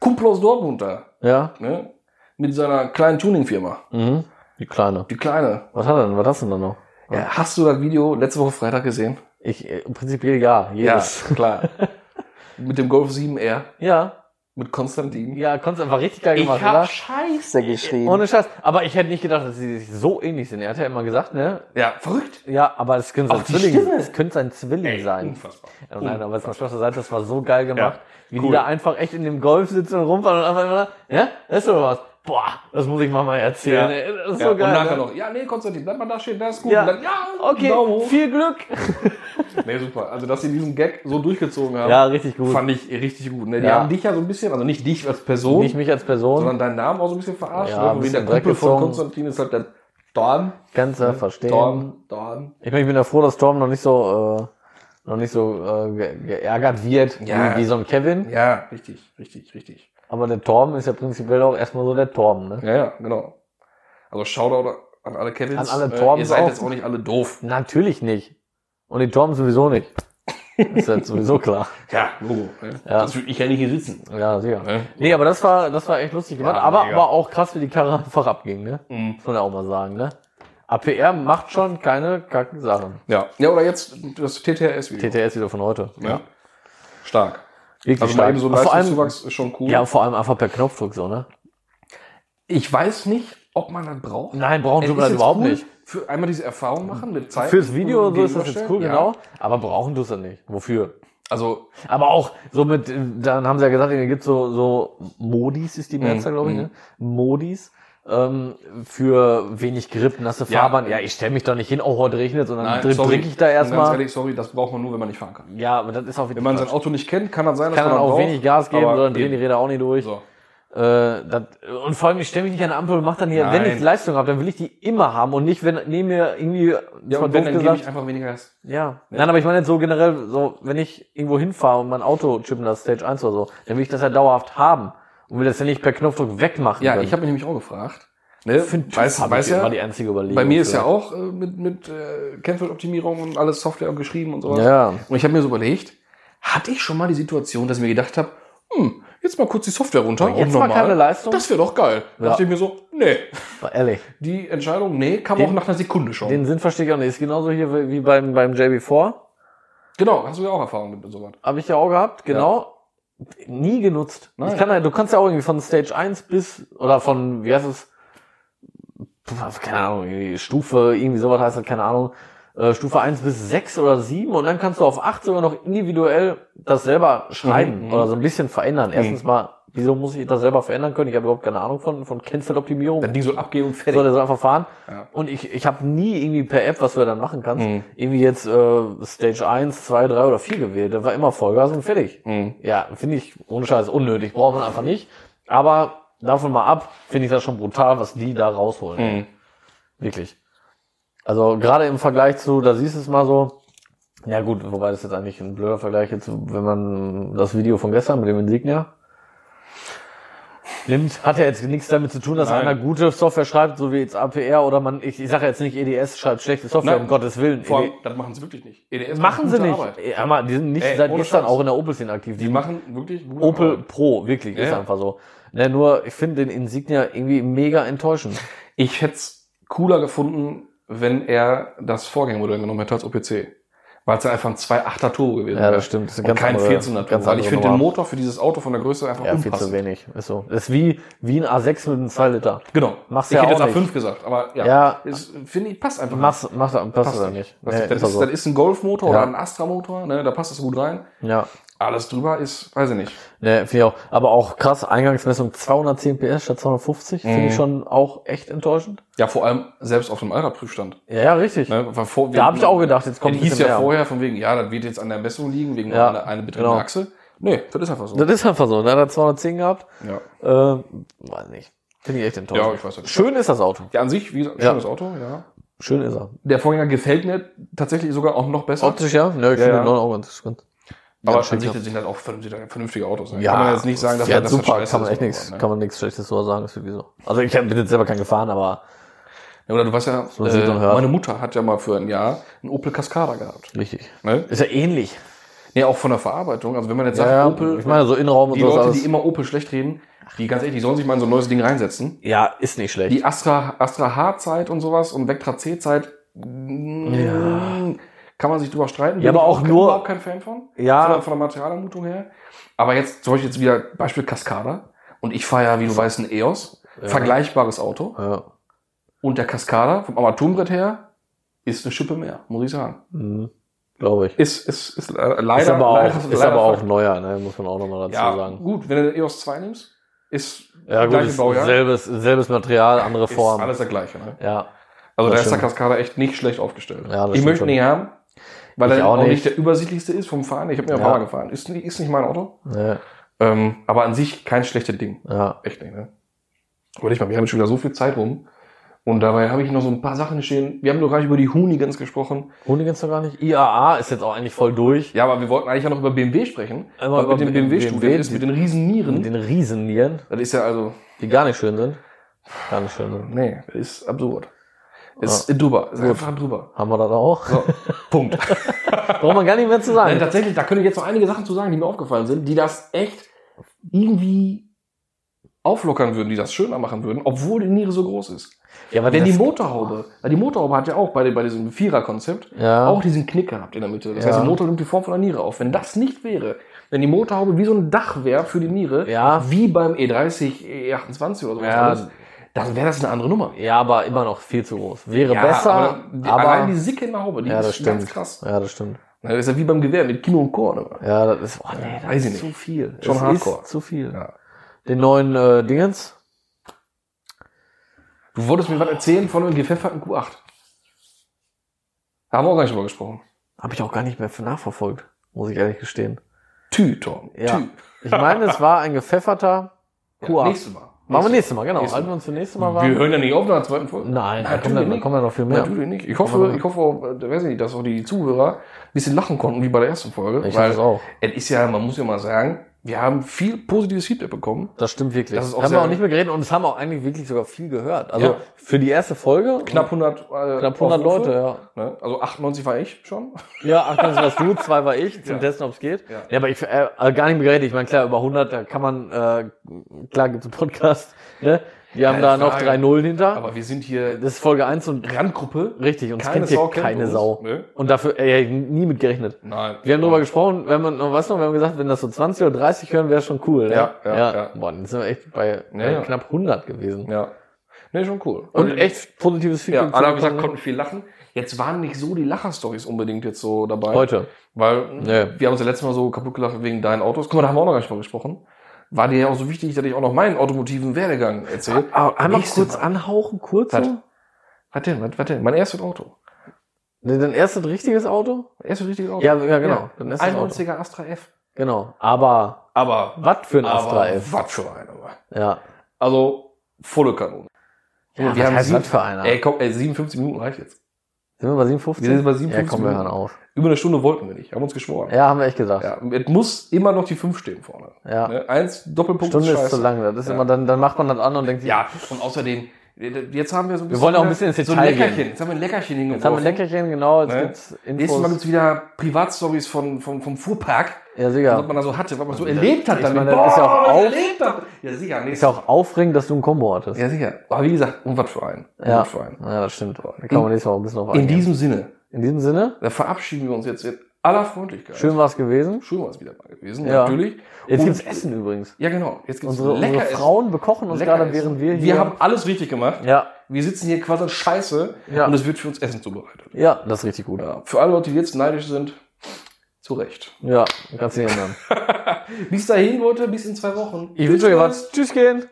Speaker 3: Kumpel aus Dortmund da,
Speaker 4: Ja.
Speaker 3: ne? Mit seiner kleinen Tuning-Firma.
Speaker 4: Mhm. Die kleine.
Speaker 3: Die kleine.
Speaker 4: Was hat er denn? Was hast du denn da noch?
Speaker 3: Ja, hast du das Video letzte Woche Freitag gesehen?
Speaker 4: Ich, äh, prinzipiell ja. Jedes.
Speaker 3: klar. mit dem Golf 7R,
Speaker 4: Ja.
Speaker 3: mit Konstantin.
Speaker 4: Ja, Konstantin war richtig geil gemacht, oder?
Speaker 3: Scheiße geschrieben.
Speaker 4: Ohne Scheiß. Aber ich hätte nicht gedacht, dass sie sich so ähnlich sind. Er hat ja immer gesagt, ne?
Speaker 3: ja, verrückt.
Speaker 4: Ja, aber es könnte sein
Speaker 3: Auch die
Speaker 4: Zwilling,
Speaker 3: Stimme.
Speaker 4: es könnte sein Zwilling sein.
Speaker 3: Unfassbar.
Speaker 4: Oh nein, aber jetzt mal Spaß zur Seite, das war so geil gemacht. Wie die
Speaker 3: cool.
Speaker 4: da einfach echt in dem Golf sitzen und rumfahren und einfach immer, ja, das ist doch was. Boah, das muss ich mal mal erzählen.
Speaker 3: Ja.
Speaker 4: ey. Das ist
Speaker 3: Ja,
Speaker 4: so geil.
Speaker 3: und nachher
Speaker 4: ne?
Speaker 3: noch, ja, nee, Konstantin, bleib mal da stehen, da ist gut.
Speaker 4: Ja.
Speaker 3: Und dann, ja
Speaker 4: Okay,
Speaker 3: Daumen hoch.
Speaker 4: viel Glück.
Speaker 3: Nee, super. Also, dass sie diesen Gag so durchgezogen haben.
Speaker 4: Ja, richtig gut.
Speaker 3: Fand ich richtig gut. Ne? Die
Speaker 4: Ja.
Speaker 3: haben dich ja so ein bisschen, also nicht dich als Person,
Speaker 4: Nicht mich als Person.
Speaker 3: sondern deinen Namen auch so ein bisschen verarscht.
Speaker 4: Ja,
Speaker 3: ne?
Speaker 4: ein
Speaker 3: Von wegen
Speaker 4: bisschen
Speaker 3: der Kumpel
Speaker 4: Dreck
Speaker 3: von
Speaker 4: gezogen.
Speaker 3: Konstantin ist halt der Dorn.
Speaker 4: Kannst du verstehen.
Speaker 3: Dorn, Dorn.
Speaker 4: Ich meine, ich bin ja froh, dass Storm noch nicht so, äh, noch nicht so äh, ge geärgert wird
Speaker 3: Ja.
Speaker 4: wie, wie so ein Kevin.
Speaker 3: Ja, richtig, richtig, richtig.
Speaker 4: Aber der Torben ist ja prinzipiell auch erstmal so der Torben, ne?
Speaker 3: Ja, ja, genau. Also Shoutout an alle Kevins.
Speaker 4: An alle
Speaker 3: Äh,
Speaker 4: Torbens
Speaker 3: Ihr seid
Speaker 4: auch.
Speaker 3: jetzt auch nicht alle doof.
Speaker 4: Natürlich nicht. Und die Torben sowieso nicht. Ist ja sowieso klar.
Speaker 3: Ja, Logo. Ne?
Speaker 4: Ja.
Speaker 3: Das würde ich ja nicht hier sitzen.
Speaker 4: Ja, sicher.
Speaker 3: Ne?
Speaker 4: Nee, aber das war, das war echt lustig gemacht.
Speaker 3: Ja,
Speaker 4: aber,
Speaker 3: mega.
Speaker 4: aber auch krass, wie die Karre einfach abging, ne?
Speaker 3: Mhm.
Speaker 4: Muss man ja auch mal sagen, ne? APR macht schon keine kacken Sachen.
Speaker 3: Ja. ja, oder jetzt das TTRS-Video.
Speaker 4: TTS wieder von heute.
Speaker 3: Ja. Stark.
Speaker 4: Wirklich
Speaker 3: Also mal
Speaker 4: stark.
Speaker 3: eben so ein
Speaker 4: vor allem,
Speaker 3: Leistungszuwachs ist schon cool.
Speaker 4: ja, vor allem einfach per Knopfdruck so, ne?
Speaker 3: Ich weiß nicht, ob man das braucht.
Speaker 4: Nein, brauchen
Speaker 3: Es ist
Speaker 4: tut man das
Speaker 3: jetzt
Speaker 4: überhaupt
Speaker 3: cool,
Speaker 4: nicht.
Speaker 3: Für einmal diese Erfahrung machen mit Zeit.
Speaker 4: Fürs Video und so ist das jetzt cool,
Speaker 3: Ja.
Speaker 4: genau. Aber brauchen tust du es nicht. Wofür?
Speaker 3: Also,
Speaker 4: Aber auch so mit, äh, dann haben sie ja gesagt, es gibt so, so Modis,
Speaker 3: Mhm,
Speaker 4: ist die Mehrzahl, glaube ich, ne? Modis. Ähm, für wenig Grip, nasse
Speaker 3: Ja.
Speaker 4: Fahrbahn. Ja, ich stelle mich doch nicht hin, oh, heute regnet es und dann
Speaker 3: nein,
Speaker 4: drin-
Speaker 3: sorry. Um
Speaker 4: drink ich da
Speaker 3: Ganz
Speaker 4: erstmal.
Speaker 3: ehrlich, sorry, das braucht man nur, wenn man nicht fahren kann.
Speaker 4: Ja, aber das ist auch wieder.
Speaker 3: Wenn man sein Auto nicht kennt, kann das sein, dass
Speaker 4: kann dann
Speaker 3: man
Speaker 4: auch
Speaker 3: braucht,
Speaker 4: wenig Gas geben,
Speaker 3: aber
Speaker 4: sondern drehen die
Speaker 3: eben.
Speaker 4: Räder auch nicht durch.
Speaker 3: So.
Speaker 4: Äh, das, und vor allem, ich stelle mich nicht an eine Ampel und mache dann hier, wenn ich
Speaker 3: Nein.
Speaker 4: Leistung habe, dann will ich die immer haben und nicht, wenn neben mir irgendwie,
Speaker 3: Ja,
Speaker 4: zwar
Speaker 3: und wenn,
Speaker 4: doof
Speaker 3: dann gebe ich einfach weniger Gas.
Speaker 4: ja. Nein, aber ich meine jetzt so generell, so, wenn ich irgendwo hinfahre und mein Auto chippen das Stage 1 oder so, dann will ich das ja dauerhaft haben und will das ja nicht per Knopfdruck wegmachen.
Speaker 3: Ja,
Speaker 4: können.
Speaker 3: ich habe mich nämlich auch gefragt. Ne?
Speaker 4: Für einen TÜV
Speaker 3: Weiß-
Speaker 4: hab
Speaker 3: weiß
Speaker 4: ich
Speaker 3: ja,
Speaker 4: immer die einzige Überlegung.
Speaker 3: Bei mir ist ja
Speaker 4: vielleicht.
Speaker 3: auch äh, mit, mit äh, Kennfeldoptimierung und alles Software geschrieben und sowas.
Speaker 4: Ja.
Speaker 3: Und ich habe mir so überlegt, hatte ich schon mal die Situation, dass ich mir gedacht habe, hm, jetzt mal kurz die Software runter
Speaker 4: jetzt mal keine Leistung?
Speaker 3: Das wäre doch geil.
Speaker 4: Ja.
Speaker 3: Dachte ich mir so, nee.
Speaker 4: Mal Ehrlich.
Speaker 3: Die Entscheidung, nee, kam auch nach einer Sekunde schon.
Speaker 4: Den Sinn verstehe ich auch nicht. Ist genauso hier wie wie beim, beim JB4.
Speaker 3: genau, hast du ja auch Erfahrung mit und sowas.
Speaker 4: Habe ich ja auch gehabt, genau. nie genutzt. Ich kann, ja- du kannst ja auch irgendwie von Stage 1 bis, oder von, wie heißt es, Puh, also keine Ahnung, irgendwie Stufe, irgendwie sowas heißt das, keine Ahnung, äh, Stufe 1 bis 6 oder 7 und dann kannst du auf 8 sogar noch individuell das selber schreiben oder so ein bisschen verändern. Erstens mal, wieso muss ich das selber verändern können? Ich habe überhaupt keine Ahnung von, von Kennzeloptimierung.
Speaker 3: Ding so um abgehen und
Speaker 4: So, der soll einfach fahren. Und ich, ich habe nie irgendwie per App, was du dann machen kannst, irgendwie jetzt äh, Stage 1, 2, 3 oder 4 gewählt. Da war immer Vollgas und fertig.
Speaker 3: Mhm.
Speaker 4: Ja, finde ich ohne Scheiß unnötig. Braucht man einfach nicht. Aber davon mal ab, finde ich das schon brutal, was die da
Speaker 3: Mhm.
Speaker 4: rausholen. ey. Wirklich. Also gerade im Vergleich zu, da siehst du es mal so, ja gut, wobei das ist jetzt eigentlich ein blöder Vergleich jetzt, wenn man das Video von gestern mit dem Insignia nimmt, hat ja jetzt nichts damit zu tun, dass einer gute Software schreibt, so wie jetzt APR oder man, ich, ich sage jetzt nicht EDS schreibt schlechte Software,
Speaker 3: Nein.
Speaker 4: um Gottes Willen.
Speaker 3: Vor
Speaker 4: ED
Speaker 3: allem, das machen sie wirklich nicht. EDS
Speaker 4: machen
Speaker 3: macht
Speaker 4: sie
Speaker 3: gute
Speaker 4: nicht.
Speaker 3: Arbeit.
Speaker 4: Ey, hör mal, die sind nicht
Speaker 3: Ey,
Speaker 4: seit
Speaker 3: ohne
Speaker 4: gestern
Speaker 3: Scheiß.
Speaker 4: auch in der Opel-Szene aktiv.
Speaker 3: Die machen wirklich gute
Speaker 4: Opel
Speaker 3: Arbeit.
Speaker 4: Pro, wirklich, ist
Speaker 3: Ja.
Speaker 4: einfach so. Ne, nur, ich finde den Insignia irgendwie mega enttäuschend.
Speaker 3: Ich hätte es cooler gefunden, wenn er das Vorgängermodell genommen hätte als OPC. Weil es dann einfach ein 2.8er Turbo gewesen
Speaker 4: Ja,
Speaker 3: wäre.
Speaker 4: das stimmt. Das ist eine
Speaker 3: Und
Speaker 4: ganz
Speaker 3: kein
Speaker 4: andere-
Speaker 3: 14er Turbo.
Speaker 4: ganz
Speaker 3: Weil ich
Speaker 4: andere
Speaker 3: finde den
Speaker 4: Nummer.
Speaker 3: Motor für dieses Auto von der Größe einfach
Speaker 4: Ja, viel zu
Speaker 3: unpassend.
Speaker 4: wenig. Ist so. Das ist wie, wie ein A6 mit einem 2 Liter.
Speaker 3: Genau.
Speaker 4: Machst
Speaker 3: ich
Speaker 4: ja
Speaker 3: hätte
Speaker 4: auch
Speaker 3: jetzt
Speaker 4: nicht.
Speaker 3: A5 gesagt, aber ja.
Speaker 4: Ja.
Speaker 3: Es, finde ich, passt einfach
Speaker 4: Mach's, mach's, passt, passt oder nicht.
Speaker 3: Das,
Speaker 4: Nee,
Speaker 3: das,
Speaker 4: ist doch
Speaker 3: ist,
Speaker 4: so.
Speaker 3: das ist ein Golfmotor
Speaker 4: Ja.
Speaker 3: oder ein Astra-Motor, ne, da passt das gut rein.
Speaker 4: ja.
Speaker 3: Alles drüber ist, weiß ich nicht.
Speaker 4: Ne, finde ich auch. Aber auch krass, Eingangsmessung 210 PS statt 250, finde
Speaker 3: Mhm.
Speaker 4: ich schon auch echt enttäuschend.
Speaker 3: Ja, vor allem selbst auf dem Alter-Prüfstand.
Speaker 4: Ja, ja, richtig.
Speaker 3: Ne, weil vor,
Speaker 4: Da habe ich auch gedacht, jetzt kommt ein
Speaker 3: es hieß
Speaker 4: bisschen
Speaker 3: ja
Speaker 4: mehr.
Speaker 3: vorher von wegen, ja, das wird jetzt an der Messung liegen, wegen
Speaker 4: Ja,
Speaker 3: einer, einer betriebenen
Speaker 4: genau.
Speaker 3: Achse. Nee, das ist einfach so.
Speaker 4: Das ist einfach so. Ne? Da hat 210 gehabt.
Speaker 3: Ja.
Speaker 4: Äh, weiß nicht. Finde ich echt enttäuschend.
Speaker 3: Ja, ich weiß nicht.
Speaker 4: Schön ist das Auto.
Speaker 3: ja, an sich, wie gesagt,
Speaker 4: Ja.
Speaker 3: schönes Auto, ja.
Speaker 4: Schön ist er.
Speaker 3: Der Vorgänger gefällt mir tatsächlich sogar auch noch besser.
Speaker 4: Optisch, ja? Ne, ich
Speaker 3: Ja,
Speaker 4: finde
Speaker 3: ja.
Speaker 4: den neuen auch ganz, ganz
Speaker 3: aber
Speaker 4: ganz
Speaker 3: an
Speaker 4: schick,
Speaker 3: sich sind halt auch vernünftige, vernünftige Autos. ne?
Speaker 4: Ja,
Speaker 3: kann man jetzt nicht sagen, dass
Speaker 4: ja,
Speaker 3: das
Speaker 4: super,
Speaker 3: scheiße
Speaker 4: kann man
Speaker 3: ist
Speaker 4: echt
Speaker 3: oder
Speaker 4: nichts,
Speaker 3: so, ne?
Speaker 4: kann man nichts Schlechtes drüber sagen, ist wirklich so. Also ich hab- bin jetzt selber kein gefahren, aber
Speaker 3: ne? Ja, oder du weißt ja,
Speaker 4: man sieht
Speaker 3: äh,
Speaker 4: und hört.
Speaker 3: meine Mutter hat ja mal für ein Jahr einen Opel Cascada gehabt.
Speaker 4: richtig.
Speaker 3: Ne?
Speaker 4: Ist ja ähnlich.
Speaker 3: Ja, auch von der Verarbeitung. Also wenn man jetzt sagt, Opel,
Speaker 4: ich meine so Innenraum und
Speaker 3: die
Speaker 4: so.
Speaker 3: Leute,
Speaker 4: alles-
Speaker 3: die immer Opel schlecht reden, die ganz ehrlich, die sollen sich mal in so ein neues Ding reinsetzen.
Speaker 4: ja, ist nicht schlecht.
Speaker 3: Die Astra, Astra H-Zeit und sowas und Vectra C-Zeit, mm, kann man sich drüber streiten.
Speaker 4: Ja,
Speaker 3: Bin
Speaker 4: aber
Speaker 3: ich
Speaker 4: auch nur- Ah.
Speaker 3: überhaupt kein Fan von.
Speaker 4: Ja.
Speaker 3: Von, der- von der Materialermutung her. Aber jetzt, zum Beispiel jetzt wieder Beispiel Cascada. Und ich fahre ja, wie du weißt, ein EOS. Vergleichbares Auto.
Speaker 4: ja.
Speaker 3: Und der Cascada vom Armaturenbrett her ist eine Schippe mehr, muss ich sagen.
Speaker 4: mhm. Glaube ich.
Speaker 3: Ist, ist, ist le- leider,
Speaker 4: Ist äh, aber auch,
Speaker 3: leider,
Speaker 4: ist
Speaker 3: leider
Speaker 4: aber auch
Speaker 3: Fakt.
Speaker 4: neuer, ne? muss man auch nochmal dazu
Speaker 3: ja,
Speaker 4: sagen.
Speaker 3: gut, wenn du E den EOS 2 nimmst, ist
Speaker 4: Ja gut,
Speaker 3: gleiche
Speaker 4: ist
Speaker 3: Baujahr.
Speaker 4: selbes, selbes Material, andere
Speaker 3: ist
Speaker 4: Form.
Speaker 3: alles der gleiche. Ne?
Speaker 4: ja,
Speaker 3: Also
Speaker 4: Das
Speaker 3: da ist der
Speaker 4: stimmt.
Speaker 3: Cascada echt nicht schlecht aufgestellt.
Speaker 4: Ja,
Speaker 3: ich
Speaker 4: das stimmt
Speaker 3: möchte
Speaker 4: schon.
Speaker 3: ihn nicht haben, weil
Speaker 4: Ich
Speaker 3: er
Speaker 4: auch
Speaker 3: auch nicht.
Speaker 4: nicht.
Speaker 3: der übersichtlichste ist vom Fahren. Ich habe mir ein
Speaker 4: Ja.
Speaker 3: paar Mal gefahren. Ist, nicht- ist nicht mein Auto.
Speaker 4: ne,
Speaker 3: Ähm, aber an sich kein schlechtes Ding.
Speaker 4: ja.
Speaker 3: Echt nicht, ne? Aber ich mal, wir haben schon wieder so viel Zeit rum. Und dabei habe ich noch so ein paar Sachen stehen. Wir haben noch gar nicht über die Hunigans gesprochen.
Speaker 4: Hunigans noch gar nicht. IAA ist jetzt auch eigentlich voll durch.
Speaker 3: Ja, aber wir wollten eigentlich ja noch über BMW sprechen.
Speaker 4: Aber
Speaker 3: Aber
Speaker 4: über
Speaker 3: mit dem
Speaker 4: BMW
Speaker 3: BMW-Studien ist mit den Riesennieren.
Speaker 4: Mit den Riesennieren,
Speaker 3: Das ist ja also,
Speaker 4: die gar nicht schön sind. Gar nicht schön sind.
Speaker 3: nee, das ist absurd. Ist drüber, ist einfach drüber.
Speaker 4: Haben wir das auch?
Speaker 3: So, Punkt.
Speaker 4: Braucht man gar nicht mehr zu sagen.
Speaker 3: Nein, tatsächlich, da könnte ich jetzt noch einige Sachen zu sagen, die mir aufgefallen sind, die das echt irgendwie auflockern würden, die das schöner machen würden, obwohl die Niere so groß ist.
Speaker 4: ja, aber
Speaker 3: Denn die
Speaker 4: das-
Speaker 3: Motorhaube, weil die Motorhaube hat ja auch bei, dem- bei diesem Vierer-Konzept
Speaker 4: Ja.
Speaker 3: auch diesen Knick gehabt in der Mitte. Das
Speaker 4: Ja.
Speaker 3: heißt, der Motor nimmt die Form von der Niere auf. Wenn das nicht wäre, wenn die Motorhaube wie so ein Dach wäre für die Niere,
Speaker 4: Ja.
Speaker 3: wie beim E E30, E28 oder sowas,
Speaker 4: Ja.
Speaker 3: alles, dann wäre das eine andere Nummer.
Speaker 4: Ja, aber immer noch viel zu groß. Wäre
Speaker 3: Ja,
Speaker 4: besser,
Speaker 3: aber,
Speaker 4: aber,
Speaker 3: die, allein die Sicke in der Haube, die
Speaker 4: ja, das
Speaker 3: ist
Speaker 4: stimmt.
Speaker 3: ganz krass.
Speaker 4: Ja, das stimmt.
Speaker 3: Das ist ja wie beim Gewehr mit Kino und ne? Korn. Aber.
Speaker 4: Ja, das ist, oh nee, das
Speaker 3: Weiß ich
Speaker 4: ist
Speaker 3: nicht.
Speaker 4: zu viel.
Speaker 3: Schon
Speaker 4: es
Speaker 3: hardcore.
Speaker 4: ist zu viel.
Speaker 3: Ja.
Speaker 4: Den neuen äh, Dingens.
Speaker 3: Du wolltest mir was erzählen von einem gepfefferten Q8. Da haben wir auch gar nicht drüber gesprochen.
Speaker 4: Habe ich auch gar nicht mehr nachverfolgt, muss ich ehrlich gestehen.
Speaker 3: Tü, Torben.
Speaker 4: Ja.
Speaker 3: Tü.
Speaker 4: Ich meine, es war ein gepfefferter Q8.
Speaker 3: nächstes Mal.
Speaker 4: Machen wir nächstes Mal, genau.
Speaker 3: Nächstes
Speaker 4: Halten wir uns für nächstes Mal
Speaker 3: Wir
Speaker 4: warm.
Speaker 3: hören ja nicht auf nach der zweiten Folge.
Speaker 4: Nein, da kommt,
Speaker 3: Natürlich
Speaker 4: dann, da
Speaker 3: nicht.
Speaker 4: kommt dann noch viel mehr.
Speaker 3: Natürlich nicht. Ich hoffe, ich hoffe, äh, weiß ich nicht, dass auch die Zuhörer ein bisschen lachen konnten, wie bei der ersten Folge.
Speaker 4: Ich hoffe es auch.
Speaker 3: Es ist ja, man muss ja mal sagen, wir haben viel positives Feedback bekommen.
Speaker 4: Das stimmt wirklich.
Speaker 3: Das ist auch
Speaker 4: haben wir
Speaker 3: sehr-
Speaker 4: auch nicht mehr geredet und es haben auch eigentlich wirklich sogar viel gehört. Also
Speaker 3: Ja.
Speaker 4: für die erste Folge
Speaker 3: Knapp 100, äh,
Speaker 4: knapp 100
Speaker 3: Aufrufe.
Speaker 4: Leute, ja.
Speaker 3: Ne? Also 98 war ich schon.
Speaker 4: Ja, 28 warst du, zwei war ich, zum Testen, ob's geht. Ja.
Speaker 3: Ja.
Speaker 4: aber ich also äh, äh, gar nicht mehr geredet. Ich meine, klar, über 100, da kann man, äh, klar gibt's einen Podcast, ne? Wir haben da noch
Speaker 3: Frage.
Speaker 4: drei Nullen hinter.
Speaker 3: Aber wir sind hier
Speaker 4: das ist Folge 1 und
Speaker 3: Randgruppe.
Speaker 4: richtig, und es
Speaker 3: Keine
Speaker 4: kennt hier
Speaker 3: Sau kennt
Speaker 4: keine
Speaker 3: uns.
Speaker 4: Sau.
Speaker 3: Nö.
Speaker 4: Und dafür, ey, nie mit gerechnet.
Speaker 3: Nein.
Speaker 4: Wir haben drüber gesprochen, wenn man noch was noch, wir haben gesagt, wenn das so 20 oder 30 hören, wäre schon cool. ne?
Speaker 3: Ja, ja, ja.
Speaker 4: Boah, dann sind wir echt bei, bei
Speaker 3: Ja, ja.
Speaker 4: knapp 100 gewesen.
Speaker 3: Ja. Nee, schon cool.
Speaker 4: Und echt positives
Speaker 3: Ja,
Speaker 4: Feedback.
Speaker 3: alle haben
Speaker 4: zurück.
Speaker 3: gesagt, konnten viel lachen. Jetzt waren nicht so die Lacher-Stories unbedingt jetzt so dabei.
Speaker 4: Heute.
Speaker 3: Weil
Speaker 4: Nee.
Speaker 3: wir haben uns ja letztes Mal so kaputt gelacht wegen deinen Autos. Guck mal, da haben wir auch noch gar nicht mal gesprochen. War dir ja auch so wichtig, dass ich auch noch meinen automotiven Werdegang erzähle.
Speaker 4: Aber einmal
Speaker 3: Nächste
Speaker 4: kurz
Speaker 3: Mal.
Speaker 4: anhauchen, kurz
Speaker 3: Was?
Speaker 4: Ah, so.
Speaker 3: Was denn, was, was denn? Mein erstes Auto.
Speaker 4: Ne, Dein erstes richtiges Auto?
Speaker 3: Mein erstes richtiges Auto.
Speaker 4: Ja, ja, genau. Dein erstes Auto.
Speaker 3: 91er Astra F.
Speaker 4: Genau. Aber
Speaker 3: Aber,
Speaker 4: was für ein
Speaker 3: aber
Speaker 4: Astra F.
Speaker 3: was für einer. aber.
Speaker 4: Ja.
Speaker 3: Also, volle Kanone.
Speaker 4: ja
Speaker 3: wir haben
Speaker 4: heißt
Speaker 3: sieben-
Speaker 4: was für einer?
Speaker 3: Ey, komm, ey, 57 Minuten reicht jetzt.
Speaker 4: sind wir bei 57?
Speaker 3: Wir sind bei
Speaker 4: Ja,
Speaker 3: 57
Speaker 4: komm, wir hören
Speaker 3: Minuten.
Speaker 4: auf.
Speaker 3: Über eine Stunde wollten wir nicht, haben uns geschworen.
Speaker 4: Ja, haben wir echt gesagt. Ja.
Speaker 3: Ja, es muss immer noch die 5 stehen vorne. Ne? Eins, Doppelpunkt
Speaker 4: Stunde ist
Speaker 3: scheiße.
Speaker 4: zu lang. Das ist
Speaker 3: Ja.
Speaker 4: immer, dann, dann macht man das an und denkt sich,
Speaker 3: Ja, und außerdem, jetzt haben wir so ein bisschen.
Speaker 4: wollen auch ein bisschen ins
Speaker 3: so ein
Speaker 4: Detail
Speaker 3: Leckerchen.
Speaker 4: gehen.
Speaker 3: Jetzt haben wir ein Leckerchen
Speaker 4: jetzt haben
Speaker 3: hingeworfen.
Speaker 4: wir ein Leckerchen, genau, jetzt
Speaker 3: Ne?
Speaker 4: gibt's
Speaker 3: Nächstes Mal
Speaker 4: Infos.
Speaker 3: gibt's wieder Privatstories von, von, vom Fuhrpark,
Speaker 4: ja,
Speaker 3: was
Speaker 4: sicher.
Speaker 3: man da so hatte, was man so erlebt hat
Speaker 4: ich meine,
Speaker 3: damit.
Speaker 4: das ist ja auch
Speaker 3: was man
Speaker 4: auf-
Speaker 3: erlebt hat. Ja, sicher.
Speaker 4: Ist ja auch aufregend, dass du ein Kombo hattest.
Speaker 3: ja, sicher. Aber wie gesagt, und was für einen. Und
Speaker 4: Ja,
Speaker 3: was für einen.
Speaker 4: ja das stimmt. Da kann man nächstes Mal auch ein bisschen drauf
Speaker 3: In
Speaker 4: eingehen.
Speaker 3: diesem Sinne,
Speaker 4: In diesem Sinne,
Speaker 3: da verabschieden wir uns jetzt in aller Freundlichkeit.
Speaker 4: schön war's gewesen.
Speaker 3: Schön war es wieder mal gewesen,
Speaker 4: Ja.
Speaker 3: natürlich.
Speaker 4: Jetzt
Speaker 3: Und-
Speaker 4: gibt's Essen übrigens.
Speaker 3: Ja, genau. Jetzt gibt's
Speaker 4: Unsere, unsere
Speaker 3: Leckeressen.
Speaker 4: Frauen bekochen uns gerade,
Speaker 3: Leckeressen.
Speaker 4: während wir hier...
Speaker 3: Wir haben alles richtig gemacht.
Speaker 4: ja,
Speaker 3: Wir sitzen hier quasi in scheiße
Speaker 4: Ja.
Speaker 3: und es wird für uns Essen zubereitet.
Speaker 4: ja, das ist richtig gut.
Speaker 3: Ja, für alle Leute, die jetzt neidisch sind, zu Recht.
Speaker 4: Ja, kannst du nicht ändern.
Speaker 3: Bis dahin, Leute, bis in zwei Wochen.
Speaker 4: Ich wünsche euch was. Tschüss gehen.